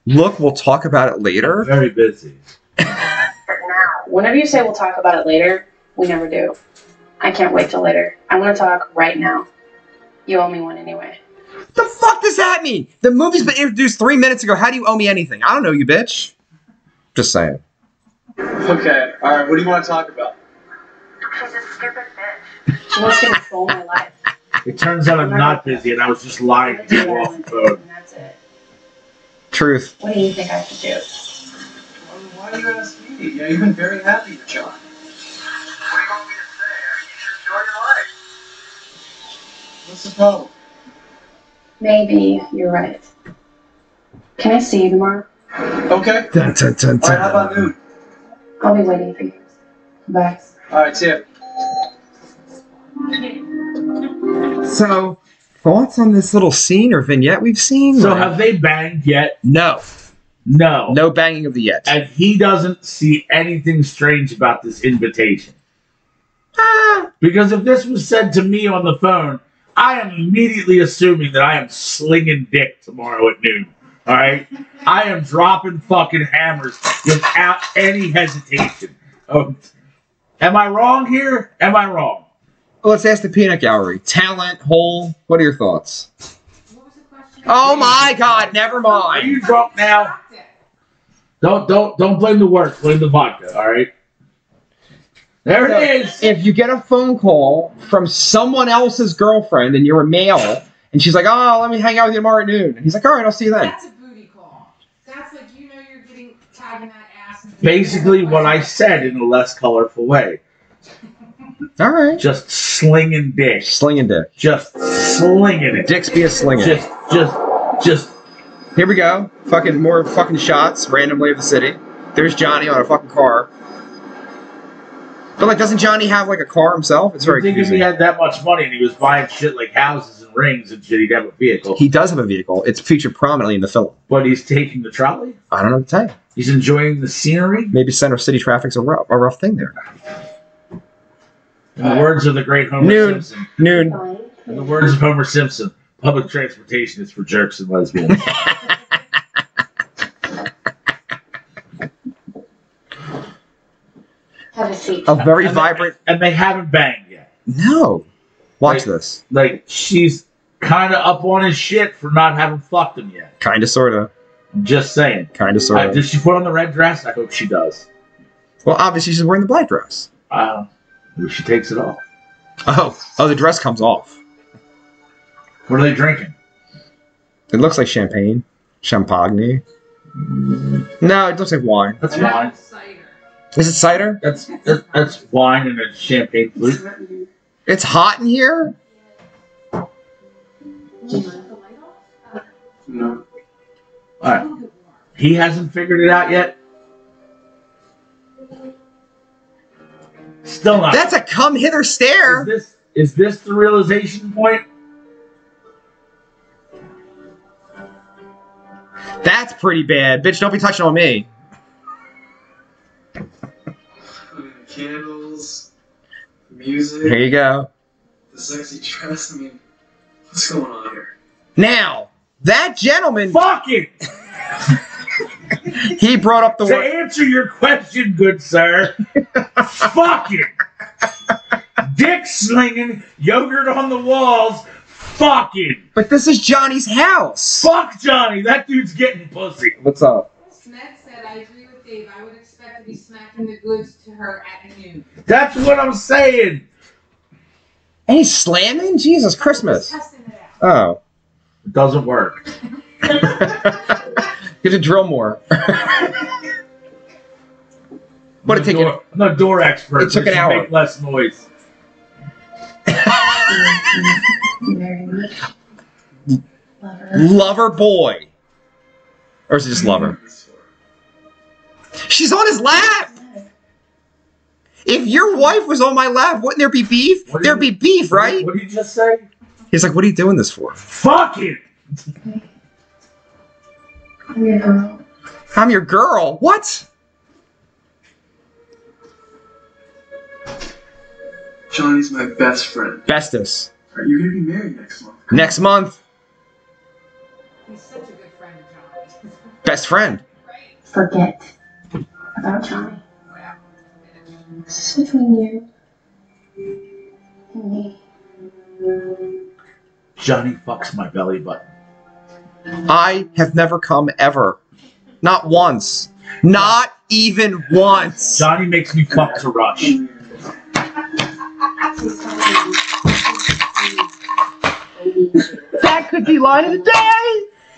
D: Look, we'll talk about it later.
B: Very busy.
G: Whenever you say we'll talk about it later, we never do. I can't wait till later. I want to talk right now. You owe me one anyway.
D: The fuck does that mean? The movie's been introduced three minutes ago. How do you owe me anything? I don't know you, bitch. Just saying.
I: Okay, alright, what do you want to talk about?
G: She's a stupid bitch. She wants to control my life.
B: It turns out I'm not busy, and I was just lying to you off the phone.
G: And that's it.
D: Truth.
G: What do you think I should do?
I: Well, Why do you ask me? You know, you've been very happy with John. What's the problem?
G: Maybe you're right. Can I see you tomorrow?
I: Okay,
D: Dun, dun, dun,
I: alright, how about
D: dun.
I: noon?
G: I'll be waiting for you. Bye.
I: Alright, see ya.
D: So, thoughts on this little scene or vignette we've seen?
B: So have they banged yet?
D: no,
B: No.
D: no banging of the yet.
B: And he doesn't see anything strange about this invitation.
D: Ah,
B: Because if this was said to me on the phone, I am immediately assuming that I am slinging dick tomorrow at noon. All right, I am dropping fucking hammers without any hesitation. Oh, am I wrong here? Am I wrong?
D: well, let's ask the peanut gallery. Talent, hole. What are your thoughts?
C: What was the question?
D: Oh my God! Never
B: Are
D: mind.
B: you drunk now? Don't don't don't blame the work. Blame the vodka. All right. There it is.
D: If you get a phone call from someone else's girlfriend and you're a male, and she's like, "Oh, let me hang out with you tomorrow at noon," and he's like, "All right, I'll see you then."
C: That's a booty call. That's like you know you're getting tied in that ass. and-
B: Basically, what I said in a less colorful way.
D: All right.
B: Just slinging dick.
D: Slinging dick.
B: Just slinging it.
D: Dicks be a slinger.
B: Just just just
D: Here we go. Fucking more fucking shots randomly of the city. There's Johnny on a fucking car. But like, doesn't Johnny have like a car himself? It's very
B: You'd think if he
D: confusing.
B: had that much money and he was buying shit like houses and rings and shit, he'd have a vehicle.
D: He does have a vehicle. It's featured prominently in the film.
B: but he's taking the trolley.
D: I don't know what to tell you.
B: He's enjoying the scenery.
D: Maybe center city traffic's a rough, a rough thing there.
B: In the words of the great Homer
D: Noon.
B: Simpson.
D: Noon.
B: In the words of Homer Simpson, public transportation is for jerks and lesbians.
G: Have a seat.
D: A very
B: And they-
D: vibrant.
B: and they haven't banged yet.
D: No. Watch
B: Like-
D: this.
B: Like she's kind of up on his shit for not having fucked him yet.
D: Kind of, sort of.
B: I'm just saying.
D: Kind of,
B: Uh,
D: sort of.
B: did she put on the red dress? I hope she does.
D: Well, obviously she's wearing the black dress.
B: Uh, maybe she takes it off.
D: Oh, oh, the dress comes off.
B: What are they drinking?
D: It looks like champagne, champagne. No, it looks like wine.
B: That's
C: And that
B: wine.
C: was Cider.
D: Is it cider?
B: That's that's, that's wine and a champagne flute.
D: It's hot in here.
I: No.
B: All right. He hasn't figured it out yet. Still not.
D: That's a come hither
B: is
D: stare.
B: this is this the realization point?
D: That's pretty bad, bitch. Don't be touching on me.
I: Candles, music,
D: Here you go.
I: the sexy dress. I mean, what's going on here?
D: Now that gentleman,
B: Fuck it!
D: he brought up the
B: To
D: word.
B: answer your question, good sir, fuck it. Dick slinging, yogurt on the walls, fucking.
D: But this is Johnny's house.
B: Fuck Johnny, that dude's getting pussy.
D: What's up?
C: Smet said, I agree with Dave. I would expect to be smacking the goods to her at noon.
B: That's what I'm saying.
D: And he's slamming. Jesus Christmas.
C: Testing it out.
D: Oh,
B: It doesn't work.
D: get to drill more. What
B: I'm
D: it take?
B: a door, I'm not a door expert.
D: It took
B: but
D: an
B: you
D: hour.
B: Make less noise.
G: Very much. Lover.
D: Lover boy, or is it just lover? She's on his lap. If your wife was on my lap, wouldn't there be beef?
B: What do
D: There'd be
B: you-
D: beef, right?
B: What did you just say?
D: He's like, "What are you doing this for?"
B: Fuck it.
G: I'm your girl.
D: I'm your girl. What?
I: Johnny's my best friend.
D: Bestest.
I: Are you gonna be married next month?
D: Next month,
C: He's such a good friend of Johnny.
D: best friend.
C: Great.
G: Forget about Johnny.
C: Wow.
G: This is between you
B: Johnny fucks my belly button.
D: I have never come ever. Not once. Not even once.
B: Johnny makes me fuck to rush.
J: That could be line of the day.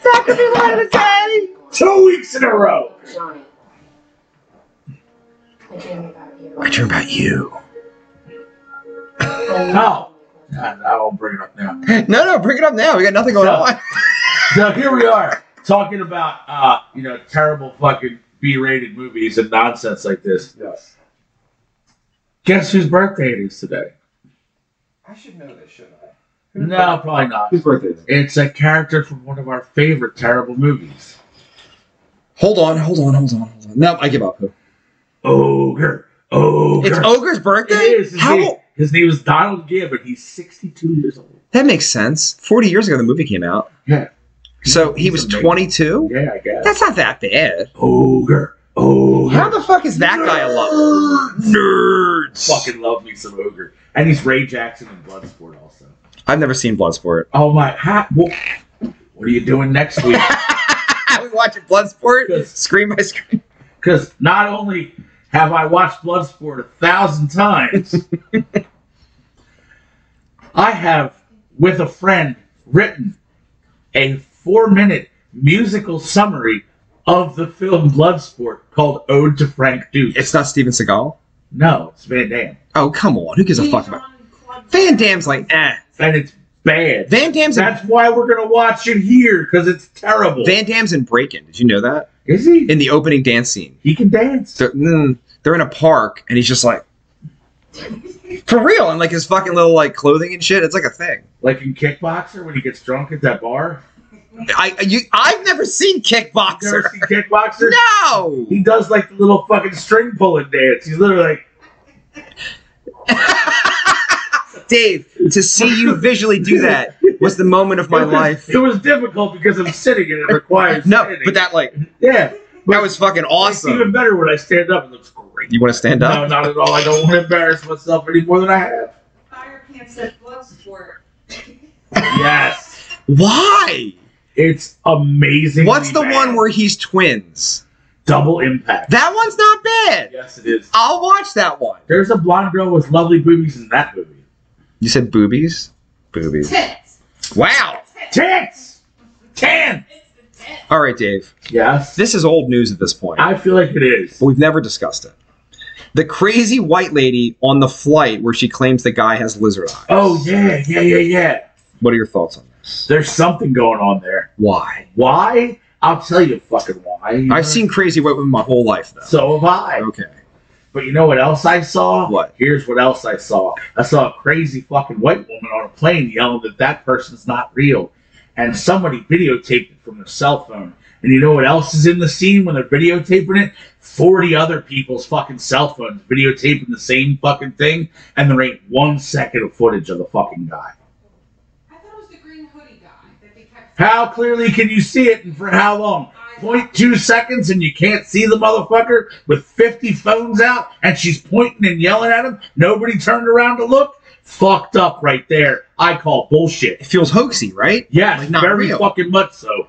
J: That could be line of the day.
B: Two weeks in a row.
G: Johnny. I dream about you.
D: I dream about you.
B: No. I, I won't bring it up now.
D: No, no, bring it up now. We got nothing going
B: No.
D: on.
B: So here we are talking about uh, you know, terrible fucking B-rated movies and nonsense like this.
A: Yes.
B: Guess whose birthday it is today?
A: I should know this, shouldn't I? Whose
B: No, probably not.
A: birthday- Whose birthday is it?
B: It's a character from one of our favorite terrible movies.
D: Hold on, hold on, hold on, hold on. No, I give up.
B: Ogre. Ogre.
D: It's Ogre's
B: It
D: birthday?
B: is. His,
D: How
B: name,
D: old-
B: his name is Donald Gibb, and he's 62 years old.
D: That makes sense. 40 years ago, the movie came out.
B: Yeah.
D: So he
B: He's
D: was
B: amazing.
D: 22?
B: Yeah, I guess.
D: That's not that bad.
B: Ogre. Ogre.
D: How the fuck is that guy a lover? Nerds.
B: Fucking love me some Ogre. And he's Ray Jackson in Bloodsport also.
D: I've never seen Bloodsport.
B: Oh my. Ha, what, what are you doing next week?
D: we watching Bloodsport?
B: Yes.
D: Scream by scream.
B: Because not only have I watched Bloodsport a thousand times, I have, with a friend, written a four minute musical summary of the film Bloodsport called Ode to Frank Duke.
D: It's not Steven Seagal.
B: no, it's Van Damme.
D: Oh come on, who gives a fuck about? Van Damme's like, eh.
B: And it's bad.
D: Van Damme's in,
B: That's why we're going to watch it here, because it's terrible.
D: Van Damme's in Breakin'. Did you know that?
B: Is he?
D: In the opening dance scene,
B: He can dance.
D: they're, mm, they're in a park and he's just like, for real, and like his fucking little like clothing and shit. It's like a thing.
B: Like in Kickboxer when he gets drunk at that bar.
D: I you I've never seen
B: You ever
D: Kickboxer.
B: see Kickboxer?
D: No.
B: He does like the little fucking string pulling dance. He's literally like,
D: Dave, to see you visually do that was the moment of my
B: it was,
D: life.
B: It was difficult because I'm sitting and it requires
D: No,
B: standing.
D: but that like
B: yeah,
D: that was fucking
B: It's even
D: awesome.
B: better when I stand up. It looks great.
D: You want to stand up?
B: No, not at all. I don't want to embarrass myself any more than I have.
C: Fire pants at Bloodsport.
B: Yes,
D: Why?
B: it's amazing.
D: What's the
B: bad.
D: one where he's twins?
B: double impact?
D: That one's not bad.
B: yes, it is.
D: I'll watch that one.
B: There's a blonde girl with lovely boobies in that movie.
D: You said boobies? Boobies.
C: Tits.
D: Wow.
B: Tits, tan.
C: It's the tits.
D: All right, Dave.
B: Yes,
D: This is old news at this point.
B: I feel like it is.
D: but We've never discussed it. The crazy white lady on the flight where she claims the guy has lizard eyes.
B: Oh yeah, yeah, yeah, yeah.
D: What are your thoughts on this?
B: There's something going on there.
D: Why?
B: Why? I'll tell you fucking why. You know?
D: I've seen crazy white women my whole life, though.
B: So have I.
D: Okay.
B: But you know what else I saw?
D: What?
B: Here's what else I saw. I saw a crazy fucking white woman on a plane yelling that that person's not real. And somebody videotaped it from their cell phone. And you know what else is in the scene when they're videotaping it? 40 other people's fucking cell phones videotaping the same fucking thing. And there ain't one second of footage of the fucking guy.
C: I thought it was the green hoodie guy that they kept.
B: How clearly can you see it and for how long? 0.2 seconds and you can't see the motherfucker with 50 phones out and she's pointing and yelling at him. Nobody turned around to look. Fucked up right there. I call bullshit.
D: It feels hoaxy, right?
B: Yes,
D: Like, not
B: very
D: real.
B: fucking much so.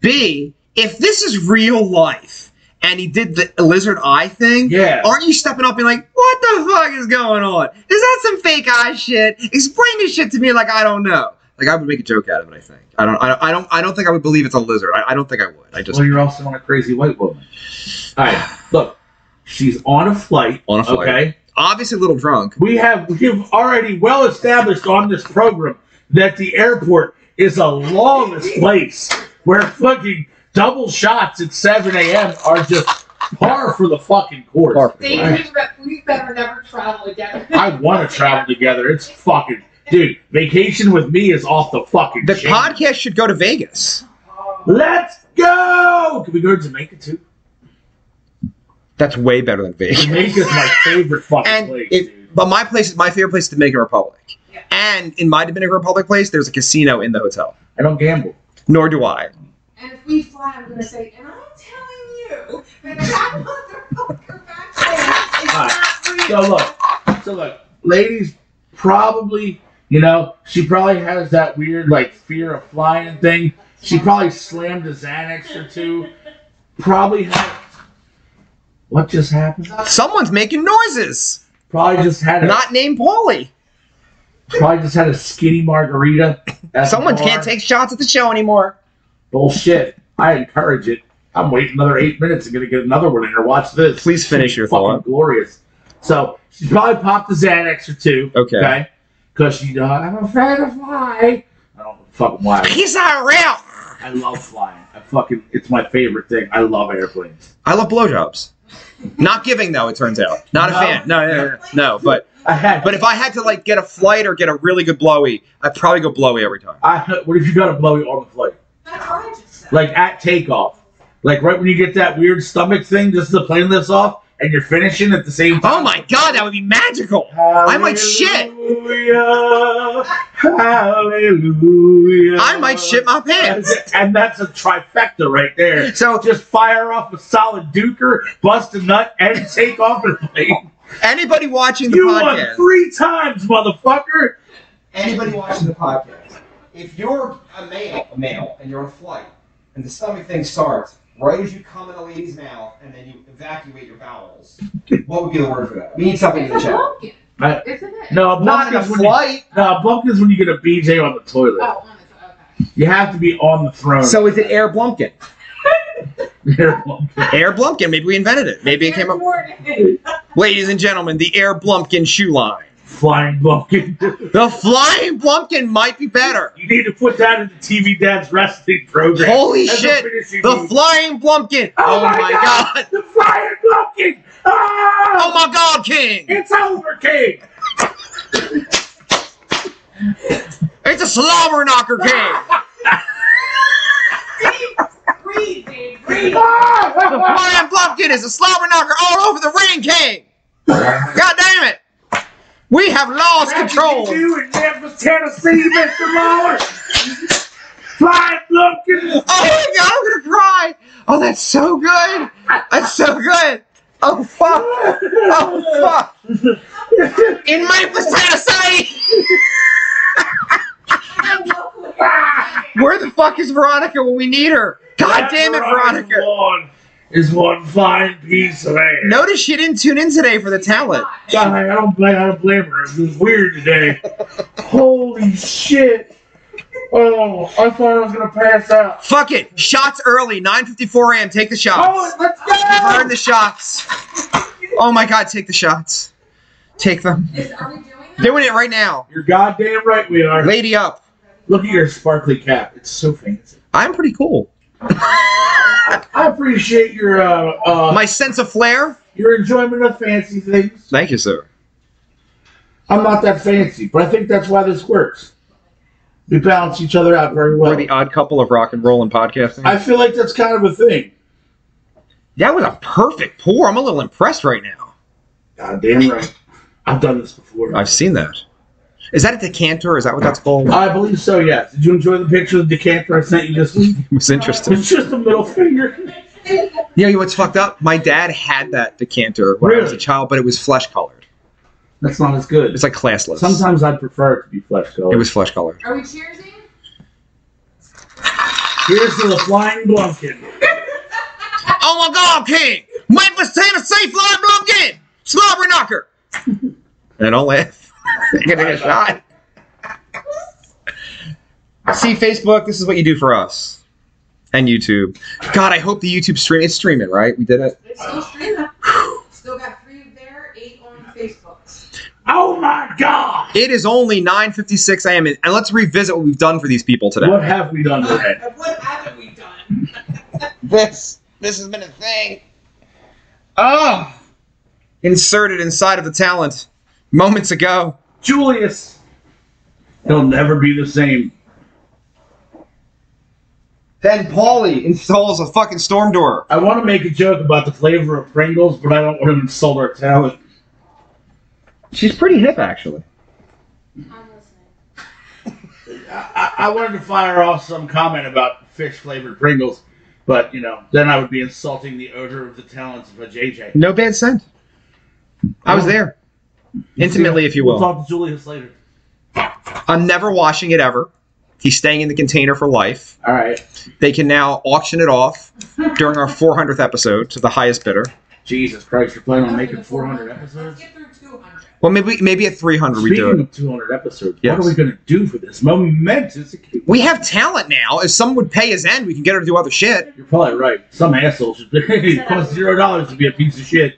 D: B, if this is real life and he did the lizard eye thing,
B: Yeah.
D: aren't you stepping up and like, what the fuck is going on? Is that some fake eye shit? Explain this shit to me like I don't know. Like I would make a joke out of it. I think I don't. I, I don't. I don't think I would believe it's a lizard. I, I don't think I would. I just
B: Well, you're also on a crazy white woman. All right, look. She's on a flight.
D: On a flight.
B: Okay.
D: obviously a little drunk.
B: We have we have already well established on this program that the airport is a lawless place where fucking double shots at 7 a.m. are just par for the fucking course.
D: Par for the
C: They,
D: Right.
C: we, re- we better never travel again.
B: I want to travel together. It's fucking dude. Vacation with me is off the fucking.
D: The
B: chain.
D: podcast should go to Vegas.
C: Oh.
B: Let's go. Can we go to Jamaica too?
D: That's way better than Vegas.
B: Jamaica's my favorite fucking
D: and
B: place, dude.
D: it, but my place, my favorite place is Dominican Republic.
C: Yeah.
D: And in my Dominican Republic place, there's a casino in the hotel.
B: I don't gamble.
D: Nor do I.
C: And if we fly, I'm gonna say, and I'm telling you that that motherfucker back there
B: Alright.
C: is not real.
B: So look, so look, ladies, probably, you know, she probably has that weird like fear of flying thing. She probably slammed a Xanax or two. Probably had. What just happened?
D: Someone's making noises.
B: Probably just had a,
D: Not named Paulie.
B: probably just had a skinny margarita. at the
D: Someone
B: bar.
D: can't take shots at the show anymore.
B: bullshit. I encourage it. I'm waiting another eight minutes and gonna get another one in here. Watch this.
D: Please finish your
B: fucking
D: thought.
B: glorious. So she probably popped a Xanax or two.
D: Okay.
B: Because she, uh, I'm afraid of fly. I don't know fucking why.
D: He's not real.
B: I love flying. I fucking, it's my favorite thing. I love airplanes.
D: I love blowjobs. Not giving though, it turns out. Not
B: No.
D: a fan. No, no, no, no. But
B: I had,
D: but if I had to like get a flight or get a really good blowy, I'd probably go blowy every time.
B: I, what if you got to blow you on the flight?
E: That's what I just said.
B: Like at takeoff. Like right when you get that weird stomach thing, just the plane lifts off and you're finishing at the same time.
D: Oh my god, that would be magical.
B: I
D: might shit.
B: Hallelujah. Hallelujah.
D: I might shit my pants.
B: And that's a trifecta right there.
D: So
B: Just fire off a solid duker, bust a nut, and take off the plane.
D: anybody watching the
B: You won
D: podcast,
B: three times, motherfucker.
A: Anybody watching the podcast, if you're a male, a male, and you're on a flight, and the stomach thing starts right as you come in a lady's mouth, and then you evacuate your bowels, what would be the word for that? We need something in the
C: It's a
A: chat.
C: pumpkin,
B: Right.
C: isn't it?
B: No, a bunk
D: not in a
B: is when you,
D: flight.
B: no, a bunk is when you get a BJ on the toilet.
C: Oh, on the, okay.
B: You have to be on the throne.
D: So is it Air Blumpkin?
B: Air bunk.
D: Air Blumpkin. Maybe we invented it. Maybe it came up. Ladies and gentlemen, the Air Blumpkin shoe line.
B: Flying bunk. you
D: The flying Blumpkin might be better.
B: need to put that in the TV Dad's wrestling program.
D: Holy
B: That's a
D: shit!
B: finishing
D: The
B: move.
D: flying Blumpkin.
B: Oh, my, god. The fire blocking! Ah!
D: Oh my god, King!
B: It's over, King!
D: It's a slobber knocker, King!
E: Breathe, Dave, breathe.
B: Ah!
D: Brian Blumpkin is a slobber knocker all over the ring, King! God damn it! We have lost
B: That's
D: control!
B: what you do in Memphis, Tennessee, Mr. Lawler! Fire blocking!
D: Oh my god, I'm gonna cry! Oh, that's so good! That's so good! Oh fuck! Oh fuck! In Memphis, Tennessee! Where the fuck is Veronica when we need her? God damn it, Veronica!
B: One is one fine piece of ass.
D: Notice she didn't tune in today for the talent.
B: God, I don't blame, I don't blame her. It was weird today. Holy shit! Oh, I thought I was gonna pass out.
D: Fuck it. Shots early. 9:54 a.m. Take the
B: Oh,
D: shots.
B: let's go!
D: Burn the shots. Oh my god, take the shots. Take them.
C: Is, are we doing that?
D: Doing it right now.
B: You're goddamn right we are.
D: Lady up.
B: Look at your sparkly cap. It's so fancy.
D: I'm pretty cool.
B: I appreciate your uh, uh
D: My sense of flair.
B: your enjoyment of fancy things.
D: Thank you, sir.
B: I'm not that fancy, but I think that's why this works. We balance each other out very well.
D: We're the odd couple of rock and roll and podcasting.
B: I feel like that's kind of a thing.
D: that was a perfect pour. I'm a little impressed right now.
B: God damn right. I've done this before. I,
D: I've seen that. Is that a decanter? Is that what that's called?
B: believe so, yes. Did you enjoy the picture of the decanter I sent you this week?
D: It was interesting.
B: It's just a middle finger.
D: You know what's fucked up? My dad had that decanter when I was a
B: Really?
D: child, but it was flesh colored.
B: That's not as good.
D: It's like classless.
B: Sometimes I'd prefer it to be flesh colored.
D: it was flesh colored.
C: Are we cheersing?
B: Here's to the flying blumpkin.
D: Oh my God, King! Memphis, Tennessee, fly blow again! Slobber knocker! and don't laugh. You're gonna get shot. See, Facebook, this is what you do for us. And YouTube. God, I hope the YouTube stream it's streaming, right? We did it.
C: It's still streaming. Still got three there, eight on Facebook.
B: Oh my god!
D: It is only 9.56 a.m. And and let's revisit what we've done for these people today.
B: What have we done today?
E: what haven't we done?
D: This this has been a thing. Oh inserted inside of the talent moments ago.
B: Julius. He'll never be the same.
D: Then Paulie installs a fucking storm door.
B: I want to make a joke about the flavor of Pringles, but I don't want to insult our talent.
D: She's pretty hip, actually.
C: I'm listening.
B: I, I I wanted to fire off some comment about fish flavored Pringles, but you know, then I would be insulting the odor of the talents of a JJ.
D: Oh. No bad scent. I was there. Intimately, if you
B: We'll
D: will.
B: talk to Julius later.
D: I'm never washing it ever. He's staying in the container for life.
B: All right.
D: They can now auction it off during our 400th episode to the highest bidder.
B: Jesus Christ, you're planning on making 400 episodes?
C: Let's get through 200.
D: Well, maybe maybe at 300 we do
B: Speaking
D: it.
B: of 200 episodes,
D: Yes.
B: what are we going to do for this momentous occasion?
D: We have talent now. If someone would pay his end, we can get her to do other shit.
B: You're probably right. Some asshole should it costs zero dollars to be a piece of shit.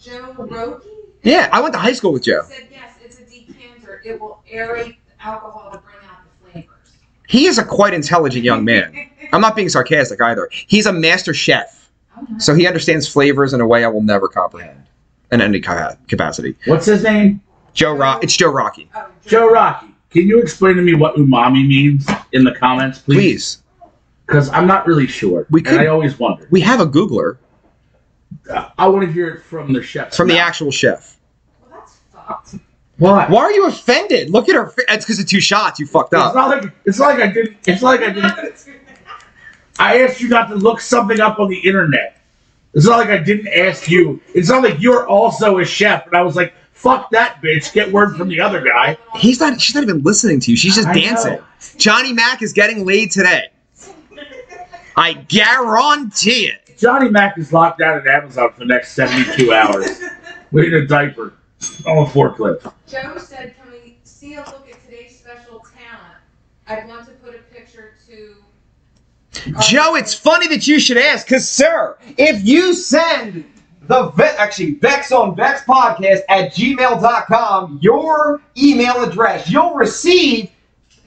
C: Joe Roki
D: Yeah, I went to high school with Joe.
C: said, yes, it's a decanter. It will aerate the alcohol to bring out the flavors.
D: He is a quite intelligent young man. I'm not being sarcastic either. He's a master chef,
C: Oh,
D: so he understands flavors in a way I will never comprehend in any ca- capacity.
B: What's his name?
D: Joe Rock, it's Joe Rocky.
B: Joe Rocky. Can you explain to me what umami means in the comments, please?
D: Please,
B: Because I'm not really sure.
D: We
B: and
D: could-
B: I always wonder.
D: we have a Googler
B: Uh, I want to hear it from the chef.
D: from the actual chef.
C: Well, that's fucked.
B: Why?
D: Why are you offended? Look at her. fa- It's because of two shots. You fucked
B: It's
D: up.
B: not like it's not like I didn't. It's not like I didn't. I asked you not to look something up on the internet. It's not like I didn't ask you. It's not like you're also a chef, and I was like, "Fuck that bitch." Get word from the other guy.
D: He's not. She's not even listening to you. She's just
B: I
D: dancing.
B: know.
D: Johnny Mac is getting laid today. I guarantee it.
B: Johnny Mac is locked down at Amazon for the next 72 hours. We're in a diaper on a forklift.
C: Joe said, can we see a look at today's special talent? I'd want to put a picture to.
D: Joe, it's funny that you should ask, because, sir,
A: If you send the ve- actually Vex on Vex podcast at gmail.com your email address, you'll receive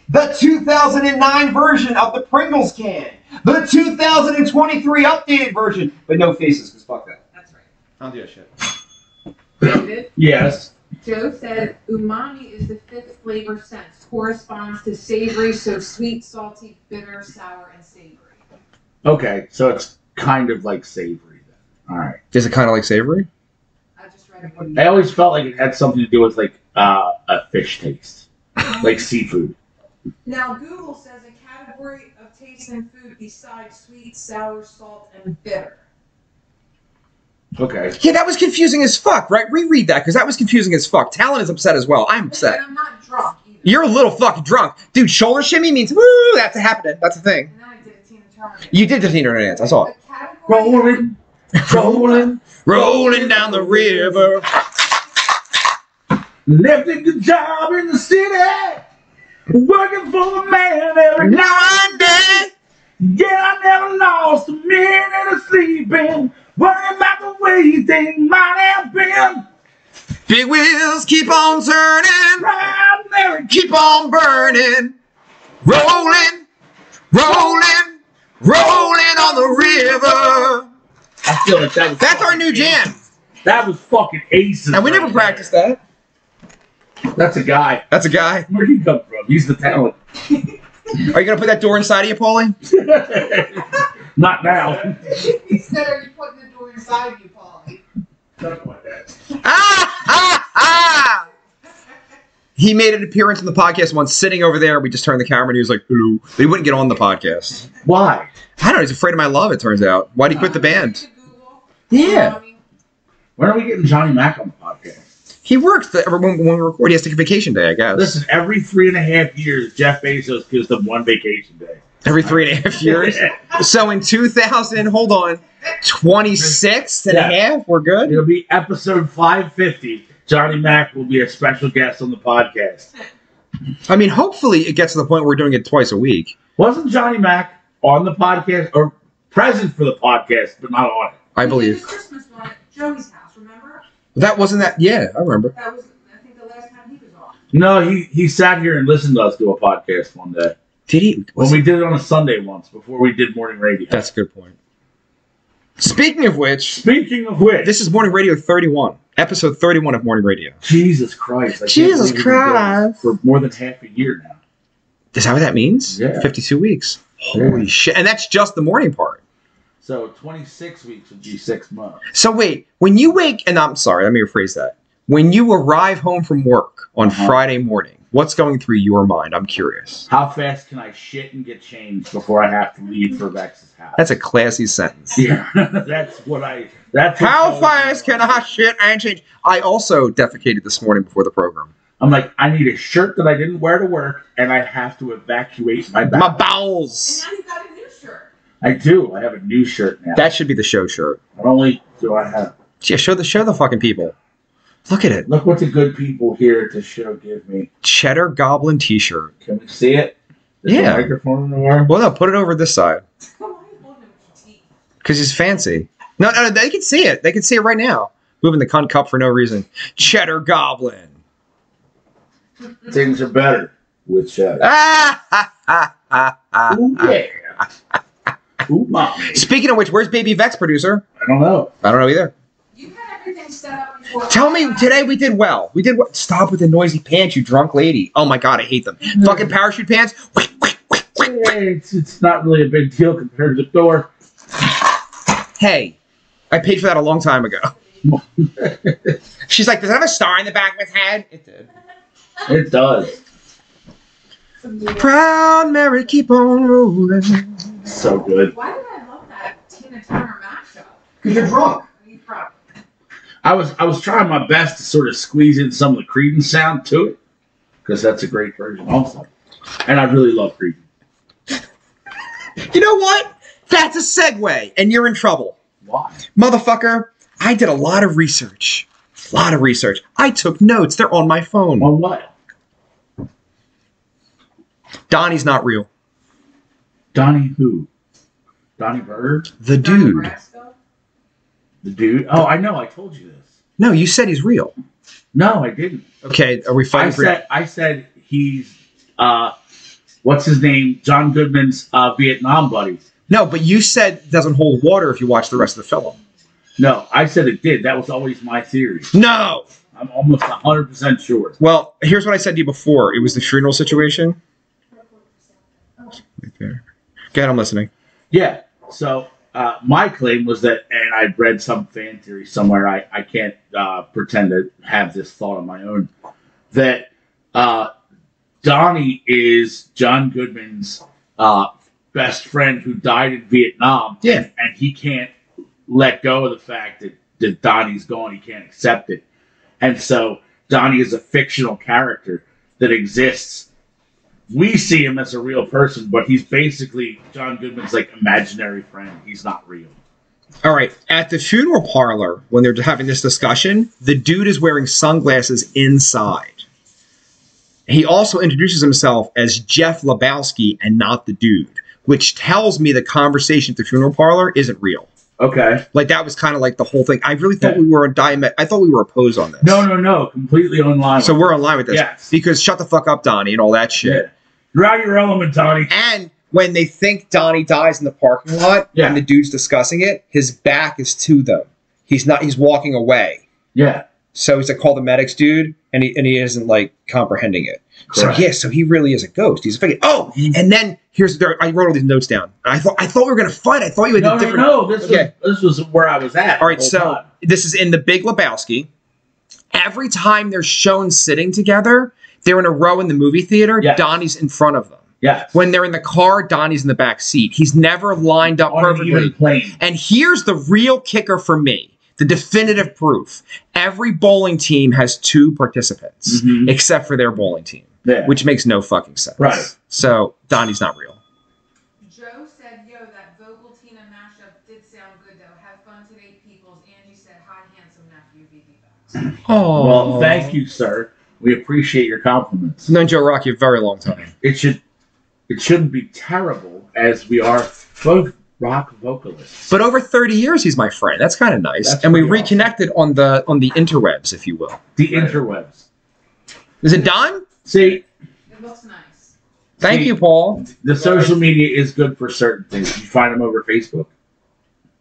A: the 2009 version of the Pringles can, the 2023 updated version, but no faces because fuck that.
C: That's right.
A: I don't do that shit.
C: David,
B: Yes.
C: Joe said, umami is the fifth flavor sense, corresponds to savory, so sweet, salty, bitter, sour, and savory.
B: Okay, so it's kind of like savory. Then. All right.
D: is it kind of like savory?
C: I just read a book.
B: I always felt like it had something to do with like uh, a fish taste, like seafood.
C: Now, Google says a category of taste in food besides sweet, sour, salt, and bitter.
B: Okay.
D: Yeah, that was confusing as fuck, right? Reread that, because that was confusing as fuck. Talon is upset as well. I'm upset.
C: And I'm not drunk either.
D: You're a little fucking drunk. Dude, shoulder shimmy means woo, that's a happening. That's a thing.
C: And then I did a Tina Turner. dance.
D: You did the Tina dance. I saw
C: A
D: it.
C: category.
B: Rolling, rolling,
D: Rolling down the river.
B: lifting the job in the city, working for the man every night.
D: Monday.
B: Yeah, I never lost a minute of sleeping, worrying about the way things might have been.
D: Big wheels keep on turning.
B: Proud Mary,
D: Keep on burning. Rolling, rolling, rolling on the river.
B: I feel like that was
D: That's our new jam.
B: That was fucking aces.
D: And we
B: right
D: never
B: there.
D: practiced that.
B: That's a guy.
D: That's a guy.
B: Where'd he come from? He's the talent.
D: Are you gonna put that door inside of you, Paulie?
B: Not now.
C: he said, Are you putting the door inside you, Paul?
D: Ah, ah, ah! He made an appearance on the podcast once, sitting over there. We just turned the camera, and he was like, "Hello." But he wouldn't get on the podcast.
B: Why?
D: I don't know. He's afraid of my love. It turns out. Why'd he quit the band?
C: Google.
D: Yeah.
E: Um,
C: Umami.
B: Where are we getting Johnny Mack on the podcast?
D: He worked the, when, when we record. He has to take a vacation day, I guess.
B: Listen, every three and a half years, Jeff Bezos gives them one vacation day.
D: Every three and a half years. so in 2000, hold on, 26 and a half. We're good.
B: It'll be episode 550. Johnny Mack will be a special guest on the podcast.
D: I mean, hopefully it gets to the point where we're doing it twice a week.
B: Wasn't Johnny Mack on the podcast or present for the podcast, but not on it?
D: I
C: We did
D: believe
C: the Christmas one at Joey's house, remember?
D: that wasn't that. Yeah, I remember.
C: That was, I think, the last time he was on.
B: No, he, he sat here and listened to us do a podcast one day.
D: Did he?
B: When
D: Was
B: we did it on a Sunday once before we did morning radio.
D: That's a good point. Speaking of which,
B: Speaking of which,
D: this is Morning Radio 31, episode 31 of Morning Radio.
B: Jesus Christ. I can't
D: Jesus
B: believe we've been doing this For more than half a year now.
D: Is that what that means?
B: Yeah.
D: 52 weeks. Holy shit. And that's just the morning part.
B: So 26 weeks would be six months.
D: So wait, when you wake, and I'm sorry, let me rephrase that. When you arrive home from work on
B: Uh-huh.
D: Friday morning, What's going through your mind? I'm curious.
B: How fast can I shit and get changed before I have to leave for Vex's house?
D: That's a classy sentence.
B: Yeah, that's what I. That's what
D: How
B: goes-
D: fast can I shit and change? I also defecated this morning before the program.
B: I'm like, I need a shirt that I didn't wear to work, and I have to evacuate my back.
D: My bowels.
E: now you've got a new shirt.
B: I do. I have a new shirt now.
D: That should be the show shirt.
B: Not only do I have,
D: Yeah, show the show the fucking people. Look at it.
B: look what the good people here at the show give me.
D: Cheddar Goblin T-shirt.
B: Can we see it? Is
D: Yeah.
B: The microphone in the way?
D: Well, no, put it over this side
E: Come on, you want to critique.
D: because he's fancy. No, no, no, they can see it. They can see it right now. Moving the cunt cup for no reason. Cheddar Goblin.
B: Things are better with show.
D: Ah, ha, ha, ha, ha,
B: Ooh,
D: ha.
B: yeah. Ooh, mommy.
D: Speaking of which, where's Baby Vex producer?
B: I don't know.
D: I don't know either.
E: You had everything set up before.
D: Tell me today we did well. We did well. Stop with the noisy pants, you drunk lady. Oh my god, I hate them. Fucking parachute pants.
B: Yeah, it's, it's not really a big deal compared to Thor.
D: Hey, I paid for that a long time ago. She's like, does it have a star in the back of its head? It did.
B: It does.
D: Proud Mary, keep on rolling.
B: So good.
E: Why did I love that Tina Turner mashup?
A: Because you're drunk.
E: You probably.
B: I was I was trying my best to sort of squeeze in some of the Creedence sound to it, because that's a great version also, and I really love Creedence.
D: You know what? That's a segue, and you're in trouble.
B: Why?
D: Motherfucker, I did a lot of research. A lot of research. I took notes. They're on my phone.
B: On what?
D: Donnie's not real.
B: Donnie who? Donnie Bird,
D: The
E: Johnny
D: dude.
E: Brasco?
B: the dude. Oh, I know. I told you this.
D: No, you said he's real.
B: No, I didn't.
D: Okay, are we
B: I
D: fighting for
B: said I said he's uh, what's his name? John Goodman's uh, Vietnam buddy.
D: No, but you said it doesn't hold water if you watch the rest of the film.
B: No, I said it did. That was always my theory.
D: No.
B: I'm almost 100% sure.
D: Well, here's what I said to you before. It was the funeral situation. Right there. Go ahead, I'm listening.
B: Yeah. So uh, my claim was that, and I read some fan theory somewhere. I, I can't uh, pretend to have this thought on my own. That uh, Donnie is John Goodman's uh, best friend who died in Vietnam.
D: Yeah.
B: And he can't let go of the fact that, that Donnie's gone. He can't accept it. And so Donnie is a fictional character that exists. We see him as a real person, but he's basically John Goodman's like imaginary friend. He's not real.
D: All right. At the funeral parlor, when they're having this discussion, the dude is wearing sunglasses inside. He also introduces himself as Jeff Lebowski and not the dude, which tells me the conversation at the funeral parlor isn't real.
B: Okay.
D: Like that was kind of like the whole thing. I really thought we were a diamet. I thought we were opposed on this.
B: No, no, no. Completely online.
D: So we're in line with this.
B: yes.
D: Because shut the fuck up, Donnie, and all that shit.
B: Yeah. You're out of your element, Donnie.
D: And when they think Donnie dies in the parking lot
B: Yeah.
D: and the dude's discussing it, his back is to them. He's not he's walking away.
B: Yeah.
D: So he's like, call the medics, dude, and he and he isn't like comprehending it.
B: Correct.
D: So yeah, so he really is a ghost. He's a fake. Oh, and then here's there I wrote all these notes down. I thought I thought we were gonna fight. I thought you had
B: No,
D: a
B: no,
D: different
B: no. This
D: Okay.
B: was this was where I was at.
D: All right,
B: the whole
D: so
B: time.
D: this is in the Big Lebowski. Every time they're shown sitting together, they're in a row in the movie theater.
B: Yes.
D: Donnie's in front of them.
B: yeah,
D: When they're in the car, Donnie's in the back seat. He's never lined up
B: on an even
D: perfectly.
B: plane.
D: And here's the real kicker for me the definitive proof. Every bowling team has two participants,
B: Mhm.
D: except for their bowling team,
B: Yeah.
D: which makes no fucking sense.
B: Right.
D: So Donnie's not real.
E: Joe said, yo, that Vogel Tina mashup did sound good though. Have fun today, peoples. Angie said, hi, handsome nephew, BB Bucks.
D: Oh.
B: Well, thank you, sir. We appreciate your compliments.
D: Known Joe Rocky a very long time.
B: It should it shouldn't be terrible as we are both rock vocalists.
D: But over 30 years, he's my friend. That's kind of nice.
B: That's
D: and we
B: pretty awesome.
D: reconnected on the on the interwebs, if you will.
B: The interwebs.
D: Is it done?
B: See,
E: It looks nice.
D: Thank
B: See-
D: you, Paul.
B: the social media is good for certain things. You find them over Facebook.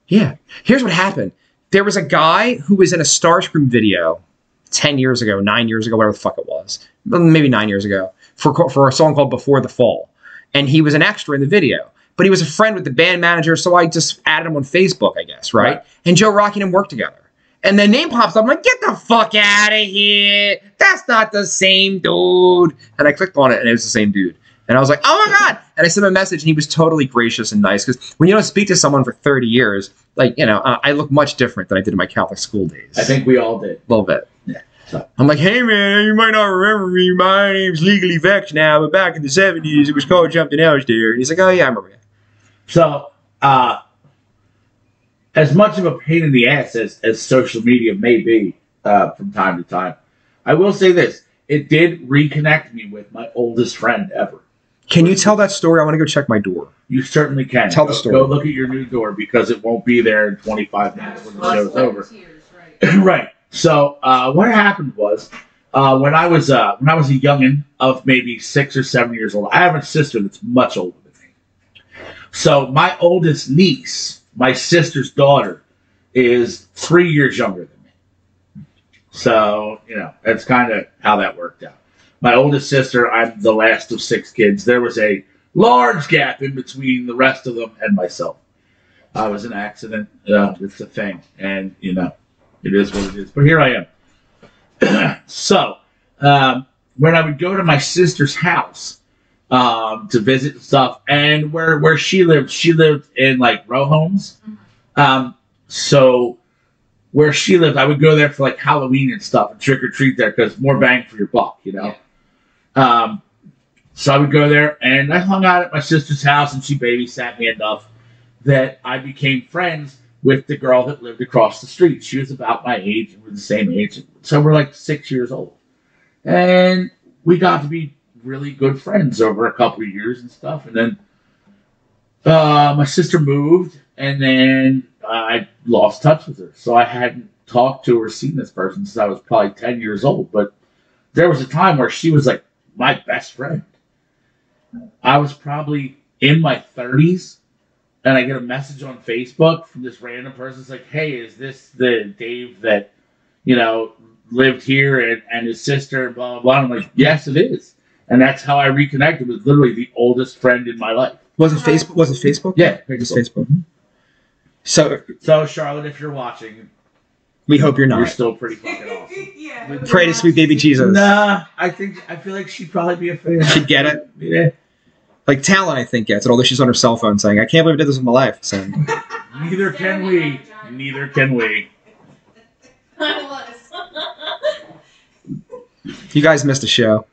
D: Yeah. Here's what happened. There was a guy who was in a Starscream video 10 years ago, nine years ago, whatever the fuck it was, maybe nine years ago, for for a song called "Before the Fall," and he was an extra in the video. But he was a friend with the band manager, so I just added him on Facebook, I guess, right?
B: Right.
D: And Joe Rocky and him worked together. And the name pops up. I'm like, get the fuck out of here. That's not the same dude. And I clicked on it and it was the same dude. And I was like, oh my God. And I sent him a message and he was totally gracious and nice. Because when you don't speak to someone for 30 years, like, you know, I, I look much different than I did in my Catholic school days.
B: I think we all did.
D: A little bit.
B: Yeah.
D: I'm like, hey man, you might not remember me. My name's Legally Vexed now, but back in the 70s, it was called Jumping Out Dear. And he's like, oh yeah, I remember you.
B: So, uh, as much of a pain in the ass as, as social media may be uh, from time to time, I will say this: it did reconnect me with my oldest friend ever.
D: Can you tell that story? I want to go check my door.
B: You certainly can
D: Tell the
B: Go-
D: story.
B: Go look at your new door because it won't be there in 25 minutes when the show's over.
E: Tears, right?
B: right. So uh, what happened was uh, when I was uh, when I was a youngin of maybe six or seven years old, I have a sister that's much older than me. So my oldest niece, my sister's daughter, is three years younger than me. So you know that's kind of how that worked out. My oldest sister, I'm the last of six kids. There was a large gap in between the rest of them and myself. I was an accident. Uh, it's a thing, and you know. It is what it is. But here I am. so, um, when I would go to my sister's house um, to visit and stuff, and where where she lived, she lived in like row homes. Um, so, where she lived, I would go there for like Halloween and stuff and trick or treat there because more bang for your buck, you know. Um, so I would go there and I hung out at my sister's house, and she babysat me enough that I became friends with the girl that lived across the street. She was about my age, and we're the same age, so we're like six years old, and we got to be really good friends over a couple of years and stuff. And then uh, my sister moved, and then I lost touch with her, so I hadn't talked to or seen this person since I was probably ten years old. But there was a time where she was like my best friend. I was probably in my thirties and I get a message on Facebook from this random person. It's like, hey, is this the Dave that, you know, lived here and, and his sister, blah, blah, blah. And I'm like, yes, it is. And that's how I reconnected with literally the oldest friend in my life.
D: Was it Facebook? Was it Facebook?
B: Yeah,
D: It was Facebook. So
B: So, Charlotte, if you're watching,
D: we hope you're
B: you're
D: not.
B: still pretty fucking awesome.
E: yeah.
D: Pray to sweet baby Jesus.
B: Nah, I think, I feel like she'd probably be a fan.
D: She'd get it.
B: Yeah.
D: Like Talon, I think gets it. Although she's on her cell phone saying, "I can't believe I did this in my life." So
B: Neither can we. Neither can we.
E: I was.
D: you guys missed a show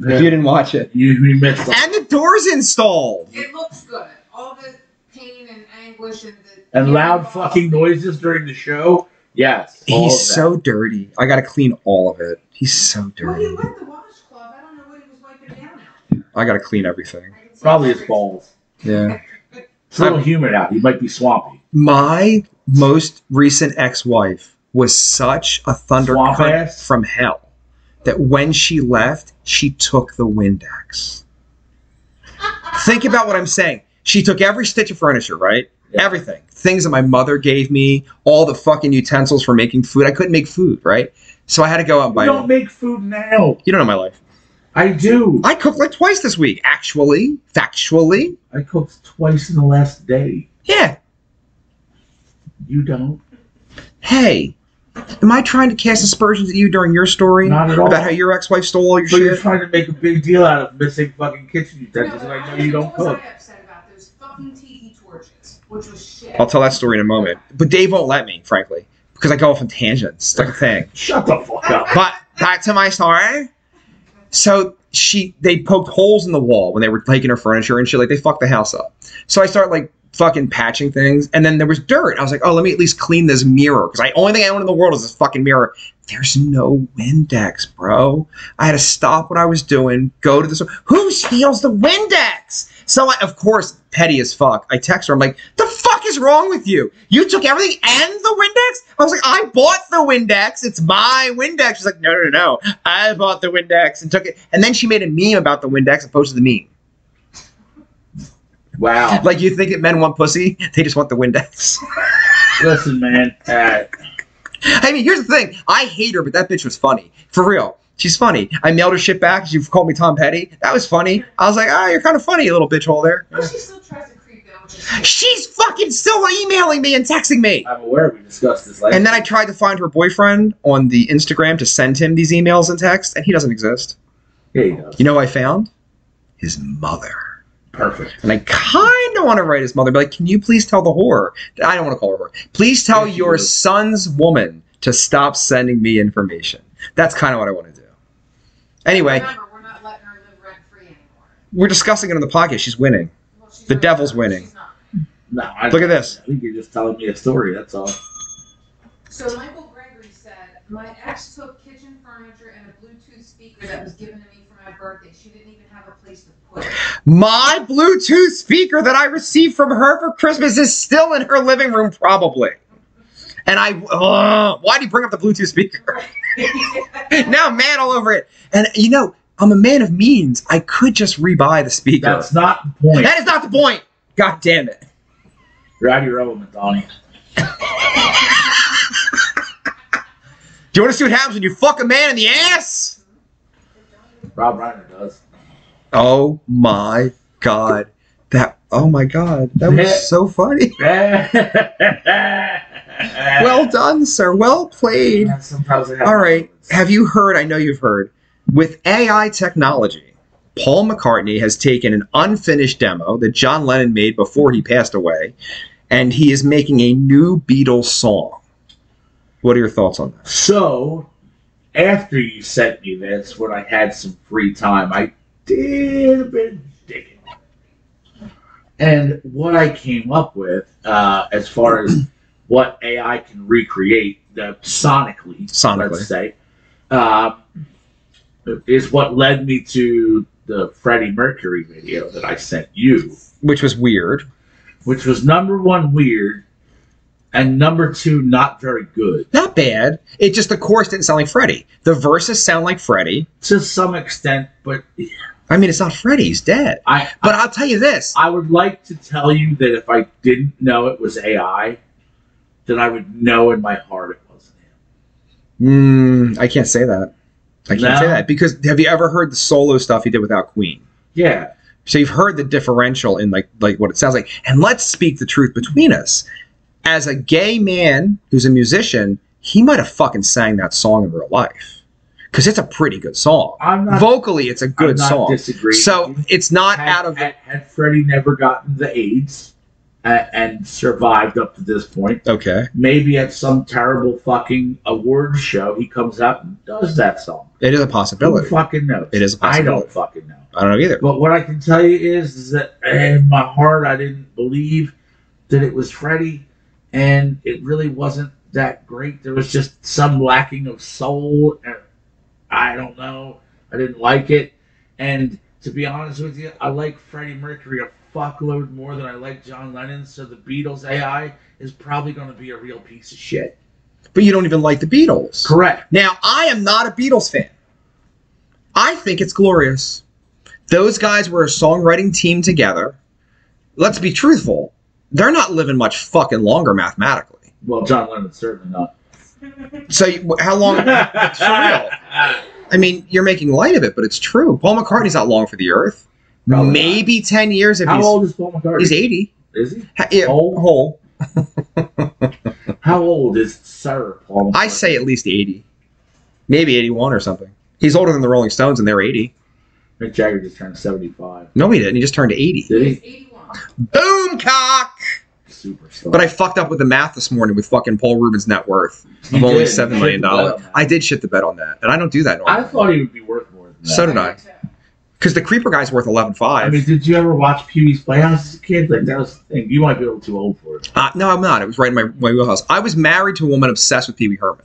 D: if you didn't watch it.
B: You, you missed something.
D: And the door's installed.
E: It looks good. All the pain and anguish and the
B: And loud fucking noises during the show. Yes. all
D: He's
B: of that.
D: so dirty. I gotta clean all of it. He's so
E: Well, he
D: dirty.
E: wet the washcloth. I don't know what he was wiping down.
D: I gotta clean everything.
E: At. I can see
B: Probably
E: the
B: his
E: streaks.
B: balls.
D: Yeah.
B: It's a little humid out. He might be swampy.
D: My most recent ex-wife was such a thunder
B: Swamp
D: cunt
B: ass?
D: from hell that when she left, she took the Windex. Think about what I'm saying. She took every stitch of furniture, right?
B: Yeah.
D: Everything. Things that my mother gave me, all the fucking utensils for making food. I couldn't make food, right? So I had to go out and
B: We
D: buy
B: don't
D: it.
B: make food now.
D: You don't know my life.
B: I do.
D: I cooked like twice this week, actually. Factually.
B: I cooked twice in the last day.
D: Yeah.
B: You don't.
D: Hey, am I trying to cast aspersions at you during your story?
B: Not at all.
D: About how your ex-wife stole all your
B: So you're
D: shit?
B: trying to make a big deal out of missing fucking kitchen
E: No,
B: utensils, and
E: but
B: I
E: I
B: know you don't
E: what was
B: cook.
E: I upset about those fucking tiki torches, which was shit.
D: I'll tell that story in a moment. But Dave won't let me, frankly, because I go off on tangents. It's like a thing.
B: Shut the fuck up.
D: But back to my story. So she, they poked holes in the wall when they were taking her furniture and shit. Like they fucked the house up. So I start like fucking patching things, and then there was dirt. I was like, oh, let me at least clean this mirror because I only thing I own in the world is this fucking mirror. There's no Windex, bro. I had to stop what I was doing, go to the store. Who steals the Windex? So I, of course, petty as fuck. I text her. I'm like, the fuck is wrong with you? You took everything and the Windex? I was like, I bought the Windex. It's my Windex. She's like, no, no, no, no. I bought the Windex and took it. And then she made a meme about the Windex and posted the meme.
B: Wow.
D: Like, you think that men want pussy? They just want the Windex.
B: Listen, man. Uh,
D: I mean, here's the thing. I hate her, but that bitch was funny. For real. She's funny. I mailed her shit back. She called me Tom Petty. That was funny. I was like, ah, you're kind of funny, you little bitch hole there.
E: But she still tries to creep out
D: She's fucking still emailing me and texting me.
B: I'm aware we discussed this last
D: And then I tried to find her boyfriend on the Instagram to send him these emails and texts, and he doesn't exist.
B: Yeah, he does.
D: You know, who I found his mother,
B: Perfect.
D: and I kind of want to write his mother, but like, can you please tell the whore? I don't want to call her whore. Please tell
B: Yes, you
D: your
B: do.
D: son's woman to stop sending me information. That's kind of what I want to do. Anyway,
E: Remember, we're not letting her live rent free anymore.
D: we're discussing it on the podcast. She's winning.
E: Well, she's
D: The
E: not-
D: devil's winning.
E: she's not.
B: No, I,
D: Look at this.
B: I think you're just telling me a story. That's all.
E: So Michael Gregory said, My ex took kitchen furniture and a Bluetooth speaker that was given to me for my birthday. She didn't even have a place to put it.
D: My Bluetooth speaker that I received from her for Christmas is still in her living room, probably. And I, ugh, why'd you bring up the Bluetooth speaker? now I'm mad all over it. And you know, I'm a man of means. I could just rebuy the speaker.
B: That's not the point.
D: That is not the point. God damn it.
B: You're out of your element, Donnie.
D: Do you want to see what happens when you fuck a man in the ass?
B: Rob Reiner does.
D: Oh my God. That, oh my God. That was so funny.
B: well,
D: Well done, sir. Well played.
B: sometimes it
D: All right. Have you heard? I know you've heard. With AI technology, Paul McCartney has taken an unfinished demo that John Lennon made before he passed away, and he is making a new Beatles song. What are your thoughts on that?
B: So, after you sent me this, when I had some free time, I did a bit of digging. And what I came up with, uh, as far as what AI can recreate uh, sonically,
D: Sonically.
B: let's say, uh, is what led me to the Freddie Mercury video that I sent you
D: Which was weird.
B: which was number one weird and number two not very good
D: Not bad. It just the chorus didn't sound like Freddie. The verses sound like Freddie.
B: to some extent but
D: I mean, it's not Freddie. He's dead.
B: i
D: But I'll tell you this.
B: i would like to tell you that if i didn't know it was ai then i would know in my heart it wasn't him
D: Mm, I can't say that. I can't
B: No.
D: say that because have you ever heard the solo stuff he did without Queen?
B: yeah
D: So you've heard the differential in like like what it sounds like. And let's speak the truth between us. As a gay man who's a musician, he might have fucking sang that song in real life. Because it's a pretty good song.
B: i'm not
D: Vocally, it's a
B: I'm
D: good
B: not
D: song.
B: disagreeing
D: So
B: with you.
D: it's not
B: had,
D: out of
B: had, had freddie never gotten the aids and, and survived up to this point
D: Okay.
B: maybe at some terrible fucking award show he comes up and does that song
D: It is a
B: who
D: possibility.
B: fucking knows
D: It is a
B: i
D: possibility.
B: don't fucking know
D: I don't know either.
B: But what I can tell you is, is that in my heart, I didn't believe that it was Freddie, and it really wasn't that great. There was just some lacking of soul. And I don't know. I didn't like it. And to be honest with you, I like Freddie Mercury a fuckload more than I like John Lennon. So the Beatles AI is probably going to be a real piece of shit.
D: But you don't even like the Beatles.
B: Correct.
D: Now, I am not a Beatles fan. I think it's glorious. Those guys were a songwriting team together. Let's be truthful. They're not living much fucking longer mathematically.
B: Well, John Lennon's certainly not.
D: So, you- how long? real. I mean, you're making light of it, but it's true. Paul McCartney's not long for the earth.
B: Probably not.
D: Maybe 10 years if
B: How
D: he's,
B: old is Paul McCartney?
D: he's 80.
B: is he?
D: Ha- yeah,
B: Old?
D: whole.
B: How old is Sir Paul? McCartney?
D: I say at least 80. Maybe 81 or something. He's older than the Rolling Stones, and they're 80.
B: Mick Jagger just turned seventy-five.
D: No, he didn't. He just turned 80.
B: Did
E: She's
B: he?
E: 81.
D: Boom, cock!
B: Superstar.
D: But I fucked up with the math this morning with fucking Paul Rubin's net worth of
B: You
D: only
B: did.
D: seven
B: You
D: million
B: hit the
D: dollars.
B: button.
D: I did shit the bet on that, and I don't do that
B: I
D: normally.
B: thought he would be worth more than that.
D: So did I. Because the creeper guy's worth eleven
B: I
D: five.
B: mean, did you ever watch Pee Wee's Playhouse as a kid? Like that was the thing. You might be a little too old for it.
D: uh, no, I'm not. It was right in my, my wheelhouse. I was married to a woman obsessed with Pee Wee Herman.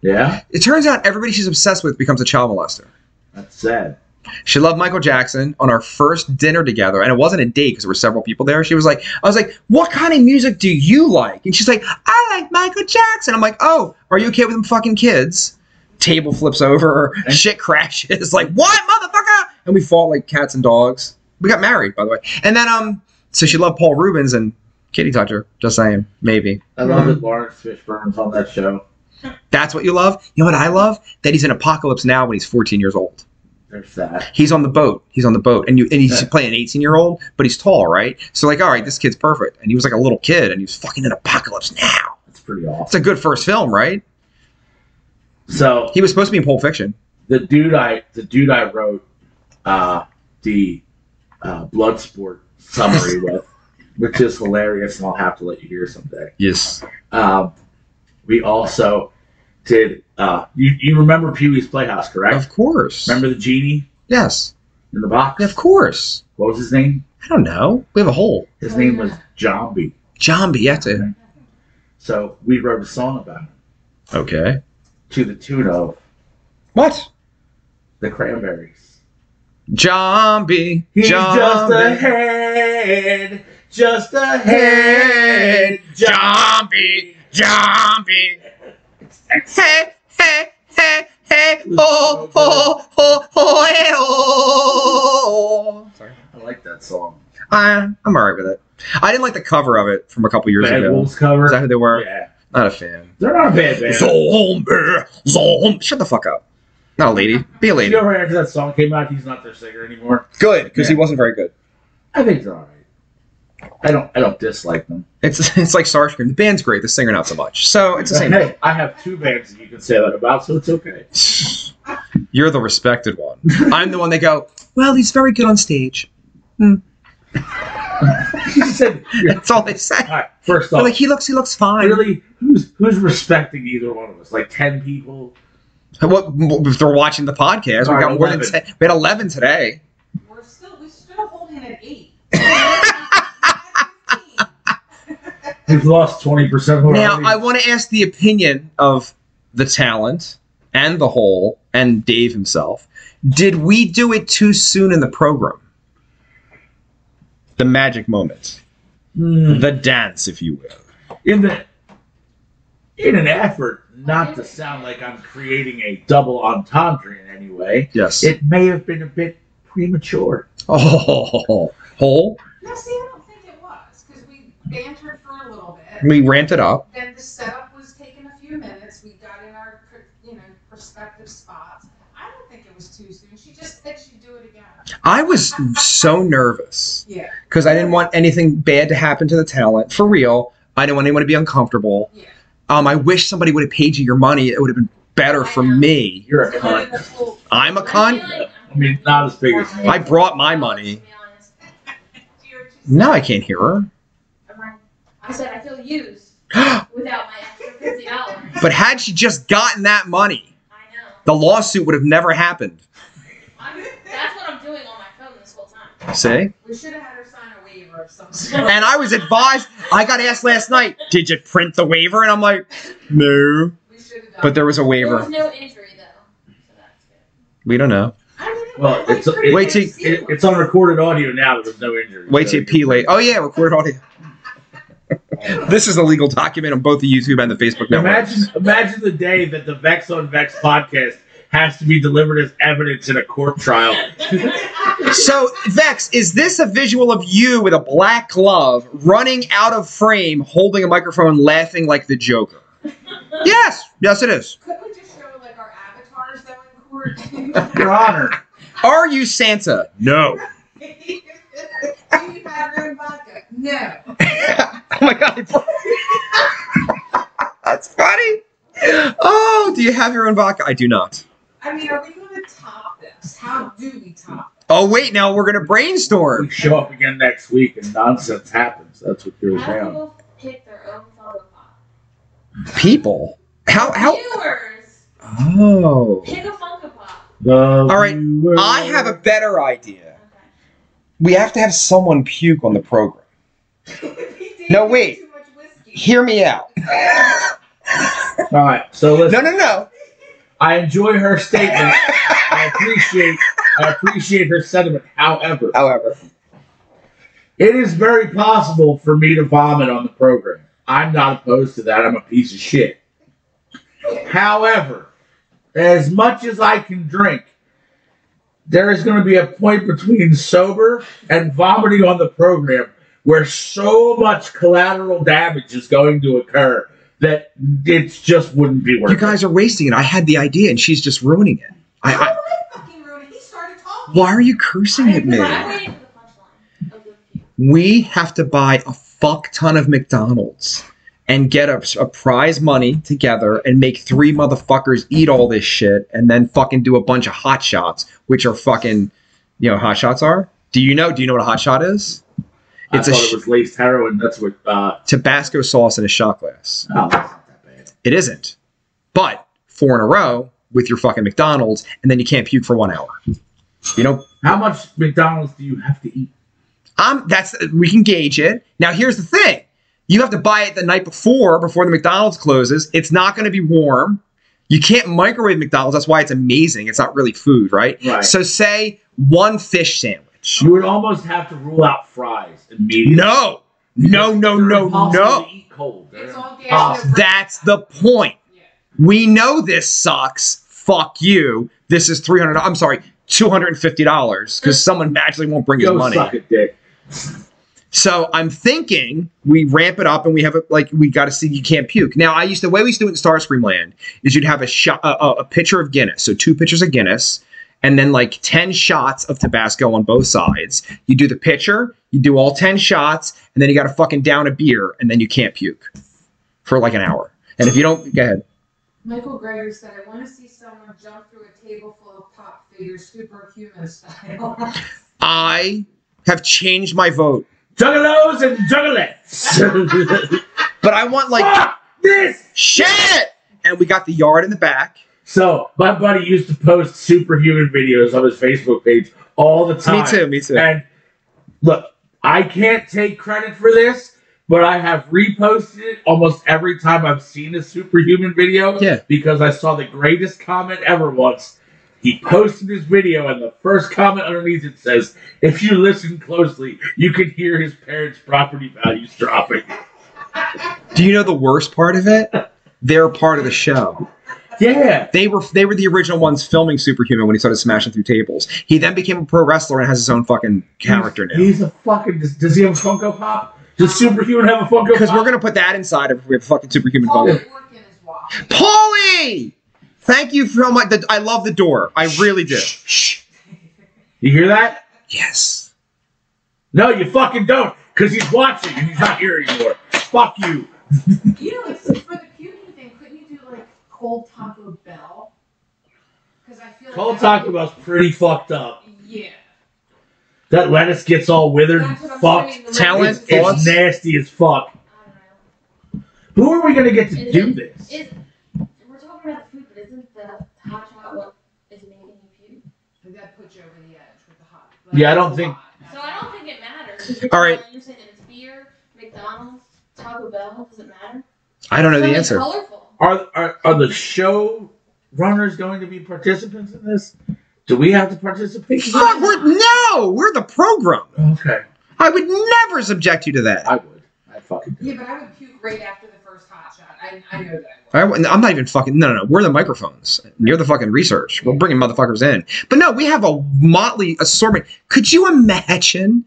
B: Yeah,
D: It turns out everybody she's obsessed with becomes a child molester.
B: that's sad.
D: She loved Michael Jackson on our first dinner together, and it wasn't a date because there were several people there. She was like, I was like, what kind of music do you like? And she's like, I like Michael Jackson. I'm like, oh, are you okay with them fucking kids? Table flips over, shit crashes, like, what, motherfucker? And we fought like cats and dogs. We got married, by the way. And then um, so she loved Paul Rubens and Kitty Toucher, just saying, maybe.
B: I love that Lawrence Fishburne's on that show.
D: That's what you love? You know what I love? That he's in apocalypse now when he's 14 years old.
B: There's that.
D: He's on the boat. He's on the boat, and you and he's
B: Yeah.
D: playing an eighteen-year-old, but he's tall, right? So like, all right, this kid's perfect, and he was like a little kid, and he was fucking in Apocalypse Now.
B: That's pretty awesome.
D: It's a good first film, right?
B: So
D: He was supposed to be in Pulp Fiction.
B: the dude I the dude I wrote uh, the uh, Bloodsport summary with, which is hilarious, and I'll have to let you hear someday.
D: Yes.
B: Um, we also did. Uh, you you remember Pee Wee's Playhouse, correct?
D: Of course.
B: Remember the genie
D: Yes.
B: in the box?
D: Of course.
B: What was his name?
D: I don't know. We have a hole.
B: His name was Zombie.
D: Zombie. That's it.
B: So we wrote a song about him
D: Okay.
B: to the tune of
D: What?
B: the Cranberries.
D: Zombie.
B: He's
D: zombie.
B: just a head, just a head,
D: Zombie. Zombie. Hey, hey, hey, hey. Oh, oh, oh, oh, hey, oh. Sorry.
B: I like that song.
D: I, I'm all right with it. I didn't like the cover of it from a couple years
B: Bad
D: ago.
B: Wolves cover.
D: Is that who they were?
B: yeah,
D: Not a fan.
B: they're not a bad band.
D: Zombie. Zombie. Shut the fuck up. Not a lady. Be a
B: you
D: lady.
B: know, right after that song came out, he's not their singer anymore.
D: Good, because he wasn't very good.
B: I think they're all right. I don't, I don't dislike them.
D: It's it's like Starscream. The band's great, the singer not so much. So it's the same.
B: Hey, I have two bands that you can say that about, so it's okay.
D: You're the respected one. I'm the one they go. Well, he's very good on stage.
B: She said, all
D: That's all they say.
B: right, first
D: They're
B: off,
D: like he looks, he looks fine.
B: really, who's who's respecting either one of us? Like ten people.
D: What, if they're watching the podcast,
B: All
D: we
B: right,
D: got more than
B: 11.
D: ten. We had eleven today.
C: We're still, we still hold him at eight. At 15.
B: We've lost twenty percent of our
D: now
B: audience.
D: I want to ask the opinion of the talent and the whole and Dave himself. Did we do it too soon in the program? The magic moment,
B: Hmm.
D: the dance, if you will.
B: in the in an effort not to sound like I'm creating a double entendre in any way,
D: Yes.
B: it may have been a bit premature.
D: Oh, whole.
C: No, see, I don't think it was because we bantered for a little bit.
D: We ramped it up.
C: Then the setup was taking a few minutes. We got in our, you know, prospective spots. I don't think it was too soon. She just said she'd do it again.
D: I was so nervous
C: Yeah,
D: because I didn't want anything bad to happen to the talent for real. I didn't want anyone to be uncomfortable.
C: yeah.
D: Um, I wish somebody would have paid you your money. It would have been better for me.
B: You're a
C: So we're in
B: cunt.
C: the pool.
D: I'm a con.
B: I mean, not as big as
D: I brought my money.
C: Dear, she
D: Now I can't hear her.
K: I said I feel used without my extra fifty dollars.
D: But had she just gotten that money,
K: I know.
D: the lawsuit would have never happened.
K: I'm, that's what I'm doing on my phone this whole time.
D: See?
C: We should have had her sign a waiver of some sort.
D: And I was advised, I got asked last night, did you print the waiver? And I'm like, no.
C: We should have done.
D: But there was a
K: There was
D: waiver.
K: no injury though, so that's good.
D: We don't know.
C: I mean, it
B: Well,
C: was, like,
B: it's-
C: pretty
D: Wait till-
C: much
B: it, it's on recorded audio now. There was no injury.
D: Wait
B: so
D: till you pee late. Oh yeah, record audio. this is a legal document on both the YouTube and the Facebook network.
B: Imagine, imagine the day that the Vex on Vex podcast has to be delivered as evidence in a court trial.
D: So Vex, is this a visual of you with a black glove running out of frame, holding a microphone, laughing like the Joker? Yes, yes, it is.
C: Could we just show like our avatars though in court?
B: Your Honor,
D: Are you Santa? No.
C: Do you have your own vodka? No.
D: Oh my god, that's funny. Oh, do you have your own vodka? I do not.
C: I mean, are we going to top this? How do we top this?
D: Oh wait, now we're gonna brainstorm.
B: we show up again next week and nonsense happens. That's what you're
K: How do
B: about.
K: people pick their own photo pop?
D: People, how how?
K: Viewers,
D: Oh.
K: pick a Funko Pop.
B: All
D: right, I have a better idea.
K: Okay.
D: We have to have someone puke on the program. No, wait.
C: Too much whiskey.
D: Hear me out.
B: All right, so listen.
D: No, no, no.
B: I enjoy her statement. I appreciate I appreciate her sentiment. However,
D: However,
B: it is very possible for me to vomit on the program. I'm not opposed to that. I'm a piece of shit. However, as much as I can drink, there is going to be a point between sober and vomiting on the program where so much collateral damage is going to occur that it just wouldn't be worth
D: you guys are wasting it. I had the idea, and she's just ruining it. I, I
C: How do I fucking ruin it? He started
D: Why are you cursing at me?
K: I'm waiting for the punchline of the
D: We have to buy a fuck ton of McDonald's and get a, a prize money together and make three motherfuckers eat all this shit and then fucking do a bunch of hot shots, which are fucking, you know, what hot shots are. Do you know? Do you know what a hot shot is?
B: I
D: It's a
B: thought
D: sh-
B: it was laced heroin. That's what. Uh,
D: Tabasco sauce in a shot glass.
B: oh, that's not that bad.
D: It isn't. But four in a row with your fucking McDonald's, and then you can't puke for one hour. You know,
B: How much McDonald's do you have to eat?
D: I'm that's we can gauge it. Now here's the thing. You have to buy it the night before, before the McDonald's closes. It's not going to be warm. You can't microwave McDonald's. That's why it's amazing. It's not really food, right?
B: Right.
D: So say one fish sandwich.
B: You would almost have to rule out fries immediately.
D: No, no, no, no,
B: Impossible
D: no.
B: to eat cold. They're
E: It's all gas.
B: impossible.
D: That's the point. We know this sucks. Fuck you. This is three hundred. I'm sorry, two hundred and fifty dollars because someone magically won't bring his
B: Go
D: money.
B: suck a dick.
D: So I'm thinking we ramp it up and we have a like we got to see you can't puke. Now I used the way we used to do it in Starscream Land is you'd have a shot a, a- a pitcher of Guinness, so two pitchers of Guinness, and then like ten shots of Tabasco on both sides. You do the pitcher, you do all ten shots, and then you got to fucking down a beer, and then you can't puke for like an hour. And if you don't, go ahead.
C: Michael Greger said, I want to see someone jump through a table full of pop figures, superhuman style.
D: I have changed my vote,
B: Juggalos and juggalettes.
D: but I want like
B: Fuck this.
D: shit. And we got the yard in the back.
B: So my buddy used to post superhuman videos on his Facebook page all the time.
D: Me too. Me too.
B: And look, I can't take credit for this, but I have reposted it almost every time I've seen a superhuman video.
D: Yeah.
B: Because I saw the greatest comment ever once. He posted his video, and the first comment underneath it says, "If you listen closely, you can hear his parents' property values dropping."
D: Do you know the worst part of it? They're part of the show.
B: Yeah.
D: They were they were the original ones filming Superhuman when he started smashing through tables. He then became a pro wrestler and has his own fucking character
B: he's,
D: now.
B: He's a fucking. Does, does he have a Funko Pop? Does Superhuman have a Funko Pop?
D: Because we're gonna put that inside if we have fucking Superhuman
C: Paul
D: Bubble.
C: Orkin is watching.
D: Paulie, thank you for my. The, I love the door. I really do.
B: You hear that?
D: Yes.
B: No, you fucking don't. Because he's watching and he's not here anymore. Fuck you.
C: You know, it's for the puking thing, couldn't you do like cold Taco Bell? Because I feel
B: Cold
C: like
B: Taco Bell's pretty fucked up.
C: Yeah.
B: That lettuce gets all withered and
C: That's what I'm saying,
B: fucked.
C: the Talent,
B: It's-
D: thoughts?
B: It's nasty as fuck.
K: I don't know.
B: Who are we gonna get to
K: Is
B: do
K: it-
B: this?
K: Is we're talking about the food, but isn't the hot chocolate what is making you
C: And That puts you over the edge with the hot.
B: Yeah, I don't think-
K: puke? So I don't think it matters.
D: All right.
K: You're saying it's beer, McDonald's, Taco Bell. Does it matter?
D: I don't know the
K: Something
D: answer.
K: Colorful.
B: Are, are are the show runners going to be participants in this? Do we have to participate? in
D: Fuck,
B: this?
D: we're, no, we're the program.
B: Okay.
D: I would never subject you to that.
B: I would. I fucking do.
C: Yeah, but I would puke right after the first hot shot. I, I know that.
D: I, am not even fucking. No, no, no. We're the microphones. You're the fucking research. We're bringing motherfuckers in. But no, we have a motley assortment. Could you imagine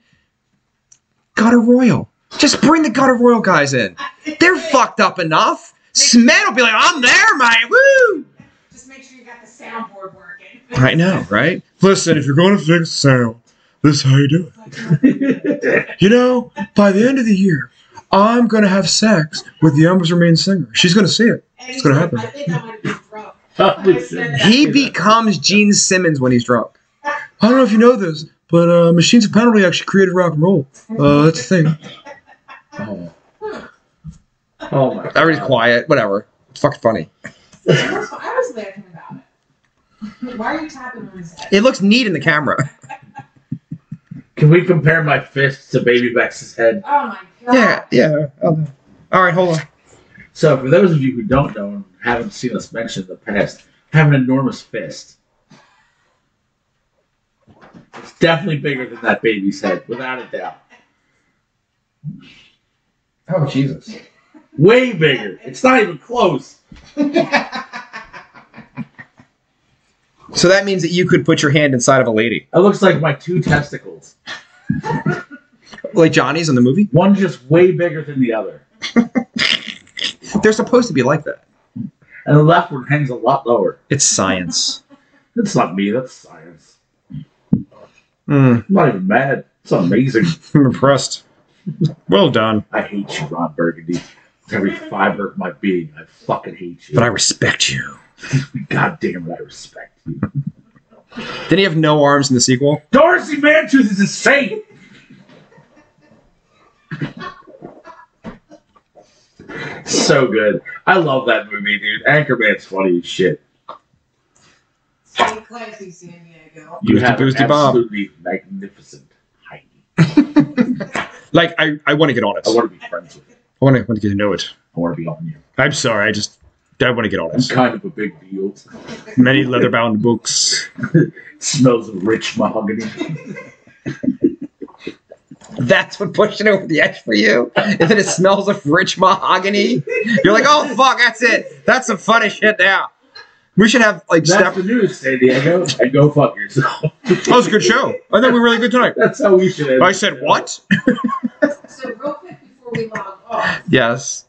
D: Gotta Royal? Just bring the Gotta Royal guys in. They're fucked up enough. Smed will be like, I'm there, mate. Woo!
C: Just make sure you got the soundboard working.
D: Right now, right? Listen, if you're going to fix sound, this is how you do it. You know, by the end of the year, I'm going to have sex with the Embers Remain singer. She's going to see it.
C: And
D: It's gonna happen.
C: I think I might have been drunk.
B: Holy
C: I said
B: shit.
C: that.
D: He becomes Gene Simmons when he's drunk. I don't know if you know this, but uh, Machines of Penalty actually created rock and roll. Uh, that's the thing.
B: Oh. Oh my.
D: Everybody's
B: God.
D: quiet, whatever. It's fucking funny.
C: I was, I was laughing about it. Why are you tapping on his head?
D: It looks neat in the camera.
B: Can we compare my fist to Baby Bex's head?
C: Oh my god.
D: Yeah, yeah. I'll- All right, hold on.
B: So, for those of you who don't know and haven't seen us mentioned in the past, I have an enormous fist. It's definitely bigger than that baby's head, without a doubt.
A: Oh Jesus!
B: Way bigger. It's not even close.
D: So that means that you could put your hand inside of a lady,
B: It looks like my two testicles.
D: like Johnny's in the movie.
B: One just way bigger than the other.
D: They're supposed to be like that.
B: And the left one hangs a lot lower.
D: It's science.
B: That's not me, that's science. I'm
D: Mm.
B: not even mad. It's amazing.
D: I'm impressed. Well done.
B: I hate you, Ron Burgundy. With every fiber of my being, I fucking hate you.
D: But I respect you.
B: God damn it, I respect you.
D: Didn't he have no arms in the sequel?
B: Dorsey Mantooth is a saint! so good. I love that movie, dude. Anchorman's funny as shit.
E: Stay classy, San Diego.
D: Boosty,
B: You have an
D: boosty, Bob.
B: absolutely magnificent Heidi.
D: Like I, I want to get on it.
B: I want to be friends with you.
D: I want to, want to get to know it.
B: I want to be on you.
D: I'm sorry. I just I want to get on
B: I'm
D: it.
B: kind of a big deal.
D: Many leather bound books.
B: Smells of rich mahogany.
D: That's what pushed it over the edge for you. Is that it smells of rich mahogany? You're like, oh fuck, that's it. That's some funny shit now. We should have like
B: That's
D: step.
B: the news, San Diego. And go fuck yourself.
D: That was a good show. I thought we were really good tonight.
B: That's how we should end.
D: I
B: it.
D: said what?
E: So real quick before we log off,
D: Yes.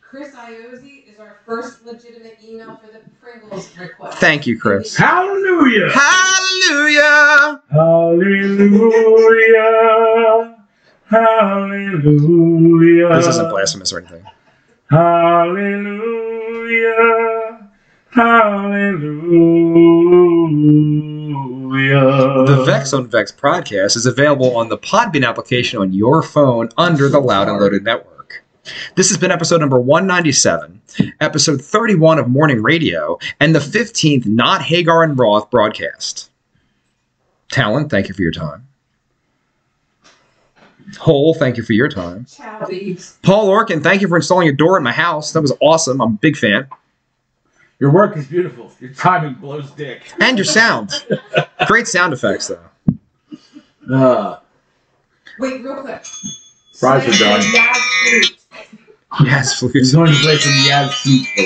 E: Chris Iozzi is our first legitimate email for the Pringles request.
D: Thank you, Chris.
B: Hallelujah!
D: Hallelujah.
B: Hallelujah! Hallelujah!
D: This isn't blasphemous or anything.
B: Hallelujah! Hallelujah!
D: The Vex on Vex podcast is available on the Podbean application on your phone under the Loud and Loaded network. This has been episode number 197, episode 31 of Morning Radio, and the 15th Not Hagar and Roth broadcast. Talon, thank you for your time. Hole, thank you for your time.
E: Ciao, babes.
D: Paul Orkin, thank you for installing a door in my house. That was awesome. I'm a big fan.
B: Your work is beautiful. Your timing blows dick.
D: And your sound. Great sound effects, though.
B: Uh,
E: Wait, real quick.
B: Fries are
E: Slam
B: done.
E: the Yaz flute.
D: Yes,
B: he's
D: flute.
B: going to play some Yaz Flute for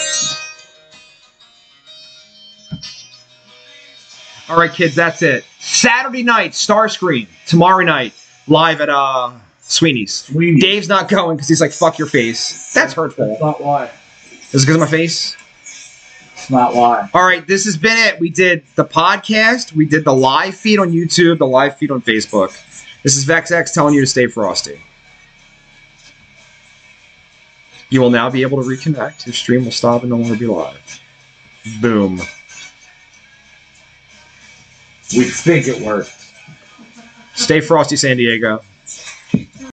B: us.
D: All right, kids, that's it. Saturday night, Starscream. Tomorrow night, live at uh Sweeney's.
B: Sweeney.
D: Dave's not going because he's like, "Fuck your face." That's hurtful.
B: That's not why.
D: Is it because of my face?
B: It's not why.
D: All right, this has been it. We did the podcast. We did the live feed on YouTube. The live feed on Facebook. This is VexX telling you to stay frosty. You will now be able to reconnect. Your stream will stop and no longer be live. Boom.
B: We think it worked.
D: Stay frosty, San Diego.